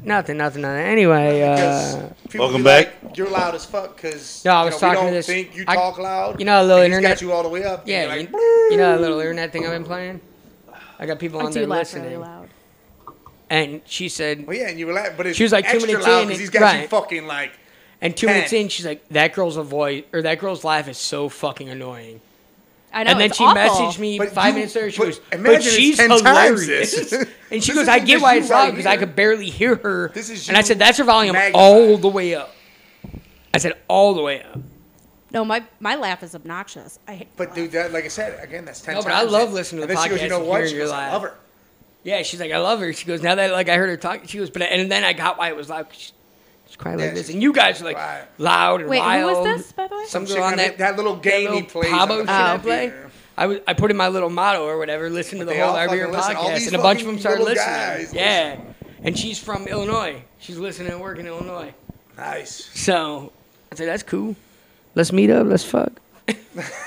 Speaker 4: nothing, nothing, nothing. Anyway,
Speaker 2: Because
Speaker 4: uh,
Speaker 2: people
Speaker 6: Welcome
Speaker 2: be
Speaker 6: back.
Speaker 2: Like, You're loud as fuck because
Speaker 4: No, I was
Speaker 2: you know,
Speaker 4: talking
Speaker 2: we
Speaker 4: to
Speaker 2: don't
Speaker 4: this-
Speaker 2: Think you
Speaker 4: I-
Speaker 2: talk loud.
Speaker 4: you know, a little
Speaker 2: and he's
Speaker 4: internet-
Speaker 2: Got you all the way up. and
Speaker 4: yeah,
Speaker 2: you're like,
Speaker 4: you, you know that little internet thing I've been playing. I got people
Speaker 7: I
Speaker 4: on
Speaker 7: do
Speaker 4: there
Speaker 7: laugh really
Speaker 4: listening,
Speaker 7: loud.
Speaker 4: and she said,
Speaker 2: well, yeah, and you were loud, but it's
Speaker 4: She was like, two
Speaker 2: extra
Speaker 4: minutes
Speaker 2: loud
Speaker 4: in,
Speaker 2: because he's
Speaker 4: and-
Speaker 2: got you
Speaker 4: right.
Speaker 2: fucking like.
Speaker 4: and two
Speaker 2: Ten.
Speaker 4: minutes in, she's like, "That girl's a voice, or that girl's laugh is so fucking annoying."
Speaker 5: I know.
Speaker 4: and then
Speaker 5: it's
Speaker 4: she
Speaker 5: awful.
Speaker 4: messaged me
Speaker 2: But
Speaker 4: five
Speaker 2: you-
Speaker 4: minutes later. She
Speaker 2: but
Speaker 4: goes,
Speaker 2: imagine
Speaker 4: "But
Speaker 2: it's
Speaker 4: she's
Speaker 2: 10 times
Speaker 4: hilarious." [LAUGHS]
Speaker 2: this.
Speaker 4: and she
Speaker 2: This
Speaker 4: goes, "I
Speaker 2: is
Speaker 4: get
Speaker 2: just
Speaker 4: why
Speaker 2: you
Speaker 4: it's
Speaker 2: right
Speaker 4: loud because I
Speaker 2: here.
Speaker 4: could barely hear her."
Speaker 2: This is
Speaker 4: and I
Speaker 2: you
Speaker 4: said, "That's her volume
Speaker 2: magnified."
Speaker 4: all the way up." I said, "All the way up."
Speaker 5: No, my, my laugh is obnoxious. I hate
Speaker 2: But dude, that, like I said, again, that's ten.
Speaker 4: No, but
Speaker 2: times
Speaker 4: I love
Speaker 2: it.
Speaker 4: listening to
Speaker 2: and
Speaker 4: the
Speaker 2: then she goes,
Speaker 4: podcast
Speaker 2: you know
Speaker 4: and
Speaker 2: what?
Speaker 4: hearing
Speaker 2: She
Speaker 4: your
Speaker 2: goes, I
Speaker 4: laugh.
Speaker 2: love her.
Speaker 4: Yeah, she's like, "I love her." She goes, "Now that like I heard her talk," she goes, "But and then I got why it was loud." 'cause She, she cried like
Speaker 2: Yeah,
Speaker 4: this,
Speaker 2: she-
Speaker 4: and you guys are like
Speaker 2: Right.
Speaker 4: loud and
Speaker 5: Wait, who was
Speaker 4: wild.
Speaker 5: this, by the way?
Speaker 4: Some girl
Speaker 2: Some chick
Speaker 4: on
Speaker 2: on
Speaker 4: that
Speaker 2: that- that little game he
Speaker 4: that little
Speaker 2: plays on
Speaker 4: Pabo
Speaker 2: the
Speaker 4: shit I play.
Speaker 2: computer.
Speaker 4: I was I put in my little motto or whatever. Listen to the
Speaker 2: they
Speaker 4: whole
Speaker 2: all
Speaker 4: RBR
Speaker 2: fucking listen. All
Speaker 4: podcast,
Speaker 2: these
Speaker 4: and a bunch of
Speaker 2: fucking
Speaker 4: them started
Speaker 2: little
Speaker 4: listening.
Speaker 2: guys
Speaker 4: yeah, and she's from Illinois. She's listening and working in Illinois.
Speaker 2: Nice.
Speaker 4: So I said, "That's cool. Let's meet up. Let's
Speaker 2: [LAUGHS]
Speaker 4: fuck."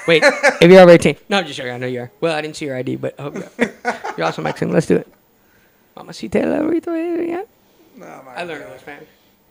Speaker 4: Wait, if you're over 18. No, I'm just joking. I know you are. Well, I didn't see your ID, but I hope you are. You're also Mexican. Let's do it. Mamacita, la burrito, eh, yeah.
Speaker 2: No, Oh, my
Speaker 4: I learned
Speaker 2: God.
Speaker 4: those, man.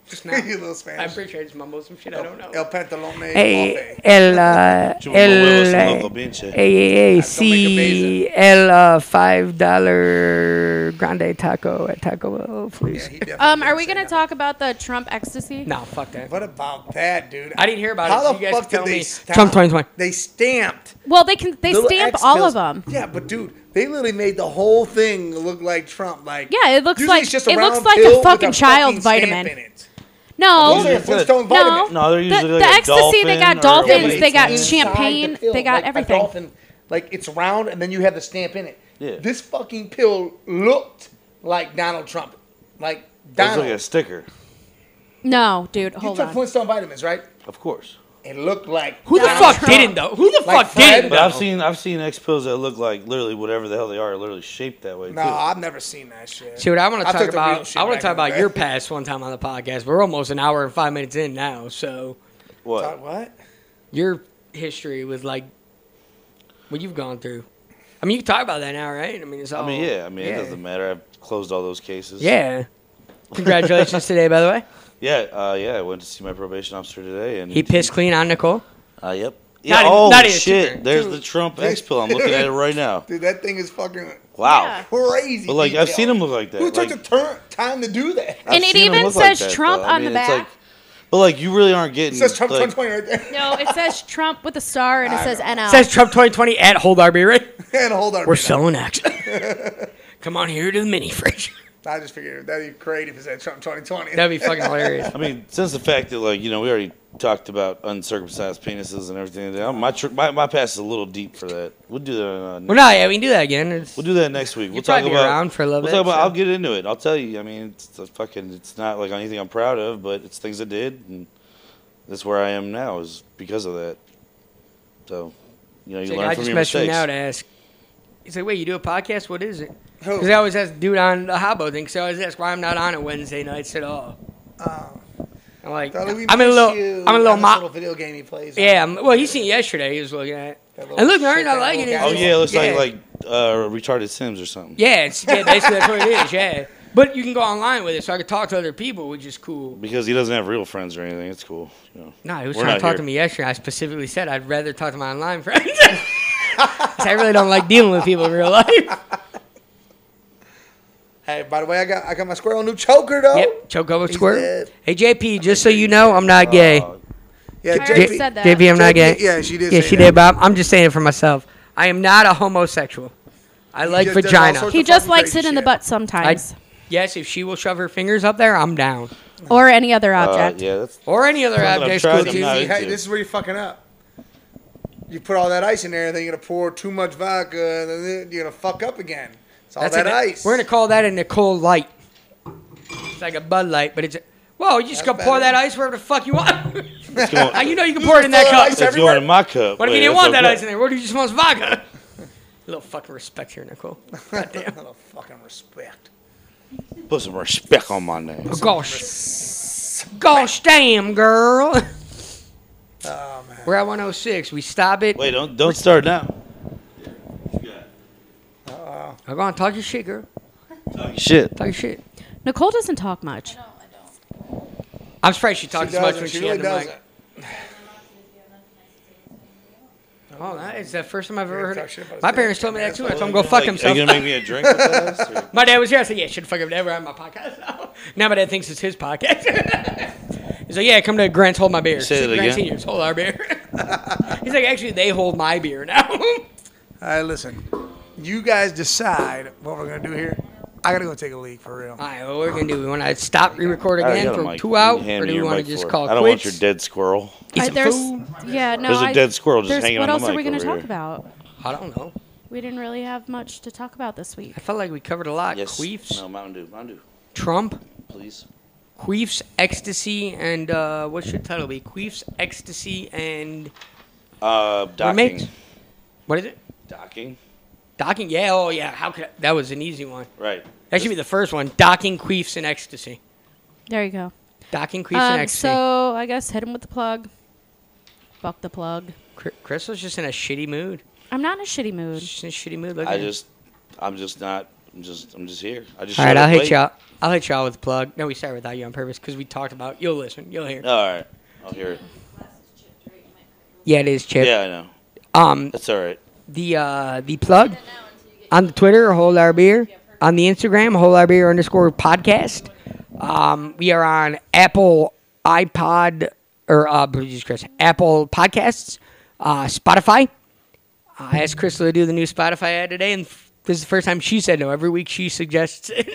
Speaker 4: Just now.
Speaker 2: [LAUGHS] you little
Speaker 4: I'm
Speaker 2: Spanish.
Speaker 4: pretty sure I just mumbled some shit I don't know.
Speaker 2: El pantalón me
Speaker 8: Hey,
Speaker 2: rompe.
Speaker 8: Eh, el, uh,
Speaker 1: Yo me muevo
Speaker 8: el,
Speaker 1: ese
Speaker 8: eh,
Speaker 1: loco,
Speaker 8: hey,
Speaker 1: pinche.
Speaker 8: hey, hey,
Speaker 2: make
Speaker 8: see el uh, five dollar grande taco at Taco Bell,
Speaker 2: Yeah,
Speaker 8: please.
Speaker 2: he definitely
Speaker 5: Um, are
Speaker 2: didn't
Speaker 5: we
Speaker 2: say
Speaker 5: gonna
Speaker 2: that.
Speaker 5: talk about the Trump ecstasy?
Speaker 4: No, fuck that.
Speaker 2: What about that, dude?
Speaker 4: I didn't hear about it,
Speaker 2: How
Speaker 4: so
Speaker 2: the
Speaker 4: you guys
Speaker 2: fuck
Speaker 4: can
Speaker 2: did
Speaker 4: tell
Speaker 2: they
Speaker 4: me.
Speaker 2: stamp-
Speaker 4: Trump 2020.
Speaker 2: They stamped.
Speaker 5: Well, they can they
Speaker 2: Little
Speaker 5: stamp
Speaker 2: X
Speaker 5: all of
Speaker 2: pills.
Speaker 5: them.
Speaker 2: Yeah, but dude, they literally made the whole thing look like Trump. Like
Speaker 5: Yeah, it looks
Speaker 2: usually
Speaker 5: like-
Speaker 2: it's just a
Speaker 5: it looks
Speaker 2: round
Speaker 5: like a
Speaker 2: pill with
Speaker 5: fucking child
Speaker 2: fucking stamp
Speaker 5: vitamin.
Speaker 2: in it.
Speaker 5: No,
Speaker 2: Those are a Flintstone
Speaker 5: no,
Speaker 2: vitamin.
Speaker 6: No, they're usually
Speaker 5: the,
Speaker 6: like
Speaker 5: the
Speaker 6: a
Speaker 5: ecstasy. They got
Speaker 6: dolphin or- Yeah,
Speaker 5: dolphins.
Speaker 6: but
Speaker 5: They
Speaker 6: it's
Speaker 5: got
Speaker 2: inside the
Speaker 5: champagne.
Speaker 2: pill,
Speaker 5: they got
Speaker 2: like a
Speaker 5: everything.
Speaker 2: dolphin. like it's round and then you have the stamp in it.
Speaker 6: Yeah.
Speaker 2: This fucking pill looked like Donald Trump. Like
Speaker 6: It's
Speaker 2: Donald.
Speaker 6: like a sticker,
Speaker 5: No, dude,
Speaker 2: you
Speaker 5: hold
Speaker 2: took
Speaker 5: on.
Speaker 2: Flintstone vitamins, right?
Speaker 6: of course.
Speaker 2: It looked like
Speaker 4: Who the
Speaker 5: Donald
Speaker 4: fuck
Speaker 5: Trump.
Speaker 4: didn't though? Who the
Speaker 2: Like
Speaker 4: fuck didn't?
Speaker 2: Fred?
Speaker 6: But
Speaker 4: though?
Speaker 6: I've seen I've seen X pills that look like literally whatever the hell they are, literally shaped that way.
Speaker 2: No,
Speaker 6: too.
Speaker 2: I've never seen that shit.
Speaker 4: Dude, I want to
Speaker 2: I
Speaker 4: talk
Speaker 2: took the real
Speaker 4: about
Speaker 2: shit
Speaker 4: I want
Speaker 2: back
Speaker 4: to talk
Speaker 2: in the
Speaker 4: about
Speaker 2: day.
Speaker 4: your past one time on the podcast. We're almost an hour and five minutes in now, so
Speaker 2: Thought,
Speaker 6: what?
Speaker 2: what?
Speaker 4: your history with like what you've gone through. I mean, you can talk about that now, right? I mean, it's all.
Speaker 6: I mean, yeah. I mean,
Speaker 4: yeah.
Speaker 6: it doesn't matter. I've closed all those cases.
Speaker 4: Yeah. Congratulations today, by the
Speaker 6: [LAUGHS]
Speaker 4: way.
Speaker 6: Yeah. Uh, yeah. I went to see my probation officer today, and
Speaker 4: He pissed clean on Nicole.
Speaker 6: Uh, yep. Yeah,
Speaker 4: Not even-
Speaker 6: oh
Speaker 4: not even
Speaker 6: shit!
Speaker 4: cheaper.
Speaker 6: There's the Trump X pill. I'm looking at it
Speaker 4: [LAUGHS]
Speaker 6: right now.
Speaker 2: Dude, that thing is fucking
Speaker 6: Wow.
Speaker 5: Yeah.
Speaker 2: crazy.
Speaker 6: But like, I've
Speaker 2: detailed.
Speaker 6: seen him look like that.
Speaker 2: Who took
Speaker 6: Like,
Speaker 2: the turn, time to do that? [LAUGHS]
Speaker 6: I've
Speaker 5: And it
Speaker 6: seen him
Speaker 5: even
Speaker 6: look like
Speaker 5: says
Speaker 6: that,
Speaker 5: Trump
Speaker 6: though. I
Speaker 5: on the
Speaker 6: mean, it's
Speaker 5: back.
Speaker 6: like- but like, you really aren't getting.
Speaker 2: It says Trump
Speaker 6: Mm, like,
Speaker 2: 2020 right there. [LAUGHS]
Speaker 5: No, it says Trump with a star and it
Speaker 2: I
Speaker 5: says
Speaker 2: know.
Speaker 5: NL.
Speaker 4: Says Trump 2020 at Hold RB, right?
Speaker 6: [LAUGHS]
Speaker 2: and hold on.
Speaker 4: We're
Speaker 2: a minute.
Speaker 4: selling action. Come on here to the mini fridge. [LAUGHS]
Speaker 2: I just figured that'd be great if it said Trump 2020.
Speaker 4: That'd be fucking hilarious.
Speaker 6: I mean, since the fact that like you know we already talked about uncircumcised penises and everything, I'm- my tr- my my past is a little deep for that. We'll do that. Uh,
Speaker 4: Well, no, yeah, we can do that again. It's,
Speaker 6: We'll do that next week. We'll talk
Speaker 4: probably be
Speaker 6: about
Speaker 4: around for a little
Speaker 6: we'll
Speaker 4: bit,
Speaker 6: Talk about,
Speaker 4: so-
Speaker 6: I'll get into it. I'll tell you. I mean, it's a fucking. It's not like anything I'm proud of, but it's things I did, and that's where I am now is because of that. So, you know, you
Speaker 4: Jake,
Speaker 6: learn
Speaker 4: I
Speaker 6: from
Speaker 4: just
Speaker 6: your
Speaker 4: messaged him
Speaker 6: mistakes.
Speaker 4: now to ask. He's like, "Wait, you do a podcast? What is it?"
Speaker 2: Who?
Speaker 4: Because I always ask the dude on the Hobo thing. So I always ask why I'm not on it Wednesday nights at all.
Speaker 2: Um,
Speaker 4: I'm like,
Speaker 2: Darling, we
Speaker 4: I'm in a
Speaker 2: miss
Speaker 4: little,
Speaker 2: you.
Speaker 4: I'm in a little,
Speaker 2: And this
Speaker 4: mo-
Speaker 2: little video game he plays.
Speaker 4: yeah. I'm, well, he seen yesterday. He was looking at, it.
Speaker 2: That little
Speaker 4: and look,
Speaker 2: shit,
Speaker 4: they're not
Speaker 2: that
Speaker 4: liking it.
Speaker 2: little
Speaker 6: Oh
Speaker 2: guy.
Speaker 6: yeah, it looks
Speaker 4: Yeah.
Speaker 6: like like uh, retarded Sims or something.
Speaker 4: Yeah, it's yeah, basically that's what it is. Yeah, but you can go online with it, so I could talk to other people, which is cool.
Speaker 6: Because he doesn't have real friends or anything. It's cool. You know.
Speaker 4: No, he was
Speaker 6: We're
Speaker 4: trying to
Speaker 6: not
Speaker 4: talk
Speaker 6: here.
Speaker 4: to me yesterday. I specifically said I'd rather talk to my online friends. [LAUGHS] I said, I really don't like dealing with people in real life.
Speaker 2: Hey, by the way, I got I got my squirrel new choker though.
Speaker 4: Yep, choke over
Speaker 2: He's
Speaker 4: squirt.
Speaker 2: dead.
Speaker 4: Hey JP, just so you know, I'm
Speaker 2: Oh,
Speaker 4: not gay.
Speaker 6: Uh,
Speaker 2: Yeah,
Speaker 5: I already
Speaker 2: JP.
Speaker 5: said that.
Speaker 4: JP, I'm not gay.
Speaker 2: JP, yeah, she did
Speaker 4: Yeah,
Speaker 2: say
Speaker 4: she
Speaker 2: that.
Speaker 4: did, Bob. I'm just saying it for myself. I am not a homosexual. I like
Speaker 2: just does all
Speaker 4: vagina.
Speaker 2: sorts
Speaker 5: he
Speaker 2: It's a
Speaker 5: just
Speaker 2: fucking
Speaker 5: likes it
Speaker 2: crazy
Speaker 5: in the
Speaker 2: shit.
Speaker 5: butt sometimes,
Speaker 4: yes, if she will shove her fingers up there, I'm down.
Speaker 5: or any other
Speaker 6: Uh,
Speaker 5: object.
Speaker 6: yeah, that's
Speaker 4: Or any other
Speaker 6: Well, I've
Speaker 4: object.
Speaker 6: tried
Speaker 4: Cool
Speaker 6: them
Speaker 4: too.
Speaker 6: now.
Speaker 2: See, hey,
Speaker 6: dude.
Speaker 2: this is where you're fucking up. You put all that ice in there, then you're gonna pour too much vodka, and then you're gonna fuck up again. It's all
Speaker 4: That's
Speaker 2: that
Speaker 4: a-
Speaker 2: ice.
Speaker 4: We're gonna call that a Nicole light. It's like a Bud Light, but it's. A, whoa! You just
Speaker 2: That's
Speaker 4: gonna pour
Speaker 2: better.
Speaker 4: that ice wherever the fuck you want. [LAUGHS]
Speaker 6: it's going,
Speaker 4: you know you can pour it in that
Speaker 2: Fill
Speaker 4: cup.
Speaker 2: ice
Speaker 6: it's
Speaker 2: everywhere.
Speaker 6: going in my cup.
Speaker 4: What if
Speaker 6: Wait,
Speaker 4: you didn't
Speaker 6: that's
Speaker 4: want that
Speaker 6: okay.
Speaker 4: ice in there? What if you just want some vodka? [LAUGHS] a little fucking respect here, Nicole.
Speaker 2: [LAUGHS]
Speaker 4: Goddamn.
Speaker 2: Little fucking respect.
Speaker 6: Put some respect on my name.
Speaker 4: Gosh. Gosh damn, girl. [LAUGHS]
Speaker 2: Oh man.
Speaker 4: We're at 106. We stop it.
Speaker 6: Wait, don't don't start now.
Speaker 4: I'm going to talk your shit, girl.
Speaker 6: Oh, Shit.
Speaker 4: Talk your shit.
Speaker 5: Nicole doesn't talk much.
Speaker 4: I'm surprised she talks
Speaker 2: She
Speaker 4: as much
Speaker 2: doesn't.
Speaker 4: when she,
Speaker 2: She really
Speaker 4: had the mic.
Speaker 2: doesn't.
Speaker 4: Oh, that is the first time I've ever heard
Speaker 2: talk shit
Speaker 4: it.
Speaker 2: about his
Speaker 4: My
Speaker 2: dad.
Speaker 4: parents told me that too. So I'm going to fuck
Speaker 6: Are
Speaker 4: himself.
Speaker 6: you gonna make me a drink
Speaker 4: [LAUGHS]
Speaker 6: with that? or-
Speaker 4: My dad was here. I said, "Yeah, should fuck up never on my podcast." [LAUGHS] now my dad thinks it's his podcast. [LAUGHS] He's like, "Yeah, come to Grant's hold my beer."
Speaker 6: Say
Speaker 4: He's
Speaker 6: that
Speaker 4: like, Grant
Speaker 6: again.
Speaker 4: Seniors hold our beer. [LAUGHS] He's like, "Actually, they hold my beer now." [LAUGHS]
Speaker 2: All right, listen. You guys decide what we're gonna do here. I gotta go take a leak for real.
Speaker 4: All right, what we're gonna do? We want to stop re-record
Speaker 6: I already
Speaker 4: again,
Speaker 6: got a
Speaker 4: throw
Speaker 6: mic.
Speaker 4: two out,
Speaker 6: Hand
Speaker 4: or
Speaker 6: me
Speaker 4: do we
Speaker 6: your
Speaker 4: want to
Speaker 6: mic
Speaker 4: just
Speaker 6: for it.
Speaker 4: call it
Speaker 6: I don't want
Speaker 4: quits?
Speaker 6: your dead squirrel.
Speaker 4: Eat
Speaker 5: Uh,
Speaker 4: some
Speaker 5: there's,
Speaker 4: food.
Speaker 5: yeah, no.
Speaker 6: There's a
Speaker 5: I-
Speaker 6: dead squirrel just
Speaker 5: there's-
Speaker 6: hanging
Speaker 5: What
Speaker 6: on the
Speaker 5: else are
Speaker 6: mic
Speaker 5: we gonna
Speaker 6: over
Speaker 5: talk
Speaker 6: here.
Speaker 5: about?
Speaker 4: I don't know.
Speaker 5: We didn't really have much to talk about this week.
Speaker 4: I felt like we covered a lot. Queefs,
Speaker 6: No, Mountain Dew. Mountain Dew,
Speaker 4: Trump,
Speaker 6: please.
Speaker 4: Queefs, ecstasy, and uh, what should the title be? Queefs, ecstasy, and
Speaker 6: Uh,
Speaker 4: Roommates?
Speaker 6: docking.
Speaker 4: what is it?
Speaker 6: Docking.
Speaker 4: Docking. Yeah. Oh yeah. How could I? that was an easy one.
Speaker 6: Right.
Speaker 4: That should be the first one. Docking, queefs, and ecstasy.
Speaker 5: There you go.
Speaker 4: Docking, queefs, and
Speaker 5: Um,
Speaker 4: ecstasy.
Speaker 5: so I guess hit him with the plug. Fuck the plug.
Speaker 4: Cr- Crystal's just in a shitty mood.
Speaker 5: I'm not in a shitty mood.
Speaker 4: She's in a shitty mood. Look
Speaker 6: I
Speaker 4: at her.
Speaker 6: just, I'm just not I'm just I'm just here. I just
Speaker 4: All right,
Speaker 6: showed
Speaker 4: I'll
Speaker 6: up
Speaker 4: hit
Speaker 6: late.
Speaker 4: y'all. I'll hit y'all with plug. No, we started without you on purpose because we talked about. You'll listen. You'll hear.
Speaker 6: All right, I'll hear it.
Speaker 4: Yeah, it is Chip.
Speaker 6: Yeah, I know.
Speaker 4: Um,
Speaker 6: That's all right.
Speaker 4: the uh, the plug on the Twitter, hold our beer. On the Instagram, hold our beer underscore podcast. Um, we are on Apple iPod or uh, Jesus Christ, Apple Podcasts, uh, Spotify. Uh, I asked Crystal to do the new Spotify ad today, and f- this is the first time she said no. Every week she suggests [LAUGHS] it.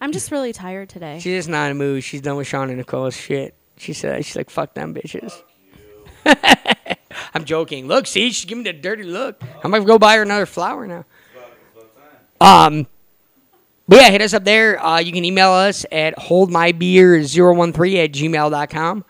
Speaker 5: I'm just really tired today.
Speaker 4: She's just not in a mood. She's done with Sean and Nicole's shit. She said she's like, fuck them bitches. [LAUGHS] I'm joking. Look, see, she's giving me the dirty look. I'm gonna go buy her another flower now. Um but yeah, hit us up there. Uh, you can email us at holdmybeer013 at gmail.com.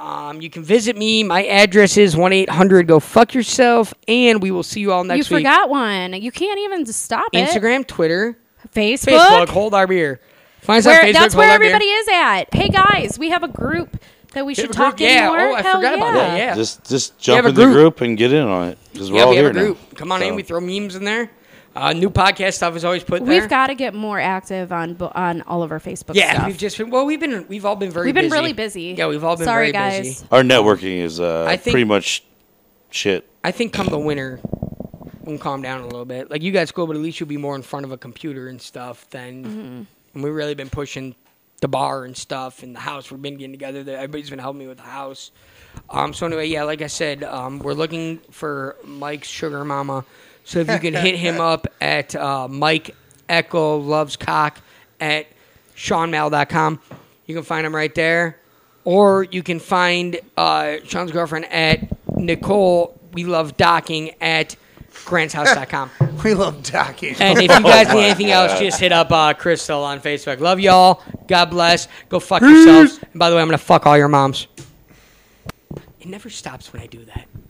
Speaker 4: Um, you can visit me. My address is 1 800 Go Fuck Yourself. And we will see you all
Speaker 5: You
Speaker 4: next week.
Speaker 5: forgot one. You can't even stop it.
Speaker 4: Instagram, Twitter,
Speaker 5: Facebook.
Speaker 4: Facebook, Hold Our Beer. Find us on
Speaker 5: Where,
Speaker 4: Facebook,
Speaker 5: that's
Speaker 4: Hold
Speaker 5: where
Speaker 4: Our Beer.
Speaker 5: everybody is at. Hey guys, we have a group that we
Speaker 4: We
Speaker 5: should
Speaker 4: have a group,
Speaker 5: talk in
Speaker 4: yeah.
Speaker 5: more.
Speaker 4: Oh, I
Speaker 5: Hell
Speaker 4: forgot about that. Yeah.
Speaker 6: Just just
Speaker 4: have
Speaker 6: jump
Speaker 4: a
Speaker 6: in the
Speaker 4: group.
Speaker 6: group and get in on it because we're
Speaker 4: yeah,
Speaker 6: all
Speaker 4: we have
Speaker 6: here
Speaker 4: a group.
Speaker 6: now.
Speaker 4: Come on in.
Speaker 6: So-
Speaker 4: We throw memes in there. Uh, new podcast stuff is always put there.
Speaker 5: We've got to get more active on bo- on all of our Facebook
Speaker 4: yeah.
Speaker 5: stuff.
Speaker 4: We've just been well. We've been we've all been very.
Speaker 5: We've been
Speaker 4: busy.
Speaker 5: really busy.
Speaker 4: Yeah, we've all been
Speaker 5: Sorry,
Speaker 4: very
Speaker 5: guys.
Speaker 4: busy.
Speaker 6: Our networking is uh,
Speaker 4: I think-
Speaker 6: pretty much shit.
Speaker 4: I think come the winter, we'll calm down a little bit. Like you guys go, but at least you'll be more in front of a computer and stuff. Then
Speaker 5: Mm-hmm.
Speaker 4: and we've really been pushing the bar and stuff and the house. We've been getting together. There. Everybody's been helping me with the house. Um, so anyway, yeah, like I said, um, we're looking for Mike's sugar mama. So if you can hit him up at uh, Mike Echo Loves Cock at SeanMal.com. You can find him right there. Or you can find uh, Sean's girlfriend at Nicole We Love Docking at grantshouse.com.
Speaker 2: [LAUGHS] We love docking. [LAUGHS]
Speaker 4: And if you guys need anything else, just hit up uh, Crystal on Facebook. Love y'all. God bless. Go fuck yourselves. And by the way, I'm gonna fuck all your moms. It never stops when I do that.